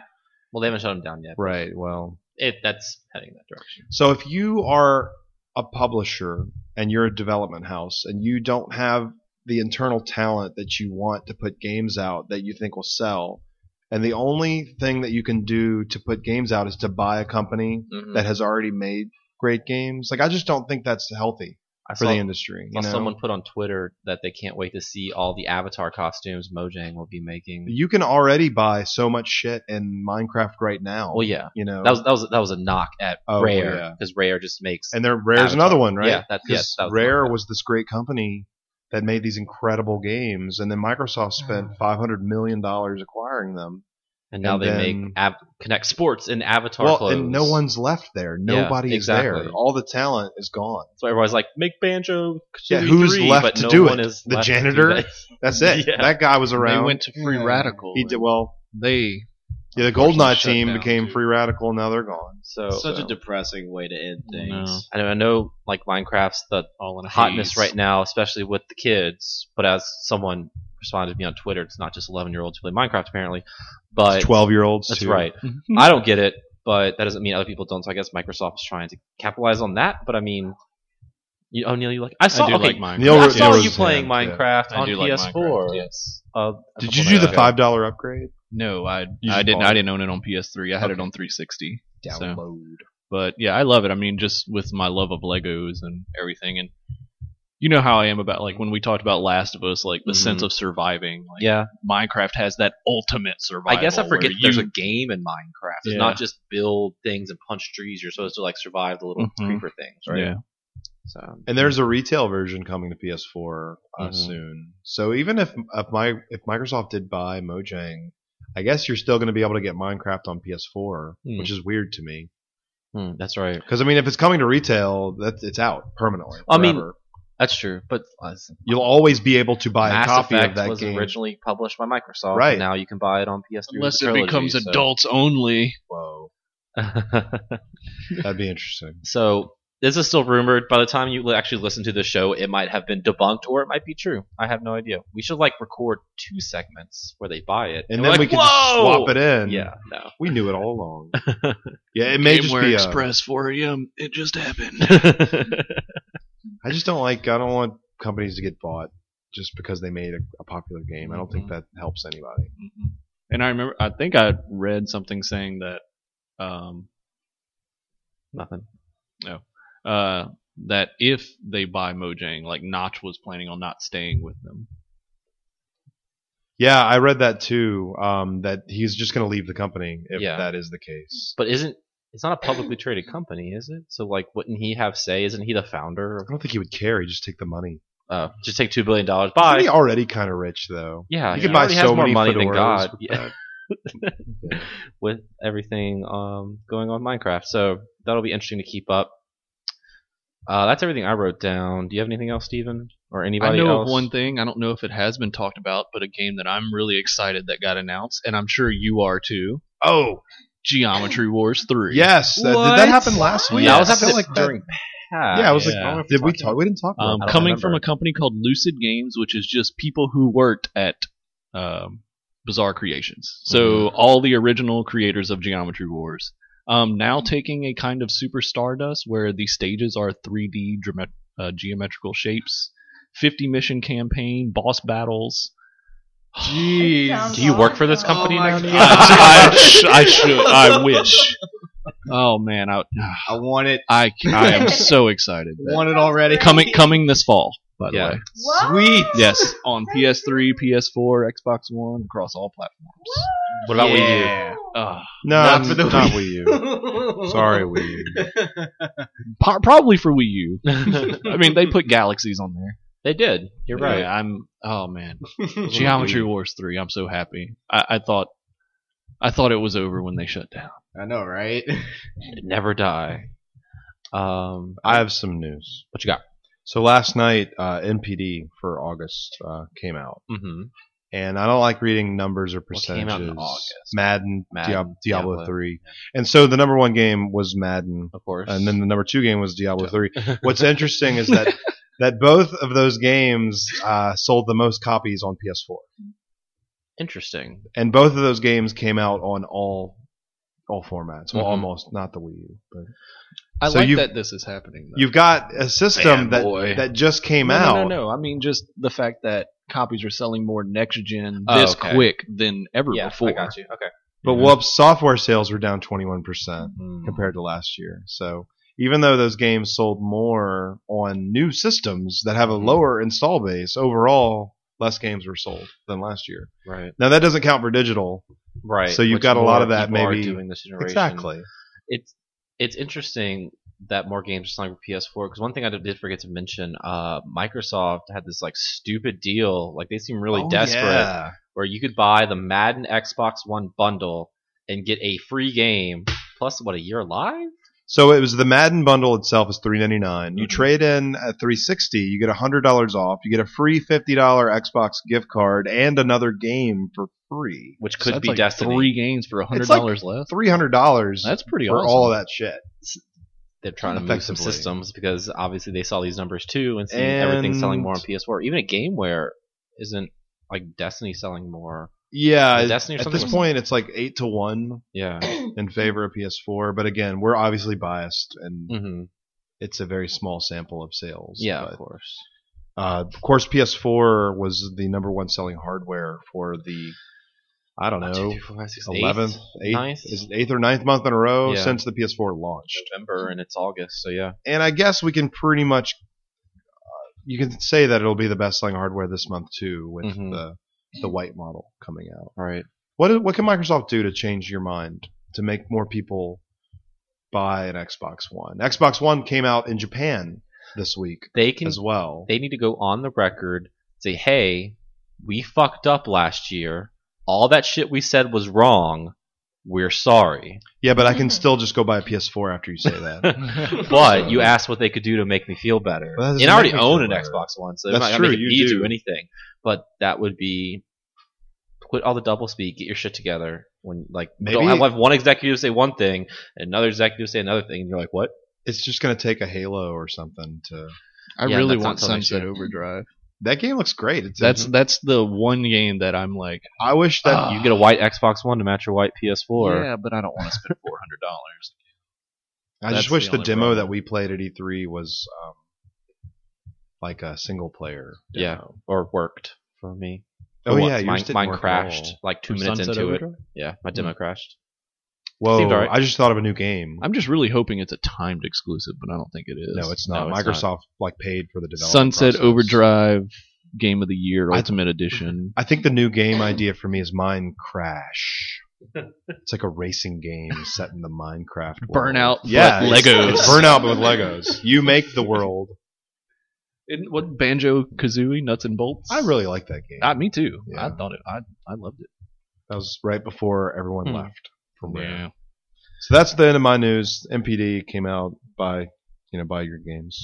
Speaker 1: Well, they haven't shut him down yet.
Speaker 2: Right, well,
Speaker 1: It that's heading that direction.
Speaker 2: so if you are a publisher and you're a development house and you don't have the internal talent that you want to put games out that you think will sell, and the only thing that you can do to put games out is to buy a company
Speaker 1: Mhm.
Speaker 2: that has already made great games, like I just don't think that's healthy
Speaker 1: I
Speaker 2: for
Speaker 1: saw-
Speaker 2: the industry. You
Speaker 1: Well,
Speaker 2: know?
Speaker 1: someone put on Twitter that they can't wait to see all the Avatar costumes Mojang will be making.
Speaker 2: you can already buy so much shit in Minecraft right now.
Speaker 1: Well, yeah,
Speaker 2: you know,
Speaker 1: that was that was that was a knock at
Speaker 2: Oh,
Speaker 1: Rare
Speaker 2: yeah.
Speaker 1: because Rare just makes
Speaker 2: and there Rare's
Speaker 1: Avatar.
Speaker 2: another one, right?
Speaker 1: Yeah, that's- yeah,
Speaker 2: 'Cause
Speaker 1: that was
Speaker 2: Rare
Speaker 1: another-
Speaker 2: was this great company that made these incredible games, and then Microsoft
Speaker 1: Mm.
Speaker 2: spent five hundred million dollars acquiring them.
Speaker 1: and now
Speaker 2: and
Speaker 1: they
Speaker 2: then-
Speaker 1: make Av- Connect Sports and Avatar
Speaker 2: well,
Speaker 1: clothes.
Speaker 2: and no one's left there.
Speaker 1: Yeah,
Speaker 2: Nobody is
Speaker 1: exactly.
Speaker 2: there. All the talent is gone.
Speaker 1: So everybody's like, make Banjo.
Speaker 2: Yeah, who's left
Speaker 1: but
Speaker 2: to
Speaker 1: no
Speaker 2: do
Speaker 1: one
Speaker 2: it?
Speaker 1: is
Speaker 2: The
Speaker 1: left to do
Speaker 2: janitor?
Speaker 1: that.
Speaker 2: That's it.
Speaker 1: Yeah.
Speaker 2: That guy was around.
Speaker 4: They went to Free
Speaker 5: Yeah.
Speaker 4: Radical.
Speaker 2: he did well.
Speaker 4: They
Speaker 2: Yeah, the Goldeneye
Speaker 4: shut
Speaker 2: team
Speaker 4: down,
Speaker 2: became
Speaker 4: too.
Speaker 2: Free Radical. Now they're gone.
Speaker 1: So
Speaker 5: Such
Speaker 2: so.
Speaker 5: a depressing way to end
Speaker 4: No.
Speaker 5: things.
Speaker 1: I know, I know, like Minecraft's the
Speaker 4: all in a
Speaker 1: hotness
Speaker 4: haze.
Speaker 1: right now, especially with the kids. But as someone responded to me on Twitter, it's not just 11 year olds who play Minecraft apparently, but
Speaker 2: Twelve year olds.
Speaker 1: That's right.
Speaker 4: Mm-hmm.
Speaker 1: I don't get it, but that doesn't mean other people don't. So I guess Microsoft's trying to capitalize on that. But I mean, you, oh Neil, you like I
Speaker 4: I
Speaker 1: saw
Speaker 4: do
Speaker 1: okay,
Speaker 4: like Minecraft.
Speaker 2: Neil
Speaker 1: I
Speaker 2: Ro-
Speaker 1: saw
Speaker 2: Neil
Speaker 1: you
Speaker 2: Roseanne,
Speaker 1: playing
Speaker 2: yeah.
Speaker 1: Minecraft
Speaker 4: I
Speaker 1: on
Speaker 4: do like
Speaker 1: PS4.
Speaker 4: Minecraft, yes.
Speaker 1: Uh, a
Speaker 2: Did
Speaker 1: couple
Speaker 2: you do the
Speaker 1: months ago.
Speaker 2: five dollar upgrade?
Speaker 4: No, I
Speaker 2: You
Speaker 4: I
Speaker 2: just
Speaker 4: didn't
Speaker 2: bought
Speaker 4: I
Speaker 2: it.
Speaker 4: didn't own it on PS3. I had it
Speaker 2: Okay.
Speaker 4: on 360. So-
Speaker 2: Download.
Speaker 4: But yeah, I love it. I mean, just with my love of Legos and everything, and you know how I am about like when we talked about Last of Us, like the
Speaker 1: Mhm.
Speaker 4: sense of surviving. Like,
Speaker 1: Yeah,
Speaker 4: Minecraft has that ultimate survival.
Speaker 1: I guess I
Speaker 4: where
Speaker 1: forget that there's
Speaker 4: you-
Speaker 1: a game in Minecraft. It's
Speaker 4: Yeah.
Speaker 1: not just build things and punch trees. You're supposed to like survive the little
Speaker 4: Mhm.
Speaker 1: creeper things, right?
Speaker 4: Yeah.
Speaker 1: So
Speaker 2: And there's a retail version coming to PS4 uh,
Speaker 1: Mhm.
Speaker 2: soon. So even if if my if Microsoft did buy Mojang, I guess you're still going to be able to get Minecraft on PS4,
Speaker 4: Hmm.
Speaker 2: which is weird to me.
Speaker 1: Hmm, that's right.
Speaker 2: Because I mean, if it's coming to retail, that it's out permanently.
Speaker 1: I mean,
Speaker 2: forever.
Speaker 1: That's true. But uh,
Speaker 2: you'll always be able to buy
Speaker 1: Mass
Speaker 2: a copy
Speaker 1: Effect
Speaker 2: of that
Speaker 1: was
Speaker 2: game.
Speaker 1: originally published by Microsoft.
Speaker 2: Right.
Speaker 1: And now you can buy it on PS3. with
Speaker 4: Unless
Speaker 1: the
Speaker 4: it
Speaker 1: trilogy,
Speaker 4: becomes
Speaker 1: so-
Speaker 4: adults only.
Speaker 2: Whoa, that'd be interesting.
Speaker 1: So this is still rumored. By the time you li- actually listen to the show, it might have been debunked or it might be true. I have no idea. We should like record two segments where they buy it,
Speaker 2: And
Speaker 1: we're
Speaker 2: then
Speaker 1: like,
Speaker 2: we can just
Speaker 1: Whoa!
Speaker 2: swap it in.
Speaker 1: Yeah, no.
Speaker 2: we knew it all along. yeah, it may just
Speaker 4: Gameware
Speaker 2: be. uh, A,
Speaker 4: Express 4 a.m. um, It just happened.
Speaker 2: I just don't like. I don't want companies to get bought just because they made a, a popular game. I don't
Speaker 1: Mm-hmm.
Speaker 2: think that helps anybody.
Speaker 4: and I remember, I think I read something saying that um,
Speaker 1: Nothing.
Speaker 4: uh, that if they buy Mojang, like Notch was planning on not staying with them.
Speaker 2: Yeah, I read that too. Um, that he's just going to leave the company if
Speaker 1: Yeah.
Speaker 2: that is the case.
Speaker 1: But isn't it's not a publicly traded company, is it? So like, wouldn't he have say? Isn't he the founder? Of,
Speaker 2: I don't think he would care. He'd just take the money.
Speaker 1: uh, just take two billion dollars.
Speaker 2: Isn't
Speaker 1: Buy.
Speaker 2: he already kind of rich though?
Speaker 1: Yeah,
Speaker 2: He
Speaker 1: he
Speaker 2: could buy
Speaker 1: already has
Speaker 2: so
Speaker 1: more
Speaker 2: many
Speaker 1: money than
Speaker 2: fedoras
Speaker 1: God.
Speaker 2: with
Speaker 1: Yeah. with everything um, going on in Minecraft. So that'll be interesting to keep up. Uh, that's everything I wrote down. Do you have anything else, Steven? Or anybody
Speaker 4: I know
Speaker 1: else?
Speaker 4: of one thing. I don't know if it has been talked about, but a game that I'm really excited that got announced, and I'm sure you are too.
Speaker 2: Oh
Speaker 4: Geometry Wars Three.
Speaker 2: yes, that, did
Speaker 1: What?
Speaker 2: that happen last week?
Speaker 1: yeah, I was
Speaker 2: I
Speaker 1: having
Speaker 2: feel
Speaker 1: this
Speaker 2: like that-
Speaker 1: during PAX.
Speaker 2: yeah, I was
Speaker 4: yeah.
Speaker 2: like, I don't know if did we
Speaker 1: talking-
Speaker 2: talk? We didn't talk. About
Speaker 4: Um,
Speaker 2: it. I don't
Speaker 4: coming from a
Speaker 2: remember.
Speaker 4: company called Lucid Games, which is just people who worked at um, Bizarre Creations. So
Speaker 2: Mm-hmm.
Speaker 4: all the original creators of Geometry Wars. Um, now taking a kind of Super Stardust where the stages are 3D drama- uh, geometrical shapes, 50 mission campaign, boss battles.
Speaker 5: Jeez.
Speaker 1: Do you work for this company
Speaker 5: Oh my
Speaker 1: now?
Speaker 5: God.
Speaker 1: Neil?
Speaker 4: I, I, I should. I wish. Oh man, I,
Speaker 5: I want it.
Speaker 4: I, I am so excited. that-
Speaker 5: Want it already.
Speaker 4: coming coming this fall, by the
Speaker 1: Yeah.
Speaker 4: way.
Speaker 3: What?
Speaker 5: Sweet.
Speaker 4: Yes, on PS3, PS4, Xbox One, across all platforms.
Speaker 1: What about Wii U?
Speaker 5: Yeah.
Speaker 4: Uh,
Speaker 2: no,
Speaker 5: Not for the
Speaker 2: not
Speaker 5: Wii.
Speaker 2: Wii U. Sorry, Wii U.
Speaker 4: po- probably for Wii U. I mean, they put galaxies on there.
Speaker 1: They did. You're right.
Speaker 4: Yeah, I'm. Oh man, Geometry Wars three. I'm so happy. I, I thought, I thought it was over when they shut down.
Speaker 5: I know, right?
Speaker 1: Never die. Um,
Speaker 4: Um,
Speaker 2: I have some news.
Speaker 1: what you got?
Speaker 2: So last night, uh, NPD for August uh, came out,
Speaker 1: Mm-hmm.
Speaker 2: and I don't like reading numbers or
Speaker 1: What came
Speaker 2: percentages.
Speaker 1: out in August?
Speaker 2: Madden,
Speaker 1: Madden,
Speaker 2: Diab- Diablo,
Speaker 1: Diablo,
Speaker 2: three, and so the number one game was Madden,
Speaker 1: Of course.
Speaker 2: and then the number two game was Diablo three. What's interesting is that that both of those games uh, sold the most copies on PS4,
Speaker 1: interesting.
Speaker 2: and both of those games came out on all all formats, well,
Speaker 1: Mhm.
Speaker 2: almost not the Wii U, but
Speaker 4: I
Speaker 2: So
Speaker 4: like
Speaker 2: you've-
Speaker 4: that this is happening. Though.
Speaker 2: you've got a system that
Speaker 4: Fanboy.
Speaker 2: that just came
Speaker 4: no,
Speaker 2: out.
Speaker 4: No, no, no. I mean, just the fact that copies are selling more next gen
Speaker 1: Oh,
Speaker 4: this
Speaker 1: okay.
Speaker 4: quick than ever
Speaker 1: yeah,
Speaker 4: before.
Speaker 1: I got you. Okay.
Speaker 2: But
Speaker 4: Yeah.
Speaker 2: Whoops software sales were down 21%
Speaker 4: Mm.
Speaker 2: compared to last year. So even though those games sold more on new systems that
Speaker 4: Mm-hmm.
Speaker 2: have a lower install base, overall less games were sold than last year.
Speaker 1: Right.
Speaker 2: Now that doesn't count for digital.
Speaker 1: Right.
Speaker 2: So you've
Speaker 1: which
Speaker 2: got a lot of
Speaker 1: more
Speaker 2: that
Speaker 1: people are
Speaker 2: maybe-
Speaker 1: doing this generation.
Speaker 2: Exactly.
Speaker 1: it's it's interesting that more games are selling for PS4 because one thing I did forget to mention, uh, Microsoft had this like stupid deal, like they seem really
Speaker 4: Oh,
Speaker 1: desperate,
Speaker 2: Yeah.
Speaker 1: where you could buy the Madden Xbox One bundle and get a free game plus what a year live.
Speaker 2: So it was the Madden bundle itself is 399. You
Speaker 4: Mm-hmm.
Speaker 1: Mhm.
Speaker 2: trade in at 360, you get $100 off. You get a free $50 Xbox gift card and another game for free.
Speaker 1: which
Speaker 4: So
Speaker 1: could
Speaker 4: that's
Speaker 1: be
Speaker 4: like
Speaker 1: Destiny.
Speaker 4: Three games for hundred
Speaker 2: like-
Speaker 4: dollars less.
Speaker 2: $300
Speaker 4: That's pretty
Speaker 2: for
Speaker 4: awesome.
Speaker 2: all of that shit.
Speaker 1: They're trying to move some
Speaker 2: Effectively.
Speaker 1: systems because obviously they saw these numbers too and see
Speaker 2: And-
Speaker 1: everything selling more on PS4. Even a GameWare isn't like Destiny selling more.
Speaker 2: Yeah,
Speaker 1: Was
Speaker 2: it-
Speaker 1: Destiny or
Speaker 2: at
Speaker 1: something
Speaker 2: this
Speaker 1: was-
Speaker 2: point, it's like eight to one
Speaker 1: Yeah.
Speaker 2: in favor of PS4. But again, we're obviously biased, and
Speaker 1: hmm
Speaker 2: it's a very small sample of sales.
Speaker 1: Yeah,
Speaker 2: but,
Speaker 1: of course.
Speaker 2: uh, of course, PS4 was the number one selling hardware for the I don't
Speaker 1: One, two,
Speaker 2: know
Speaker 1: three, four, five, six, eight.
Speaker 2: eleventh, eighth,
Speaker 1: ninth?
Speaker 2: is it eighth or ninth month in a row
Speaker 1: Yeah.
Speaker 2: since the PS4 launched.
Speaker 1: November and it's August, so yeah.
Speaker 2: And I guess we can pretty much uh, you can say that it'll be the best selling hardware this month too, with
Speaker 1: Mhm.
Speaker 2: the the white model coming out.
Speaker 1: Right.
Speaker 2: What what can Microsoft do to change your mind to make more people buy an Xbox One? Xbox One came out in Japan this week
Speaker 1: They can
Speaker 2: as well.
Speaker 1: they need to go on the record and say, "Hey, we fucked up last year. All that shit we said was wrong. We're sorry."
Speaker 2: yeah, but I can still just go buy a PS4 after you say that.
Speaker 1: but you asked what they could do to make me feel better.
Speaker 2: Well, that doesn't
Speaker 1: and I already
Speaker 2: make me feel
Speaker 1: own an
Speaker 2: better.
Speaker 1: Xbox One, so
Speaker 2: That's
Speaker 1: it's not
Speaker 2: true,
Speaker 1: gonna make
Speaker 2: you
Speaker 1: me do.
Speaker 2: do.
Speaker 1: anything. But that would be quit all the double speak, get your shit together. When like
Speaker 2: Maybe-
Speaker 1: don't have, have one executive say one thing, and another executive say another thing, and you're like, "What?"
Speaker 2: It's just going to take a Halo or something to.
Speaker 4: I
Speaker 1: Yeah,
Speaker 4: really
Speaker 1: that's
Speaker 4: want
Speaker 1: not till next
Speaker 4: Sunset
Speaker 1: year.
Speaker 4: Overdrive.
Speaker 2: That game looks great. It's
Speaker 4: That's that's the one game that I'm like.
Speaker 2: I wish that
Speaker 4: Ah.
Speaker 1: You get a white Xbox One to match your white PS4.
Speaker 4: Yeah, but I don't want to spend four hundred dollars.
Speaker 2: I
Speaker 4: that's
Speaker 2: just wish
Speaker 4: the
Speaker 2: the,
Speaker 4: only
Speaker 2: demo
Speaker 4: problem.
Speaker 2: that we played at E3 was um, like a single player.
Speaker 1: Yeah.
Speaker 2: demo.
Speaker 1: or worked for me.
Speaker 2: Oh
Speaker 1: Or
Speaker 2: yeah,
Speaker 1: once
Speaker 2: yours
Speaker 1: mine,
Speaker 2: didn't
Speaker 1: mine
Speaker 2: work at
Speaker 1: crashed
Speaker 2: all.
Speaker 1: like two
Speaker 4: For
Speaker 1: minutes
Speaker 4: Sunset
Speaker 1: into it.
Speaker 4: Overdrive?
Speaker 1: Yeah, my
Speaker 2: Mm-hmm.
Speaker 1: demo crashed.
Speaker 2: Whoa!
Speaker 1: Seemed all right.
Speaker 2: I just thought of a new game.
Speaker 4: I'm just really hoping it's a timed exclusive, but I don't think it is.
Speaker 2: no, it's not.
Speaker 1: No, it's not.
Speaker 2: Microsoft like paid for the development.
Speaker 4: Sunset
Speaker 2: process.
Speaker 4: Overdrive Game of the Year
Speaker 2: I-
Speaker 4: Ultimate Edition.
Speaker 2: I think the new game idea for me is Mine Crash. It's like a racing game set in the Minecraft world.
Speaker 4: Burnout, but
Speaker 2: yeah, it's-
Speaker 4: Legos.
Speaker 2: it's Burnout, but with Legos. You make the world.
Speaker 4: Isn't- what Banjo Kazooie Nuts and Bolts?
Speaker 2: I really like that game.
Speaker 4: Ah, me too.
Speaker 2: Yeah.
Speaker 4: I thought it. I I loved it.
Speaker 2: that was right before everyone
Speaker 1: Hmm.
Speaker 2: left from Rare. So that's the end of my news. MPD came out by you know by your games.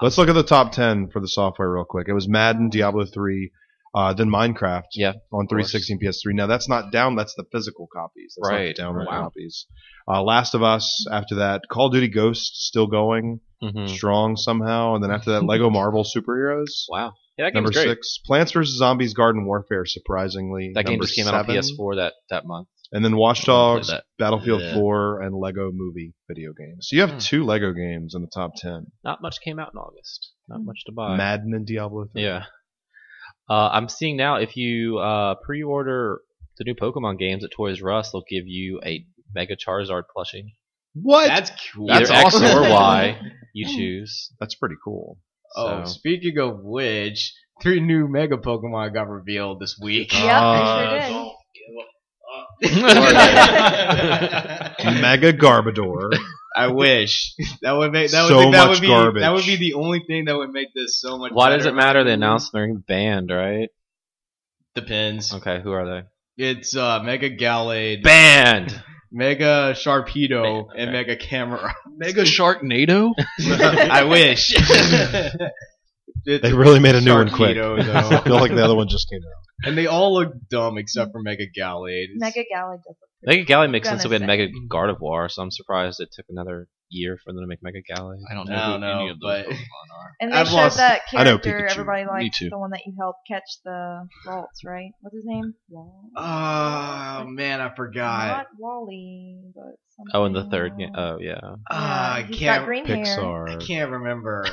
Speaker 2: Let's look at the top ten for the software real quick. It was Madden, Diablo three, uh, then Minecraft.
Speaker 1: Yeah,
Speaker 2: on 360 and PS3. Now that's not down. That's the physical copies. That's
Speaker 1: Right,
Speaker 2: Not the download
Speaker 1: wow.
Speaker 2: copies. Uh, Last of Us. After that, Call of Duty Ghosts still going
Speaker 1: Mhm.
Speaker 2: strong somehow, and then after that, Lego Marvel Superheroes.
Speaker 1: Wow. Yeah, that
Speaker 2: Number six, Plants vs Zombies: Garden Warfare. Surprisingly,
Speaker 1: That game
Speaker 2: number
Speaker 1: just came out on
Speaker 2: seven.
Speaker 1: PS4 that, that month.
Speaker 2: And then Watch
Speaker 4: I wanna play
Speaker 2: Dogs,
Speaker 4: that.
Speaker 2: Battlefield
Speaker 4: Yeah.
Speaker 2: 4, and Lego Movie video games. So you have
Speaker 1: Hmm.
Speaker 2: two Lego games in the top ten.
Speaker 1: Not much came out in August. Not much to buy.
Speaker 2: Madden and Diablo. 3.
Speaker 1: Yeah. Uh, I'm seeing now if you uh, pre-order the new Pokemon games at Toys R Us, they'll give you a Mega Charizard plushie.
Speaker 2: What?
Speaker 5: That's cool.
Speaker 1: Either
Speaker 2: That's
Speaker 1: X
Speaker 2: awesome.
Speaker 1: or Y, you choose.
Speaker 2: That's pretty cool.
Speaker 5: Oh,
Speaker 1: So-
Speaker 5: speaking of which, three new Mega Pokemon got revealed this week.
Speaker 3: Yep, I sure did.
Speaker 2: Mega Garbodor.
Speaker 5: I wish that would make that would
Speaker 2: So
Speaker 5: think that
Speaker 2: much
Speaker 5: would be
Speaker 2: garbage.
Speaker 5: that would be the only thing that would make this so much.
Speaker 1: Why does
Speaker 5: better.
Speaker 1: it matter? They announced they're banned, right?
Speaker 5: Depends.
Speaker 1: Okay, who are they?
Speaker 5: It's uh, Mega Gallade,
Speaker 1: Banned.
Speaker 5: Mega Sharpedo,
Speaker 1: Man,
Speaker 5: and Mega Camera.
Speaker 4: Mega Sharknado.
Speaker 5: I wish. It's
Speaker 2: They really made a new one quick.
Speaker 5: Sharknado,
Speaker 2: I
Speaker 5: though.
Speaker 2: feel like the other one just came out.
Speaker 5: and they all look dumb except for Mega Gallade. It's-
Speaker 3: Mega Galley does look
Speaker 1: Mega Galley makes sense.
Speaker 3: Gonna
Speaker 1: that We had
Speaker 3: say.
Speaker 1: Mega Gardevoir, so I'm surprised it took another year for them to make Mega Galley.
Speaker 4: I don't know
Speaker 5: I
Speaker 4: who
Speaker 5: don't know,
Speaker 4: any of those
Speaker 5: but-
Speaker 4: Pokemon are.
Speaker 3: And they
Speaker 5: I've
Speaker 3: showed
Speaker 5: lost-
Speaker 3: that
Speaker 2: I know
Speaker 3: character
Speaker 2: Pikachu.
Speaker 3: everybody
Speaker 4: Me
Speaker 3: liked,
Speaker 4: too.
Speaker 3: the one that you helped catch the vaults, right? What's his name? Wall-
Speaker 5: Oh man, I forgot.
Speaker 3: Not Wally, but something
Speaker 1: Oh, and the third. Yeah,
Speaker 3: else.
Speaker 4: uh,
Speaker 1: oh, yeah.
Speaker 5: Ah,
Speaker 3: Yeah,
Speaker 5: I
Speaker 3: he's got
Speaker 5: can't.
Speaker 3: green hair.
Speaker 5: I
Speaker 2: Pixar.
Speaker 5: can't remember.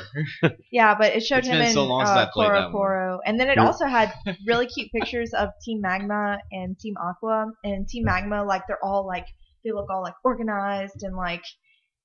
Speaker 3: Yeah, but it showed
Speaker 5: It's
Speaker 3: him
Speaker 5: been
Speaker 3: in
Speaker 5: so long since
Speaker 3: uh,
Speaker 5: I played
Speaker 3: Coro
Speaker 5: that one.
Speaker 3: Coro, and then it
Speaker 2: Yeah.
Speaker 3: also had really cute pictures of Team Magma and Team Aqua. And Team Magma, like they're all like they look all like organized and like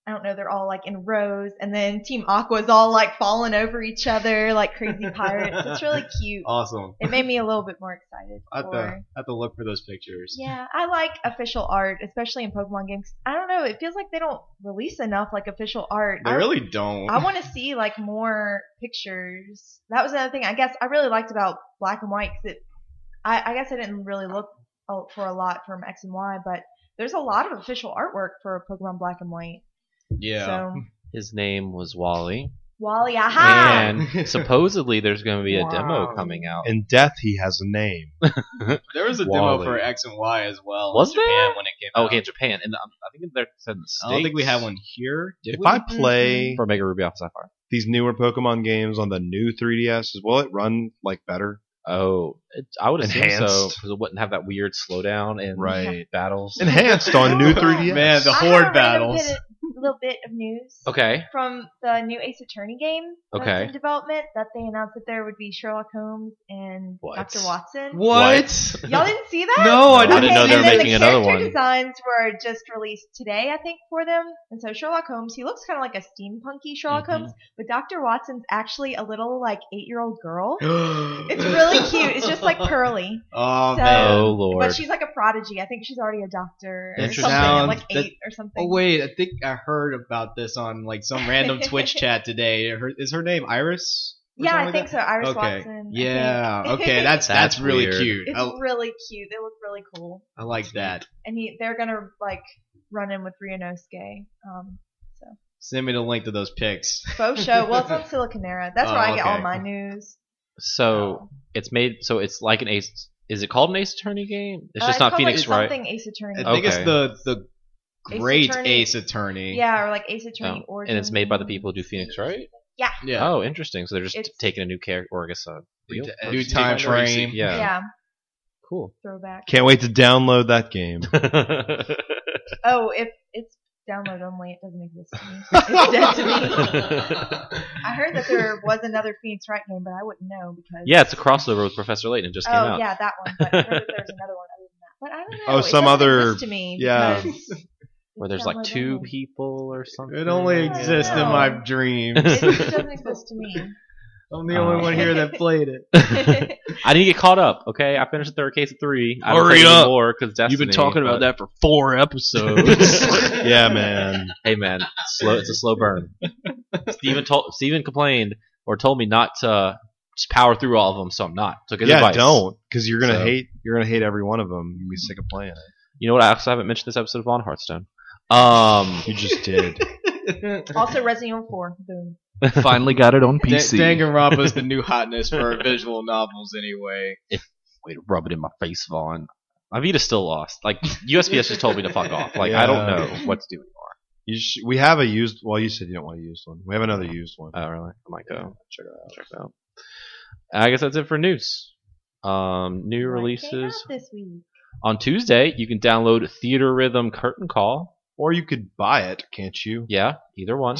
Speaker 3: I don't know, they're all like in rows. And then Team Aqua's all like falling over each other like crazy pirates. It's really cute.
Speaker 5: awesome.
Speaker 3: It made me a little bit more excited.
Speaker 5: I have, to,
Speaker 3: for-
Speaker 5: I have to look for those pictures.
Speaker 3: Yeah, I like official art, especially in Pokemon games. I don't know, it feels like they don't release enough like official art.
Speaker 5: They
Speaker 3: I-
Speaker 5: really don't.
Speaker 3: I want to see like more pictures. That was another thing I guess I really liked about black and white 'cause it. I, I guess I didn't really look a- for a lot from X and Y, but there's a lot of official artwork for Pokemon Black and White.
Speaker 5: yeah. Hmm.
Speaker 3: So
Speaker 1: His name was Wally.
Speaker 3: Wally, aha!
Speaker 1: And supposedly there's going to be a
Speaker 3: Ah! Wow.
Speaker 1: demo coming out.
Speaker 2: In death, he has a name.
Speaker 5: There was a
Speaker 2: Wally.
Speaker 5: demo for X and Y as well. in
Speaker 1: Was there?
Speaker 5: Japan when it came
Speaker 1: Oh,
Speaker 5: out.
Speaker 1: okay, in Japan. And um, I think they're said in the States.
Speaker 5: I don't think we have one here. Did
Speaker 2: If
Speaker 5: we?
Speaker 2: I play
Speaker 1: For Mega Ruby Alpha Sapphire.
Speaker 2: these newer Pokemon games on the new 3DS, will it run like better?
Speaker 1: Oh, it, I would assume so.
Speaker 2: Enhanced.
Speaker 1: Because it wouldn't have that weird slowdown and
Speaker 2: Right.
Speaker 1: battles.
Speaker 2: Enhanced on new
Speaker 3: Oh,
Speaker 2: 3DS.
Speaker 5: man, the-
Speaker 3: I have
Speaker 5: Horde
Speaker 3: a random
Speaker 5: battles.
Speaker 3: bit of- little bit of news.
Speaker 1: Okay.
Speaker 3: From the new Ace Attorney game that's
Speaker 1: Okay.
Speaker 3: in development, that they announced that there would be Sherlock Holmes and
Speaker 1: What?
Speaker 3: Dr. Watson.
Speaker 5: What?
Speaker 3: Y'all Oh, didn't see that?
Speaker 5: No, I
Speaker 1: didn't know they
Speaker 3: and
Speaker 1: were
Speaker 3: then
Speaker 1: making
Speaker 3: the
Speaker 1: another
Speaker 3: character
Speaker 1: one.
Speaker 3: designs were just released today, I think, for them. And so Sherlock Holmes, he looks kind of like a steampunky Sherlock
Speaker 1: Mhm.
Speaker 3: Holmes, but Dr. Watson's actually a little like eight-year-old girl. It's really cute. It's just like pearly,
Speaker 5: Oh
Speaker 3: So-
Speaker 5: man.
Speaker 1: Oh, Lord.
Speaker 3: but she's like a prodigy. I think she's already a doctor or
Speaker 1: Interesting.
Speaker 3: something, at, like
Speaker 5: Sounds- that-
Speaker 3: eight or something.
Speaker 5: Oh wait, I think I heard about this on like some random Twitch chat today. Her, is her name Iris? or
Speaker 3: yeah,
Speaker 5: something
Speaker 3: I
Speaker 5: like
Speaker 3: think
Speaker 5: that?
Speaker 3: so. Iris
Speaker 5: okay.
Speaker 3: Watson. I
Speaker 5: Yeah.
Speaker 3: think.
Speaker 5: Okay. That's that's,
Speaker 1: That's
Speaker 5: really
Speaker 1: weird.
Speaker 5: cute.
Speaker 3: it's
Speaker 5: I,
Speaker 3: really cute. They look really cool,
Speaker 5: I like that.
Speaker 3: and he, they're gonna like run in with Ryunosuke. Um,
Speaker 5: Send me the link to those pics.
Speaker 3: faux show. Well, it's on Siliconera. That's where
Speaker 5: Oh,
Speaker 3: I get all
Speaker 5: okay.
Speaker 3: my news.
Speaker 1: so it's made. So it's like an Ace. Is it called an Ace Attorney game? It's
Speaker 3: Uh,
Speaker 1: just not
Speaker 3: called,
Speaker 1: Phoenix,
Speaker 3: like,
Speaker 1: right?
Speaker 3: Something Ace Attorney.
Speaker 5: I think it's
Speaker 1: Okay.
Speaker 5: the the
Speaker 3: Ace
Speaker 5: great
Speaker 3: Attorney.
Speaker 5: Ace Attorney.
Speaker 3: Yeah, or like Ace Attorney
Speaker 1: Oh,
Speaker 3: Origins.
Speaker 1: and it's made by the people who do Phoenix, right?
Speaker 5: Yeah.
Speaker 1: Oh, interesting. So they're just
Speaker 3: It's-
Speaker 1: taking a new character, or I guess a real
Speaker 5: New
Speaker 1: person.
Speaker 5: time frame.
Speaker 1: Yeah.
Speaker 3: Yeah,
Speaker 1: Cool.
Speaker 3: throwback.
Speaker 2: Can't wait to download that game.
Speaker 3: Oh, if it's download only, it doesn't exist to me. It's dead to me. I heard that there was another Phoenix Wright game, but I wouldn't know because
Speaker 1: yeah, it's a crossover with Professor Layton. It just
Speaker 3: Oh
Speaker 1: came out.
Speaker 3: yeah, that one. But I heard that there's another one other than that. But I don't know.
Speaker 2: Oh,
Speaker 3: it
Speaker 2: some
Speaker 3: doesn't
Speaker 2: other-
Speaker 3: exist to me.
Speaker 2: yeah.
Speaker 3: because it's
Speaker 1: Where there's like
Speaker 3: download
Speaker 1: two
Speaker 3: only.
Speaker 1: people or something.
Speaker 5: It only
Speaker 3: I
Speaker 5: exists in
Speaker 3: know.
Speaker 5: my dreams.
Speaker 3: It just doesn't exist to me.
Speaker 5: I'm the
Speaker 1: Uh,
Speaker 5: only one here that played it.
Speaker 1: I didn't get caught up. Okay, I finished the third case of three. I
Speaker 4: Hurry
Speaker 1: played
Speaker 4: up.
Speaker 1: More because
Speaker 4: You've been talking about that for four episodes.
Speaker 1: that.
Speaker 2: yeah, man.
Speaker 1: hey man, slow. It's a slow burn. Steven told Steven complained or told me not to just power through all of them, so I'm not. Took his
Speaker 2: yeah,
Speaker 1: advice.
Speaker 2: don't because you're gonna
Speaker 1: So-
Speaker 2: hate you're gonna hate every one of them. You'll be sick of playing it.
Speaker 1: You know what? I also haven't mentioned this episode of On Hearthstone. Um,
Speaker 2: You just did.
Speaker 3: also, Resident Evil 4. Boom.
Speaker 4: Finally got it on
Speaker 5: Da-
Speaker 4: PC.
Speaker 5: Danganronpa's the new hotness for visual novels, anyway.
Speaker 1: way to rub it in my face, Vaughn. Avita still lost. Like USPS just told me to fuck off. Like I don't
Speaker 2: Yeah.
Speaker 1: know what to do anymore.
Speaker 2: You sh- we have a used. Well, you said you don't want to use one. We have another used one.
Speaker 1: Oh really? I might go check it out. Check it out. I guess that's it for news. Um, new
Speaker 3: What came
Speaker 1: releases
Speaker 3: out this week.
Speaker 1: on Tuesday. You can download Theater Rhythm Curtain Call.
Speaker 2: Or you could buy it, can't you?
Speaker 1: Yeah, either one.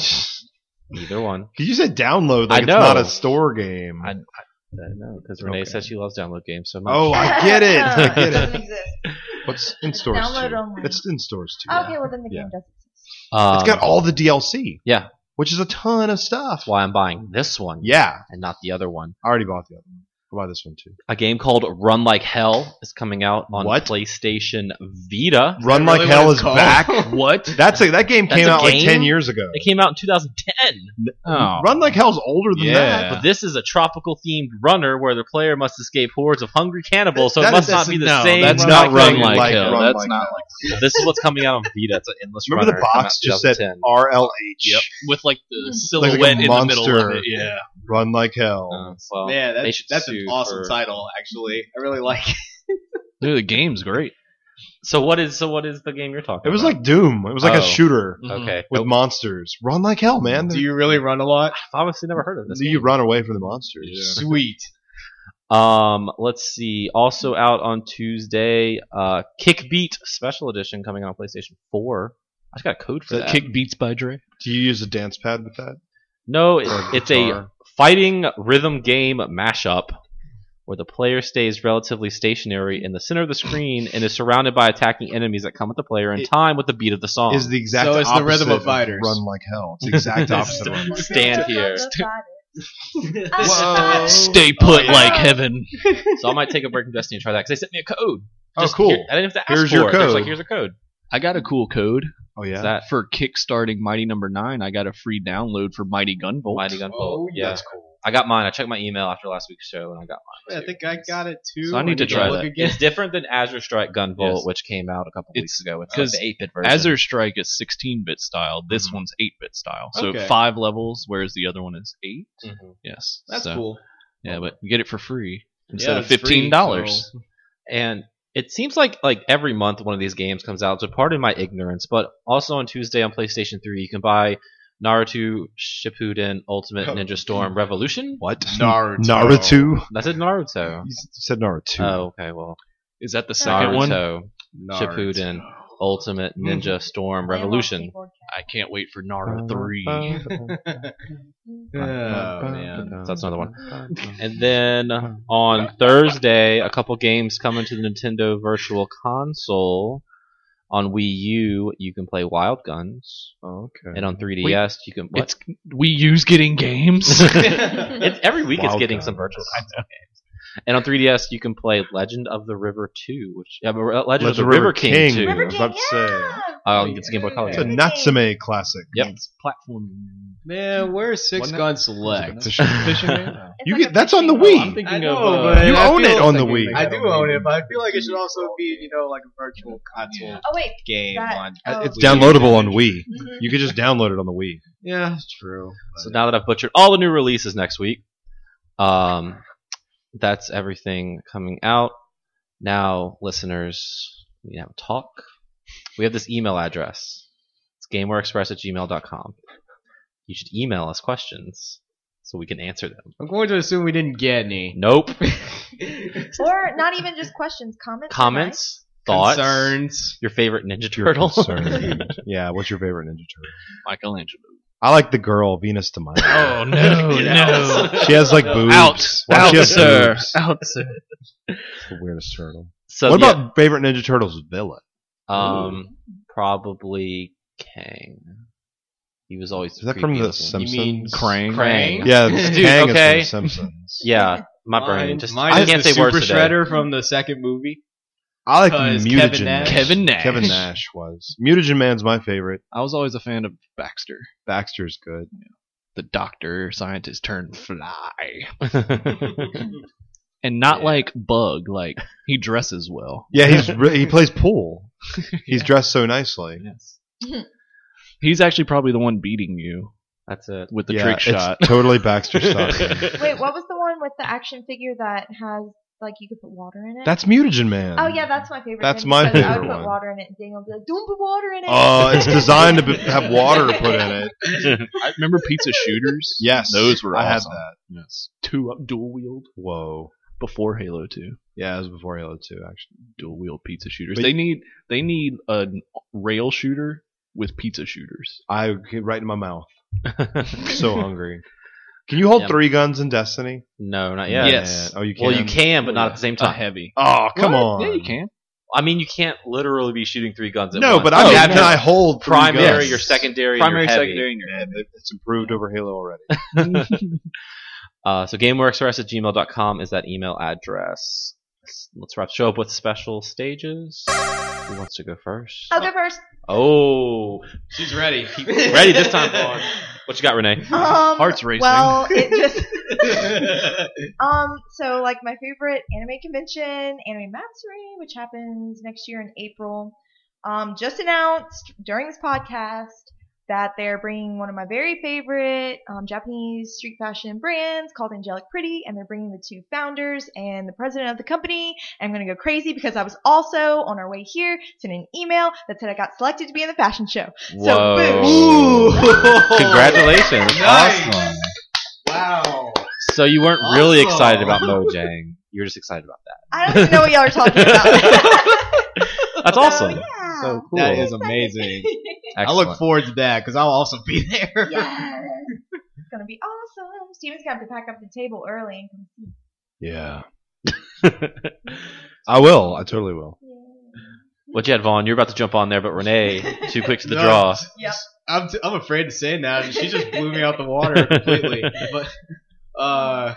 Speaker 1: either one.
Speaker 2: Because you said download.
Speaker 1: I
Speaker 2: Like
Speaker 1: know.
Speaker 2: it's not a store game.
Speaker 1: I, I, I don't know because Renee
Speaker 2: Okay.
Speaker 1: says she loves download games so much.
Speaker 2: oh, I get it. I
Speaker 3: it
Speaker 2: get it.
Speaker 3: doesn't exist.
Speaker 2: What's in stores?
Speaker 3: Download
Speaker 2: too?
Speaker 3: only.
Speaker 2: It's in stores too.
Speaker 3: Okay, well then the
Speaker 2: Yeah.
Speaker 3: game doesn't exist.
Speaker 1: Um,
Speaker 2: It's got all the DLC.
Speaker 1: yeah.
Speaker 2: Which is a ton of stuff.
Speaker 1: that's why I'm buying this one.
Speaker 2: Yeah.
Speaker 1: and not the other one.
Speaker 2: I already bought the other one. I'll buy this one too.
Speaker 1: A game called Run Like Hell is coming out on
Speaker 2: What?
Speaker 1: PlayStation Vita.
Speaker 2: Run Like
Speaker 5: really what
Speaker 2: Hell
Speaker 5: it's
Speaker 2: is
Speaker 5: called?
Speaker 2: back.
Speaker 1: What?
Speaker 2: That's a, that game
Speaker 1: That's
Speaker 2: came
Speaker 1: a
Speaker 2: out like
Speaker 1: game?
Speaker 2: ten years ago.
Speaker 1: It came out in 2010.
Speaker 4: Oh.
Speaker 2: Run Like Hell's older than
Speaker 5: Yeah.
Speaker 2: that.
Speaker 1: But this is a tropical themed runner where the player must escape hordes of hungry cannibals, so
Speaker 2: That
Speaker 1: it must
Speaker 2: is-
Speaker 1: not be the
Speaker 4: no,
Speaker 1: same.
Speaker 4: that's
Speaker 2: Run Like
Speaker 4: not run
Speaker 2: Hell,
Speaker 4: like,
Speaker 2: like
Speaker 4: hell.
Speaker 2: Run
Speaker 4: that's
Speaker 2: Like
Speaker 4: not
Speaker 2: Hell.
Speaker 4: like
Speaker 1: this is what's coming out on Vita. It's an endless
Speaker 2: Remember
Speaker 1: runner.
Speaker 2: the
Speaker 1: It came out
Speaker 2: box
Speaker 1: in
Speaker 2: just said
Speaker 1: 2010.
Speaker 2: RLH.
Speaker 4: with Hmm. like the
Speaker 3: Like
Speaker 4: silhouette in the middle
Speaker 2: monster.
Speaker 4: of it. Yeah,
Speaker 2: Run like hell.
Speaker 1: Uh, well,
Speaker 5: Man,
Speaker 1: they
Speaker 5: that's,
Speaker 1: should
Speaker 5: that's an
Speaker 1: sue
Speaker 5: awesome
Speaker 1: for-
Speaker 5: title, actually. I really like it.
Speaker 4: Dude, the game's great.
Speaker 1: So what is so what is the game you're talking?
Speaker 2: it was
Speaker 1: about?
Speaker 2: like Doom. It was like
Speaker 1: Oh.
Speaker 2: a shooter
Speaker 1: okay.
Speaker 2: with monsters. Run like hell, man.
Speaker 5: Do you really run a lot?
Speaker 1: I've obviously never heard of this.
Speaker 2: Do you run away from the monsters?
Speaker 5: Sweet.
Speaker 1: Um, let's see. Also out on Tuesday, uh, Kickbeat Special Edition coming out on PlayStation 4. I just got a code for
Speaker 2: Is
Speaker 1: that.
Speaker 2: that
Speaker 4: Kick Beats by Dre.
Speaker 2: Do you use a dance pad with that?
Speaker 1: no, it,
Speaker 2: Or
Speaker 1: it's a
Speaker 2: guitar?
Speaker 1: fighting rhythm game mashup where the player stays relatively stationary in the center of the screen and is surrounded by attacking enemies that come at the player in
Speaker 5: It-
Speaker 1: time with the beat of the song.
Speaker 2: Is the exact
Speaker 5: So it's the
Speaker 2: opposite
Speaker 5: rhythm of
Speaker 2: of
Speaker 5: fighters.
Speaker 2: Run like hell. It's the exact opposite of run like hell.
Speaker 1: Stand here.
Speaker 3: Oh,
Speaker 4: Oh,
Speaker 2: Whoa.
Speaker 4: Stay put
Speaker 3: yeah.
Speaker 4: like heaven.
Speaker 1: so I might take a break from Destiny and try that because they sent me a code.
Speaker 2: Oh,
Speaker 1: Just
Speaker 2: cool.
Speaker 1: here- I didn't have to ask
Speaker 2: Here's
Speaker 1: for
Speaker 2: your
Speaker 1: it. They're just
Speaker 2: code.
Speaker 1: like, here's a code.
Speaker 4: I got a cool code
Speaker 2: Oh yeah.
Speaker 1: Is that
Speaker 4: for kickstarting Mighty Number Nine. I got a free download for Mighty Gunvolt.
Speaker 1: Mighty Gunvolt.
Speaker 5: Oh,
Speaker 1: yeah.
Speaker 5: that's cool.
Speaker 1: I got mine. I checked my email after last week's show, and I got mine.
Speaker 5: Yeah, I
Speaker 1: too.
Speaker 5: think I got it too.
Speaker 4: So I need to
Speaker 1: try
Speaker 5: look
Speaker 4: that.
Speaker 5: Again.
Speaker 1: It's different than Azure Strike Gunvolt,
Speaker 4: Yes.
Speaker 1: which came out a couple
Speaker 4: It's-
Speaker 1: weeks ago. It's like
Speaker 4: because
Speaker 1: the 8-bit version.
Speaker 4: Azure Strike is 16-bit style. This
Speaker 1: Mhm.
Speaker 4: one's 8-bit style. So
Speaker 5: Okay.
Speaker 4: five levels, whereas the other one is eight.
Speaker 1: Mhm.
Speaker 4: Yes,
Speaker 5: That's
Speaker 4: So,
Speaker 5: cool.
Speaker 4: Yeah, but you get it for free instead
Speaker 5: Yeah,
Speaker 4: of
Speaker 5: it's free,
Speaker 4: fifteen dollars.
Speaker 5: so-
Speaker 1: and it seems like like every month one of these games comes out. So pardon my ignorance, but also on Tuesday on PlayStation 3, you can buy Naruto Shippuden Ultimate Ninja Storm Revolution.
Speaker 2: What?
Speaker 5: Naruto.
Speaker 2: Naruto.
Speaker 1: That's it, Naruto.
Speaker 2: You s- said Naruto.
Speaker 1: Oh, okay. Well,
Speaker 4: Is that the second
Speaker 1: second
Speaker 4: one?
Speaker 1: Naruto Shippuden Ultimate Ninja Storm Revolution.
Speaker 4: I can't wait for
Speaker 2: Uh-huh.
Speaker 4: Nara three.
Speaker 2: Oh,
Speaker 5: Oh, man.
Speaker 1: So that's another one. And then on Thursday, a couple games coming to the Nintendo Virtual Console. On Wii U, you can play Wild Guns,
Speaker 2: Okay.
Speaker 1: and on 3DS, you can. What?
Speaker 4: It's we use getting games.
Speaker 1: It's every week. it's
Speaker 2: Wild
Speaker 1: getting
Speaker 2: Guns.
Speaker 1: some virtual console games. And on 3DS, you can play Legend of the River 2, which yeah, but uh, Legend, of the River, King, 2.
Speaker 3: River
Speaker 2: I was
Speaker 3: King,
Speaker 2: about to say.
Speaker 3: yeah.
Speaker 1: Um, it's a Game Boy Color
Speaker 2: It's a
Speaker 1: game.
Speaker 2: Natsume classic.
Speaker 1: Yep.
Speaker 4: platforming.
Speaker 5: Man, where's Six
Speaker 4: Wasn't
Speaker 5: Gun
Speaker 2: Like a
Speaker 5: Select?
Speaker 2: fishing-
Speaker 4: Fisherman.
Speaker 3: It's
Speaker 2: You
Speaker 3: like
Speaker 2: get
Speaker 3: a
Speaker 2: that's on the
Speaker 3: fishing game.
Speaker 5: I'm
Speaker 2: Wii.
Speaker 5: thinking
Speaker 4: I
Speaker 5: of,
Speaker 4: know,
Speaker 5: uh,
Speaker 4: but
Speaker 2: You
Speaker 5: I
Speaker 2: own
Speaker 5: feel
Speaker 2: it on the
Speaker 5: like-
Speaker 2: Wii.
Speaker 5: I do own it, but I feel like it should also be, you know, like a virtual console
Speaker 3: Oh wait. Mm-hmm.
Speaker 5: game
Speaker 3: That-
Speaker 5: on.
Speaker 3: oh.
Speaker 2: It's downloadable on Wii. You could just download it on the Wii.
Speaker 5: Yeah, it's true.
Speaker 1: So now that I've butchered all the new releases next week, um, that's everything coming out. Now, listeners, we have a talk. We have this email address. It's gamewareexpress at gmail.com. You should email us questions so we can answer them.
Speaker 5: I'm going to assume we didn't get any.
Speaker 1: Nope.
Speaker 3: Or not even just questions, comments. are nice.
Speaker 1: Comments, thoughts,
Speaker 5: Concerns.
Speaker 1: your favorite Ninja Turtle.
Speaker 2: Concerned. yeah, what's your favorite Ninja Turtle?
Speaker 4: Michelangelo.
Speaker 2: I like the girl Venus de Milo.
Speaker 4: Oh no, no.
Speaker 2: She has like boobs.
Speaker 4: Out,
Speaker 2: Well,
Speaker 4: out,
Speaker 2: she has
Speaker 4: sir,
Speaker 2: boobs.
Speaker 4: out, sir.
Speaker 2: It's the weirdest turtle.
Speaker 1: so,
Speaker 2: what
Speaker 1: yeah,
Speaker 2: about favorite Ninja Turtles villain?
Speaker 1: um, probably Kang. He was always
Speaker 2: Is that
Speaker 1: creepy
Speaker 2: from the
Speaker 1: looking.
Speaker 2: Simpsons?
Speaker 4: Krang.
Speaker 1: Krang.
Speaker 2: Yeah, it's
Speaker 1: Dude,
Speaker 2: Kang
Speaker 1: okay.
Speaker 2: is from the Simpsons.
Speaker 1: Yeah, my brain
Speaker 5: Mine-
Speaker 1: just
Speaker 5: mine
Speaker 1: I
Speaker 5: is
Speaker 1: can't
Speaker 5: the
Speaker 1: say words
Speaker 5: Super
Speaker 1: today.
Speaker 5: Shredder from the second movie.
Speaker 2: I like
Speaker 5: 'Cause
Speaker 2: Mutagen.
Speaker 5: Kevin Nash.
Speaker 4: Uh, Kevin Nash.
Speaker 2: Kevin Nash was Mutagen Man's my favorite.
Speaker 4: I was always a fan of Baxter,
Speaker 2: Baxter's good.
Speaker 4: the doctor scientist turned fly, and not like Bug. Like he dresses well.
Speaker 2: Yeah, he's re- he plays pool. He's dressed so nicely.
Speaker 4: Yes. He's actually probably the one beating you
Speaker 1: That's it.
Speaker 4: with the
Speaker 2: Yeah,
Speaker 4: trick
Speaker 2: it's
Speaker 4: shot.
Speaker 2: Totally Baxter Stockton.
Speaker 3: Wait, what was the one with the action figure that has like you could put water in it?
Speaker 2: That's Mutagen Man.
Speaker 3: Oh yeah, that's my favorite.
Speaker 2: That's
Speaker 3: thing,
Speaker 2: my
Speaker 3: because I
Speaker 2: favorite
Speaker 3: would
Speaker 2: one.
Speaker 3: put water in it, and Daniel would be like, "Don't put water in it."
Speaker 2: Uh, it's designed to be- have water put in it.
Speaker 4: I remember pizza shooters.
Speaker 2: Yes,
Speaker 4: those were
Speaker 2: I had
Speaker 4: awesome.
Speaker 2: that.
Speaker 4: Yes, two up dual wield
Speaker 2: Whoa.
Speaker 4: before Halo Two.
Speaker 2: Yeah, it was before Halo Two, actually.
Speaker 4: Dual wield pizza shooters.
Speaker 2: But-
Speaker 4: they need they need a rail shooter with pizza shooters.
Speaker 2: I get right in my mouth. so hungry. Can you hold
Speaker 1: Yeah.
Speaker 2: three guns in Destiny?
Speaker 1: no, not yet.
Speaker 4: Yes.
Speaker 2: Man. Oh, you can.
Speaker 1: Well, you can, but not at the same
Speaker 4: A
Speaker 1: time.
Speaker 4: heavy.
Speaker 2: Oh, come on.
Speaker 4: Yeah, you can.
Speaker 1: I mean, you can't literally be shooting three guns at
Speaker 2: No,
Speaker 1: once.
Speaker 2: but
Speaker 1: Oh, You
Speaker 2: I mean,
Speaker 1: have
Speaker 2: can
Speaker 1: your
Speaker 2: I hold three
Speaker 1: primary,
Speaker 2: guns?
Speaker 1: your secondary, and
Speaker 4: Primary,
Speaker 1: your heavy.
Speaker 4: secondary, and your
Speaker 2: Man, it- it's improved over Halo already.
Speaker 1: Uh, so gameworksrest at gmail.com is that email address. Let's wrap show up with special stages. Who wants to go first?
Speaker 3: I'll go first.
Speaker 1: Oh,
Speaker 5: She's ready.
Speaker 1: ready this time, Vaughn. What you got, Renee?
Speaker 3: Um,
Speaker 4: Heart's racing.
Speaker 3: Well, it just
Speaker 5: Vaughn.
Speaker 3: um. So like my favorite anime convention, Anime Matsuri, which happens next year in April, um, just announced during this podcast that they're bringing one of my very favorite um, Japanese street fashion brands called Angelic Pretty, and they're bringing the two founders and the president of the company. I'm gonna go crazy because I was also on our way here sent an email that said I got selected to be in the fashion show. So boom.
Speaker 1: Whoa! Congratulations!
Speaker 5: Nice. Wow.
Speaker 1: So you weren't really
Speaker 5: Awesome.
Speaker 1: excited about Mojang. You were just excited about that.
Speaker 3: I don't even know what y'all are talking about.
Speaker 1: That's awesome.
Speaker 3: So, yeah.
Speaker 1: So cool.
Speaker 5: That is amazing. I look
Speaker 1: Excellent.
Speaker 5: forward to that because I'll also be there.
Speaker 3: yes. It's gonna be awesome. Steven's gonna have to pack up the table early and come see.
Speaker 2: Yeah. I will. I totally will.
Speaker 1: Well, Jed Vaughn, you're about to jump on there, but Renee, too quick to the
Speaker 5: No,
Speaker 1: draw.
Speaker 3: Yep.
Speaker 5: I'm, t- I'm afraid to say now. She just blew me out the water completely. But uh,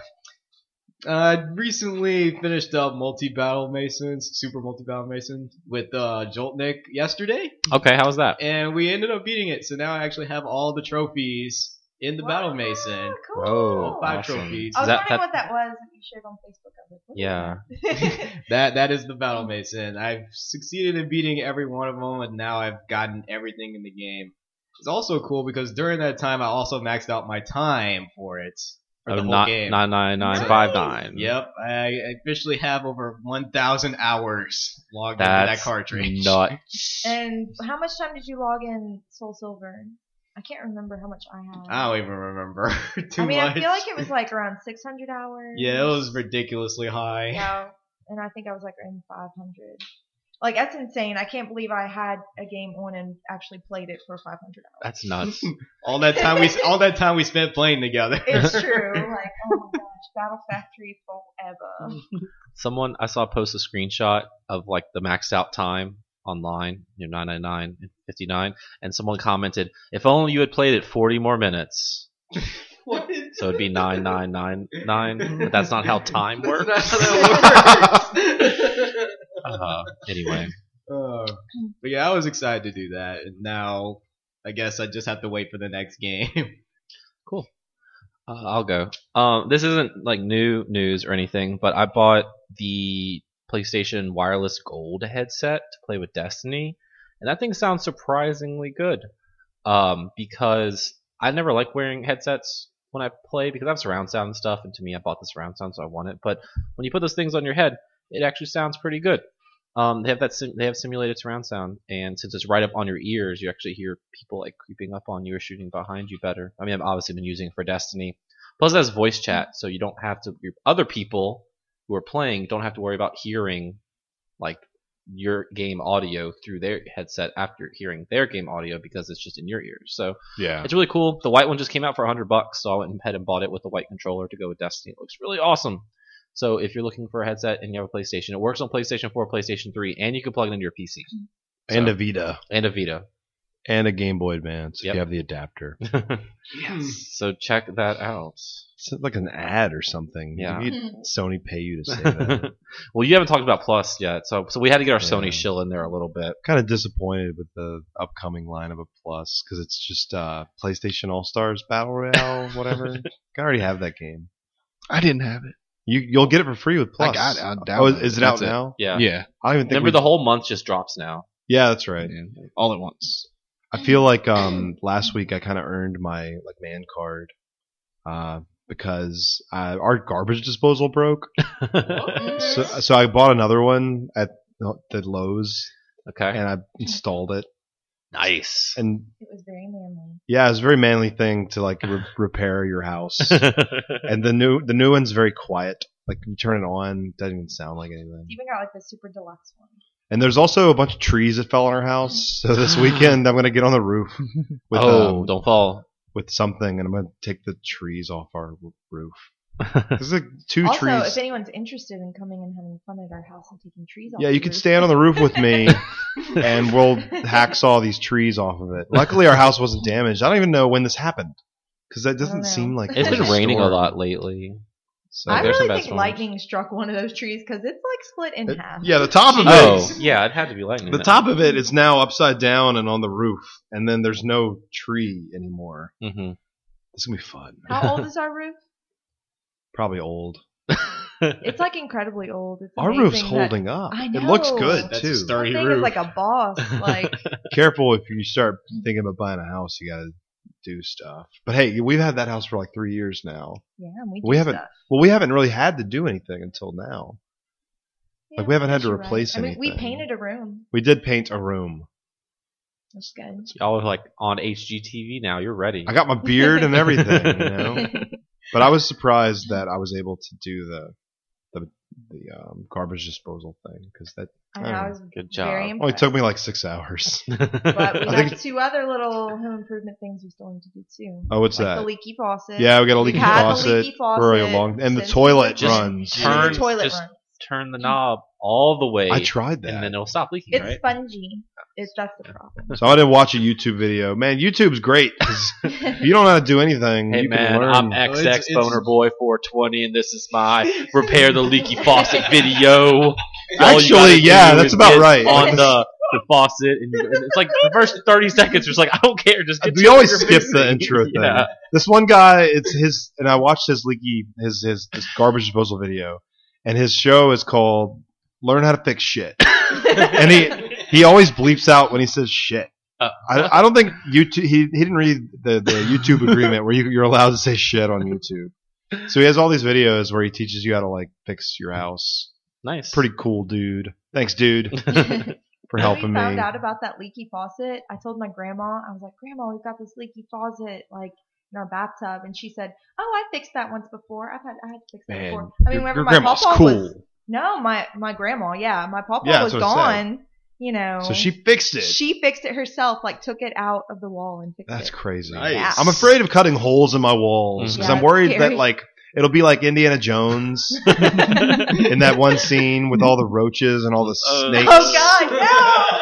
Speaker 5: I recently finished up Multi Battle Masons, Super Multi Battle Mason with uh, Joltnik yesterday,
Speaker 1: Okay, how was that?
Speaker 5: and we ended up beating it. So now I actually have all the trophies in the Battle Mason.
Speaker 3: Cool.
Speaker 1: Whoa.
Speaker 5: Five
Speaker 1: Awesome.
Speaker 5: trophies.
Speaker 3: I was
Speaker 1: That-
Speaker 3: wondering
Speaker 1: that-
Speaker 3: what that was that you shared on Facebook. I was like, what is
Speaker 1: Yeah.
Speaker 5: that that is the Battle Mason. I've succeeded in beating every one of them, and now I've gotten everything in the game. It's also cool because during that time, I also maxed out my time for it for the
Speaker 1: Oh,
Speaker 5: whole
Speaker 1: not-
Speaker 5: game.
Speaker 1: 99959.
Speaker 5: Yep, I officially have over 1,000 hours logged into that
Speaker 1: That's
Speaker 5: cartridge.
Speaker 1: nuts.
Speaker 3: And how much time did you log in Soul Silver? I can't remember how much I had.
Speaker 5: I don't even remember Oh, too
Speaker 3: I mean,
Speaker 5: much.
Speaker 3: I feel like it was like around 600 hours.
Speaker 5: yeah, it was ridiculously high.
Speaker 3: Yeah. And I think I was like in 500. Like that's insane. I can't believe I had a game on and actually played it for 500 hours.
Speaker 1: That's nuts.
Speaker 5: All that time we all that time we spent playing together.
Speaker 3: It's true. Like, oh my gosh, Battle Factory forever.
Speaker 1: Someone I saw post a screenshot of like the maxed out time online, you know, 999 and 59, and someone commented, "If only you had played it 40 more minutes,
Speaker 5: What is
Speaker 1: so it'd be 9999." But that's not how time works. Uh, anyway,
Speaker 5: Uh, but yeah, I was excited to do that. And now I guess I just have to wait for the next game.
Speaker 1: uh, I'll go. Um, this isn't like new news or anything, but I bought the PlayStation Wireless Gold headset to play with Destiny, and that thing sounds surprisingly good. Um, because I never like wearing headsets when I play because I have surround sound and stuff, and to me, I bought the surround sound, so I want it. But when you put those things on your head, it actually sounds pretty good. Um, they have that sim- they have simulated surround sound, and since it's right up on your ears, you actually hear people like creeping up on you or shooting behind you better. I mean, I've obviously been using it for Destiny. Plus, it has voice chat, so you don't have to. Your other people who are playing don't have to worry about hearing like your game audio through their headset after hearing their game audio because it's just in your ears. So
Speaker 2: Yeah.
Speaker 1: it's really cool. The white one just came out for 100 bucks, so I went ahead and bought it with the white controller to go with Destiny. It looks really awesome. So if you're looking for a headset and you have a PlayStation, it works on PlayStation 4, PlayStation 3, and you can plug it into your PC
Speaker 2: And a Vita.
Speaker 1: and a Vita.
Speaker 2: And a Game Boy Advance.
Speaker 1: Yep.
Speaker 2: If you have the adapter.
Speaker 1: so check that out.
Speaker 2: It's like an ad or something.
Speaker 1: Yeah.
Speaker 2: You need Sony pay you to say that.
Speaker 1: well, you haven't talked about Plus yet, so so we had to get our Sony
Speaker 2: Yeah.
Speaker 1: shill in there a little bit.
Speaker 2: kind of disappointed with the upcoming lineup of Plus because it's just uh, PlayStation All Stars Battle Royale, whatever. I already have that game.
Speaker 4: I didn't have it.
Speaker 2: You you'll get it for free with Plus.
Speaker 4: I got it. I'll
Speaker 2: Oh,
Speaker 4: download
Speaker 2: is, is it out
Speaker 4: That's
Speaker 2: now?
Speaker 1: Yeah.
Speaker 4: Yeah.
Speaker 2: I don't even think.
Speaker 1: Remember
Speaker 2: we-
Speaker 1: the whole month just drops now.
Speaker 2: yeah, that's right.
Speaker 4: And all at once.
Speaker 2: I feel like um last week I kind of earned my like man card, uh because uh, our garbage disposal broke, so uh, so I bought another one at the the Lowe's
Speaker 1: okay.
Speaker 2: and I installed it
Speaker 1: Nice.
Speaker 2: and
Speaker 3: It was very manly.
Speaker 2: yeah, it's a very manly thing to like re- repair your house. and the new the new one's very quiet. Like you turn it on, doesn't even sound like anything.
Speaker 3: Steven got like the super deluxe one.
Speaker 2: And there's also a bunch of trees that fell on our house. So this weekend I'm gonna get on the roof with
Speaker 1: oh,
Speaker 2: um,
Speaker 1: don't fall.
Speaker 2: with something, and I'm gonna take the trees off our w- roof. There's like two
Speaker 3: also,
Speaker 2: trees.
Speaker 3: if anyone's interested in coming and having fun at our house and taking trees off,
Speaker 2: yeah,
Speaker 3: the
Speaker 2: you could
Speaker 3: roof-
Speaker 2: stand on the roof with me, and we'll hacksaw these trees off of it. Luckily, our house wasn't damaged. I don't even know when this happened because that
Speaker 3: don't
Speaker 2: doesn't
Speaker 3: know.
Speaker 2: seem like
Speaker 1: It's
Speaker 2: it was
Speaker 1: been raining a
Speaker 2: storm.
Speaker 1: lot lately.
Speaker 2: So
Speaker 3: I
Speaker 1: there's some
Speaker 3: really think
Speaker 1: best ones.
Speaker 3: lightning struck one of those trees because it's like split in
Speaker 2: It-
Speaker 3: half.
Speaker 2: yeah, the top of it.
Speaker 1: Oh, yeah, it had to be lightning.
Speaker 2: The
Speaker 1: then.
Speaker 2: top of it is now upside down and on the roof, and then there's no tree anymore.
Speaker 1: Mhm.
Speaker 2: This is gonna be fun.
Speaker 3: How old is our roof?
Speaker 2: Probably old.
Speaker 3: It's like incredibly old. It's
Speaker 2: Our
Speaker 3: amazing
Speaker 2: roof's
Speaker 3: that-
Speaker 2: holding up.
Speaker 3: I
Speaker 2: It looks
Speaker 3: know.
Speaker 2: good
Speaker 5: That's
Speaker 2: too.
Speaker 5: a
Speaker 3: That
Speaker 5: sturdy
Speaker 3: thing
Speaker 5: roof.
Speaker 3: is like a boss. Like
Speaker 2: Careful if you start thinking about buying a house, you gotta do stuff. But hey, we've had that house for like three years now.
Speaker 3: yeah, and we, do
Speaker 2: We haven't-
Speaker 3: stuff.
Speaker 2: Well, we haven't really had to do anything until now. like, we haven't had to
Speaker 3: you're right.
Speaker 2: replace
Speaker 3: I mean, We
Speaker 2: anything.
Speaker 3: painted a room.
Speaker 2: We did paint a room.
Speaker 3: That's good.
Speaker 1: Y'all are like on HGTV now. You're ready.
Speaker 2: I got my beard and everything, you know. But I was surprised that I was able to do the the the um, garbage disposal thing because that
Speaker 3: I know, I was
Speaker 1: Good
Speaker 3: very
Speaker 1: job.
Speaker 2: only
Speaker 3: impressed.
Speaker 2: Oh, took me like six hours.
Speaker 3: but we
Speaker 2: I
Speaker 3: have
Speaker 2: think-
Speaker 3: two other little home improvement things we still need to do too.
Speaker 2: Oh, what's
Speaker 3: like
Speaker 2: that?
Speaker 3: the leaky faucet.
Speaker 2: yeah, we got a
Speaker 3: We've
Speaker 2: leaky
Speaker 3: had the
Speaker 2: faucet
Speaker 3: leaky
Speaker 2: for a
Speaker 3: faucet
Speaker 2: long, and the
Speaker 3: since-
Speaker 2: toilet
Speaker 1: Just
Speaker 2: runs.
Speaker 1: turn-
Speaker 3: The toilet
Speaker 1: just-
Speaker 3: run.
Speaker 1: Turn the knob all the way,
Speaker 2: I tried that,
Speaker 1: and then it'll stop leaking.
Speaker 3: It's
Speaker 1: right?
Speaker 3: spongy. It's that's the problem.
Speaker 2: so I didn't watch a YouTube video. Man, YouTube's great 'cause if you don't know how to do anything,
Speaker 1: Hey
Speaker 2: you
Speaker 1: man,
Speaker 2: can learn.
Speaker 1: I'm XX
Speaker 5: Well, it's-
Speaker 1: Boner
Speaker 5: it's-
Speaker 1: Boy 420, and this is my repair the leaky faucet video. All you gotta
Speaker 2: Actually, yeah,
Speaker 1: do
Speaker 2: that's
Speaker 1: is
Speaker 2: about
Speaker 1: get
Speaker 2: right.
Speaker 1: On the, the faucet, and you- it's like the first 30 seconds. It's like I don't care. Just get
Speaker 2: we
Speaker 1: to what
Speaker 2: always
Speaker 1: you're
Speaker 2: skip the
Speaker 1: fixing.
Speaker 2: intro thing.
Speaker 1: Yeah.
Speaker 2: This one guy, it's his, and I watched his leaky, his his, his garbage disposal video, and his show is called "Learn How to Fix Shit." And he he always bleeps out when he says shit.
Speaker 1: Uh.
Speaker 2: I, I don't think YouTube. He, he didn't read the, the YouTube agreement where you, you're allowed to say shit on YouTube. So he has all these videos where he teaches you how to like fix your house.
Speaker 1: Nice.
Speaker 2: Pretty cool, dude. Thanks, dude, for
Speaker 3: When
Speaker 2: helping
Speaker 3: we found
Speaker 2: me.
Speaker 3: out about that leaky faucet, I told my grandma, I was like, Grandma, we've got this leaky faucet like in our bathtub and she said, Oh, I fixed that once before. I've had I had to fix that
Speaker 2: Man,
Speaker 3: before. I mean
Speaker 2: your,
Speaker 3: whenever
Speaker 2: your
Speaker 3: my
Speaker 2: grandma's
Speaker 3: pawpaw
Speaker 2: cool,
Speaker 3: was No, my my grandma, yeah. My pawpaw
Speaker 2: Yeah,
Speaker 3: was
Speaker 2: that's what I said.
Speaker 3: gone. You know.
Speaker 2: so she fixed it.
Speaker 3: she fixed it herself, like took it out of the wall and fixed
Speaker 2: That's
Speaker 3: it.
Speaker 2: crazy.
Speaker 5: Nice.
Speaker 2: I'm afraid of cutting holes in my walls
Speaker 1: Mhm.
Speaker 2: because
Speaker 3: Mm-hmm. Yeah,
Speaker 2: I'm
Speaker 3: it's
Speaker 2: worried
Speaker 3: scary.
Speaker 2: that like it'll be like Indiana Jones in that one scene with all the roaches and all the
Speaker 1: Uh.
Speaker 2: snakes.
Speaker 3: Oh god,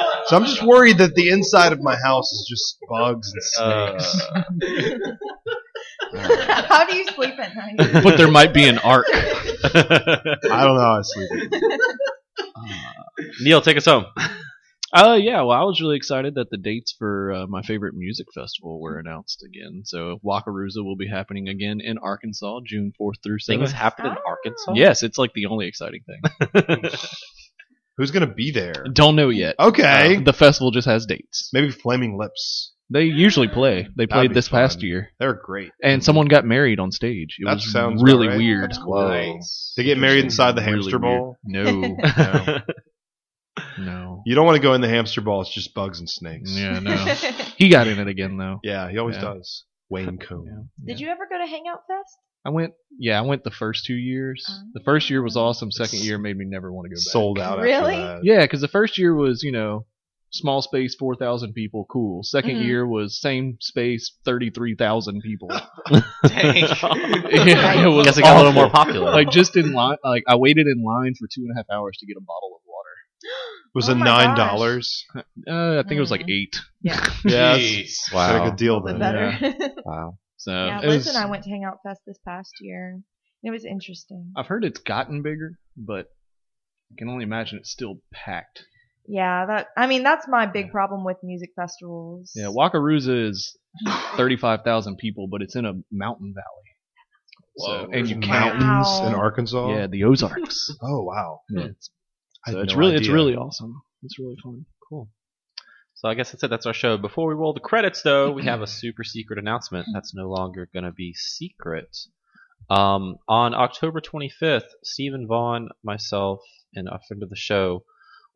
Speaker 3: no!
Speaker 2: So I'm just worried that the inside of my house is just bugs and
Speaker 1: Uh,
Speaker 2: snakes.
Speaker 3: How do you sleep at night?
Speaker 4: but there might be an arc.
Speaker 2: I don't know how I sleep. it.
Speaker 1: Neil, take us home.
Speaker 4: Uh, yeah. Well, I was really excited that the dates for uh, my favorite music festival were announced again. So Wakaruza will be happening again in Arkansas, June fourth through
Speaker 1: Things
Speaker 4: seventh.
Speaker 1: happen in
Speaker 3: Ah.
Speaker 1: Arkansas.
Speaker 4: Yes, it's like the only exciting thing.
Speaker 2: Who's gonna be there?
Speaker 4: Don't know yet.
Speaker 2: Okay,
Speaker 4: Uh, the festival just has dates.
Speaker 2: maybe Flaming Lips.
Speaker 4: They usually play. They played
Speaker 2: be
Speaker 4: this past
Speaker 2: fun.
Speaker 4: year,
Speaker 2: They're great.
Speaker 4: and someone got married on stage. It
Speaker 2: That
Speaker 4: was
Speaker 2: sounds
Speaker 4: really
Speaker 2: about right.
Speaker 4: weird.
Speaker 2: That's cool. They get married inside the hamster ball.
Speaker 4: No,
Speaker 2: No.
Speaker 4: no.
Speaker 2: You don't want to go in the hamster ball. It's just bugs and snakes.
Speaker 4: Yeah, no. He got in it again though.
Speaker 2: Yeah, he always
Speaker 4: Yeah.
Speaker 2: does. Wayne Coon.
Speaker 4: Yeah.
Speaker 3: Did you ever go to Hangout Fest?
Speaker 4: I went. Yeah, I went the first two years.
Speaker 3: Oh.
Speaker 4: The first year was awesome. Second year made me never want to go back.
Speaker 2: Sold out. after
Speaker 3: Really?
Speaker 2: that.
Speaker 4: Yeah, because the first year was you know small space, four thousand people, cool. 2nd
Speaker 3: Mhm.
Speaker 4: year was same space, thirty three thousand people.
Speaker 5: Dang.
Speaker 4: yeah, it was
Speaker 1: Guess it got a little
Speaker 4: awful.
Speaker 1: more popular.
Speaker 4: Like just in line, like I waited in line for two and a half hours to get a bottle of water.
Speaker 2: Was
Speaker 3: Oh
Speaker 2: it
Speaker 3: my
Speaker 2: nine
Speaker 3: gosh.
Speaker 2: dollars?
Speaker 4: Uh, I think it was like
Speaker 3: Mhm.
Speaker 4: eight.
Speaker 2: Yeah, that's-
Speaker 5: Jeez.
Speaker 2: Got a
Speaker 1: wow.
Speaker 2: good deal
Speaker 3: The
Speaker 2: then.
Speaker 3: better.
Speaker 1: Wow.
Speaker 4: So
Speaker 3: yeah,
Speaker 4: Uh, it
Speaker 3: Liz
Speaker 4: was-
Speaker 3: and I went to Hangout Fest this past year. and It was interesting.
Speaker 4: I've heard it's gotten bigger, but I can only imagine it's still packed.
Speaker 3: Yeah, that I mean that's my big problem with music festivals.
Speaker 4: Yeah, Wakaruza is thirty-five thousand people, but it's in a mountain valley.
Speaker 5: Whoa.
Speaker 4: and you can't.
Speaker 2: mountains
Speaker 3: Wow.
Speaker 2: in Arkansas.
Speaker 4: Yeah, the Ozarks.
Speaker 2: Oh wow.
Speaker 4: Yeah, it's
Speaker 2: I had
Speaker 4: it's
Speaker 2: no
Speaker 4: really it's
Speaker 2: idea.
Speaker 4: really awesome. It's really fun. Cool.
Speaker 1: So I guess that's it. That's our show. Before we roll the credits, though, we have a super secret announcement that's no longer going to be secret. Um, on October 25th, Stephen Vaughn, myself, and a friend of the show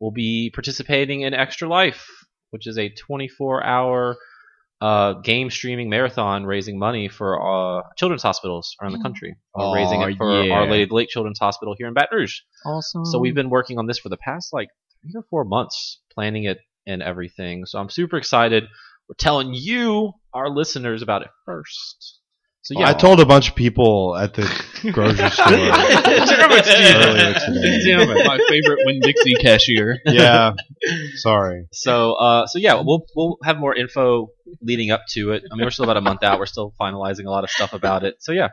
Speaker 1: will be participating in Extra Life, which is a 24-hour uh, game streaming marathon raising money for uh, children's hospitals around the country. We're raising
Speaker 4: Mm. Aw,
Speaker 1: it for
Speaker 4: yeah.
Speaker 1: Our Lady of the Lake Children's Hospital here in Baton Rouge.
Speaker 4: Awesome.
Speaker 1: So we've been working on this for the past like three or four months, planning it and everything. So I'm super excited. We're telling you, our listeners, about it first. So yeah,
Speaker 2: I told a bunch of people at the grocery store. Earlier today.
Speaker 4: Damn it, my favorite Win Dixie cashier.
Speaker 2: yeah. Sorry.
Speaker 1: So uh, so yeah, we'll we'll have more info leading up to it. I mean, we're still about a month out. We're still finalizing a lot of stuff about it. So yeah,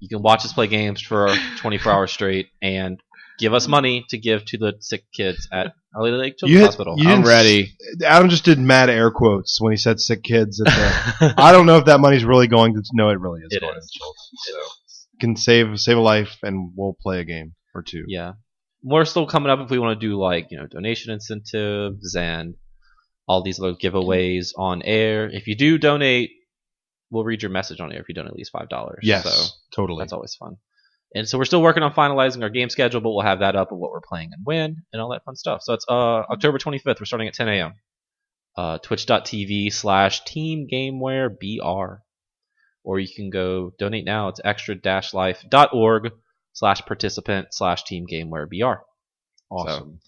Speaker 1: you can watch us play games for 24 hours straight and give us money to give to the sick kids at Our Lady of the Lake Children's
Speaker 2: You had-
Speaker 1: Hospital.
Speaker 2: you didn't- Adam just did mad air quotes when he said sick kids at the I don't know if that money's really going to no, it really is
Speaker 1: It
Speaker 2: going
Speaker 1: is.
Speaker 2: to children. So can save save a life, and we'll play a game or two.
Speaker 1: Yeah. More still coming up if we want to do like, you know, donation incentives and all these little giveaways on air. If you do donate, we'll read your message on air if you donate at least five dollars.
Speaker 2: Yes,
Speaker 1: So
Speaker 2: totally.
Speaker 1: that's always fun. And so we're still working on finalizing our game schedule, but we'll have that up of what we're playing and when and all that fun stuff. So it's uh, October 25th. We're starting at 10 a.m. Uh, Twitch.tv slash Team Gameware BR. Or you can go donate now. It's extra-life.org slash participant slash Team Gameware BR.
Speaker 2: awesome.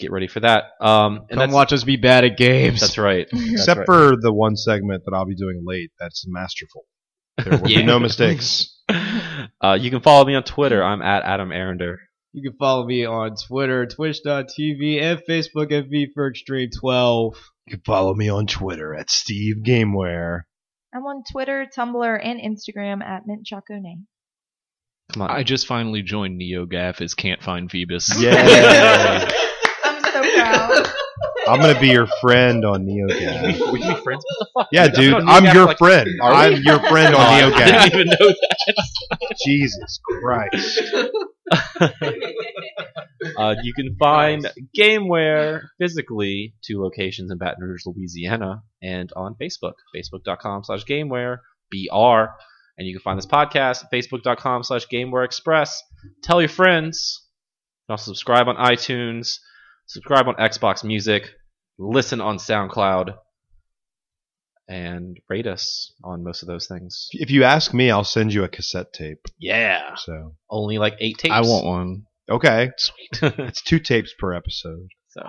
Speaker 1: Get ready for that. Um, and
Speaker 5: Come
Speaker 1: that's,
Speaker 5: watch us be bad at games.
Speaker 1: that's right.
Speaker 2: Except for the one segment that I'll be doing late. That's masterful. There will
Speaker 1: Yeah.
Speaker 2: be no mistakes.
Speaker 1: Uh, you can follow me on Twitter. I'm at Adam Arender.
Speaker 5: You can follow me on Twitter, twitch.tv, and Facebook at VFergStream12.
Speaker 2: You can follow me on Twitter at Steve Gameware.
Speaker 3: I'm on Twitter, Tumblr, and Instagram at Mint Chacone.
Speaker 1: Come on.
Speaker 4: I just finally joined NeoGaf as Can't Find Phoebus.
Speaker 2: Yeah.
Speaker 3: I'm so proud.
Speaker 2: I'm gonna be your friend on NeoGaf.
Speaker 1: we can be friends.
Speaker 2: Yeah,
Speaker 1: That's
Speaker 2: dude,
Speaker 1: what
Speaker 2: I'm
Speaker 1: NeoGaf
Speaker 2: your
Speaker 1: like-
Speaker 2: friend.
Speaker 1: Are
Speaker 2: I'm your friend on
Speaker 1: Oh, I
Speaker 2: NeoGaf.
Speaker 1: didn't even know
Speaker 2: Jesus Christ.
Speaker 1: Uh, you can find Gameware physically to locations in Baton Rouge, Louisiana, and on Facebook, facebook.com slash Gameware, BR. And you can find this podcast at facebook.com slash Gameware Express. Tell your friends. You can also subscribe on iTunes, subscribe on Xbox Music, listen on SoundCloud, and rate us on most of those things.
Speaker 2: If you ask me, I'll send you a cassette tape.
Speaker 1: Yeah.
Speaker 2: So
Speaker 1: Only like eight tapes.
Speaker 4: I want one.
Speaker 2: okay,
Speaker 1: Sweet.
Speaker 2: it's two tapes per episode.
Speaker 1: so,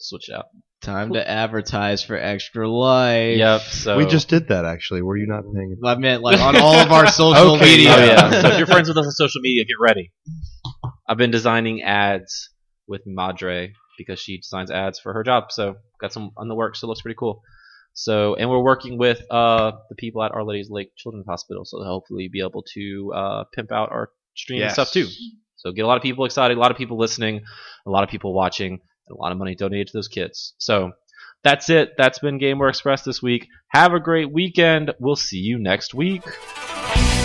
Speaker 1: switch it out.
Speaker 5: Time to advertise for Extra Life.
Speaker 1: Yep. So
Speaker 2: We just did that actually. Were you not paying?
Speaker 5: I meant like on all of our social
Speaker 2: Okay,
Speaker 5: media.
Speaker 1: Oh yeah. so if you're friends with us on social media, get ready. I've been designing ads with Madre because she designs ads for her job. So got some on the works. So it looks pretty cool. So and we're working with uh the people at Our Lady's Lake Children's Hospital. So they'll hopefully be able to uh, pimp out our stream and
Speaker 2: Yes.
Speaker 1: stuff too. So get a lot of people excited, a lot of people listening, a lot of people watching, and a lot of money donated to those kids. So that's it. That's been Gameware Express this week. Have a great weekend. We'll see you next week.
Speaker 6: Thank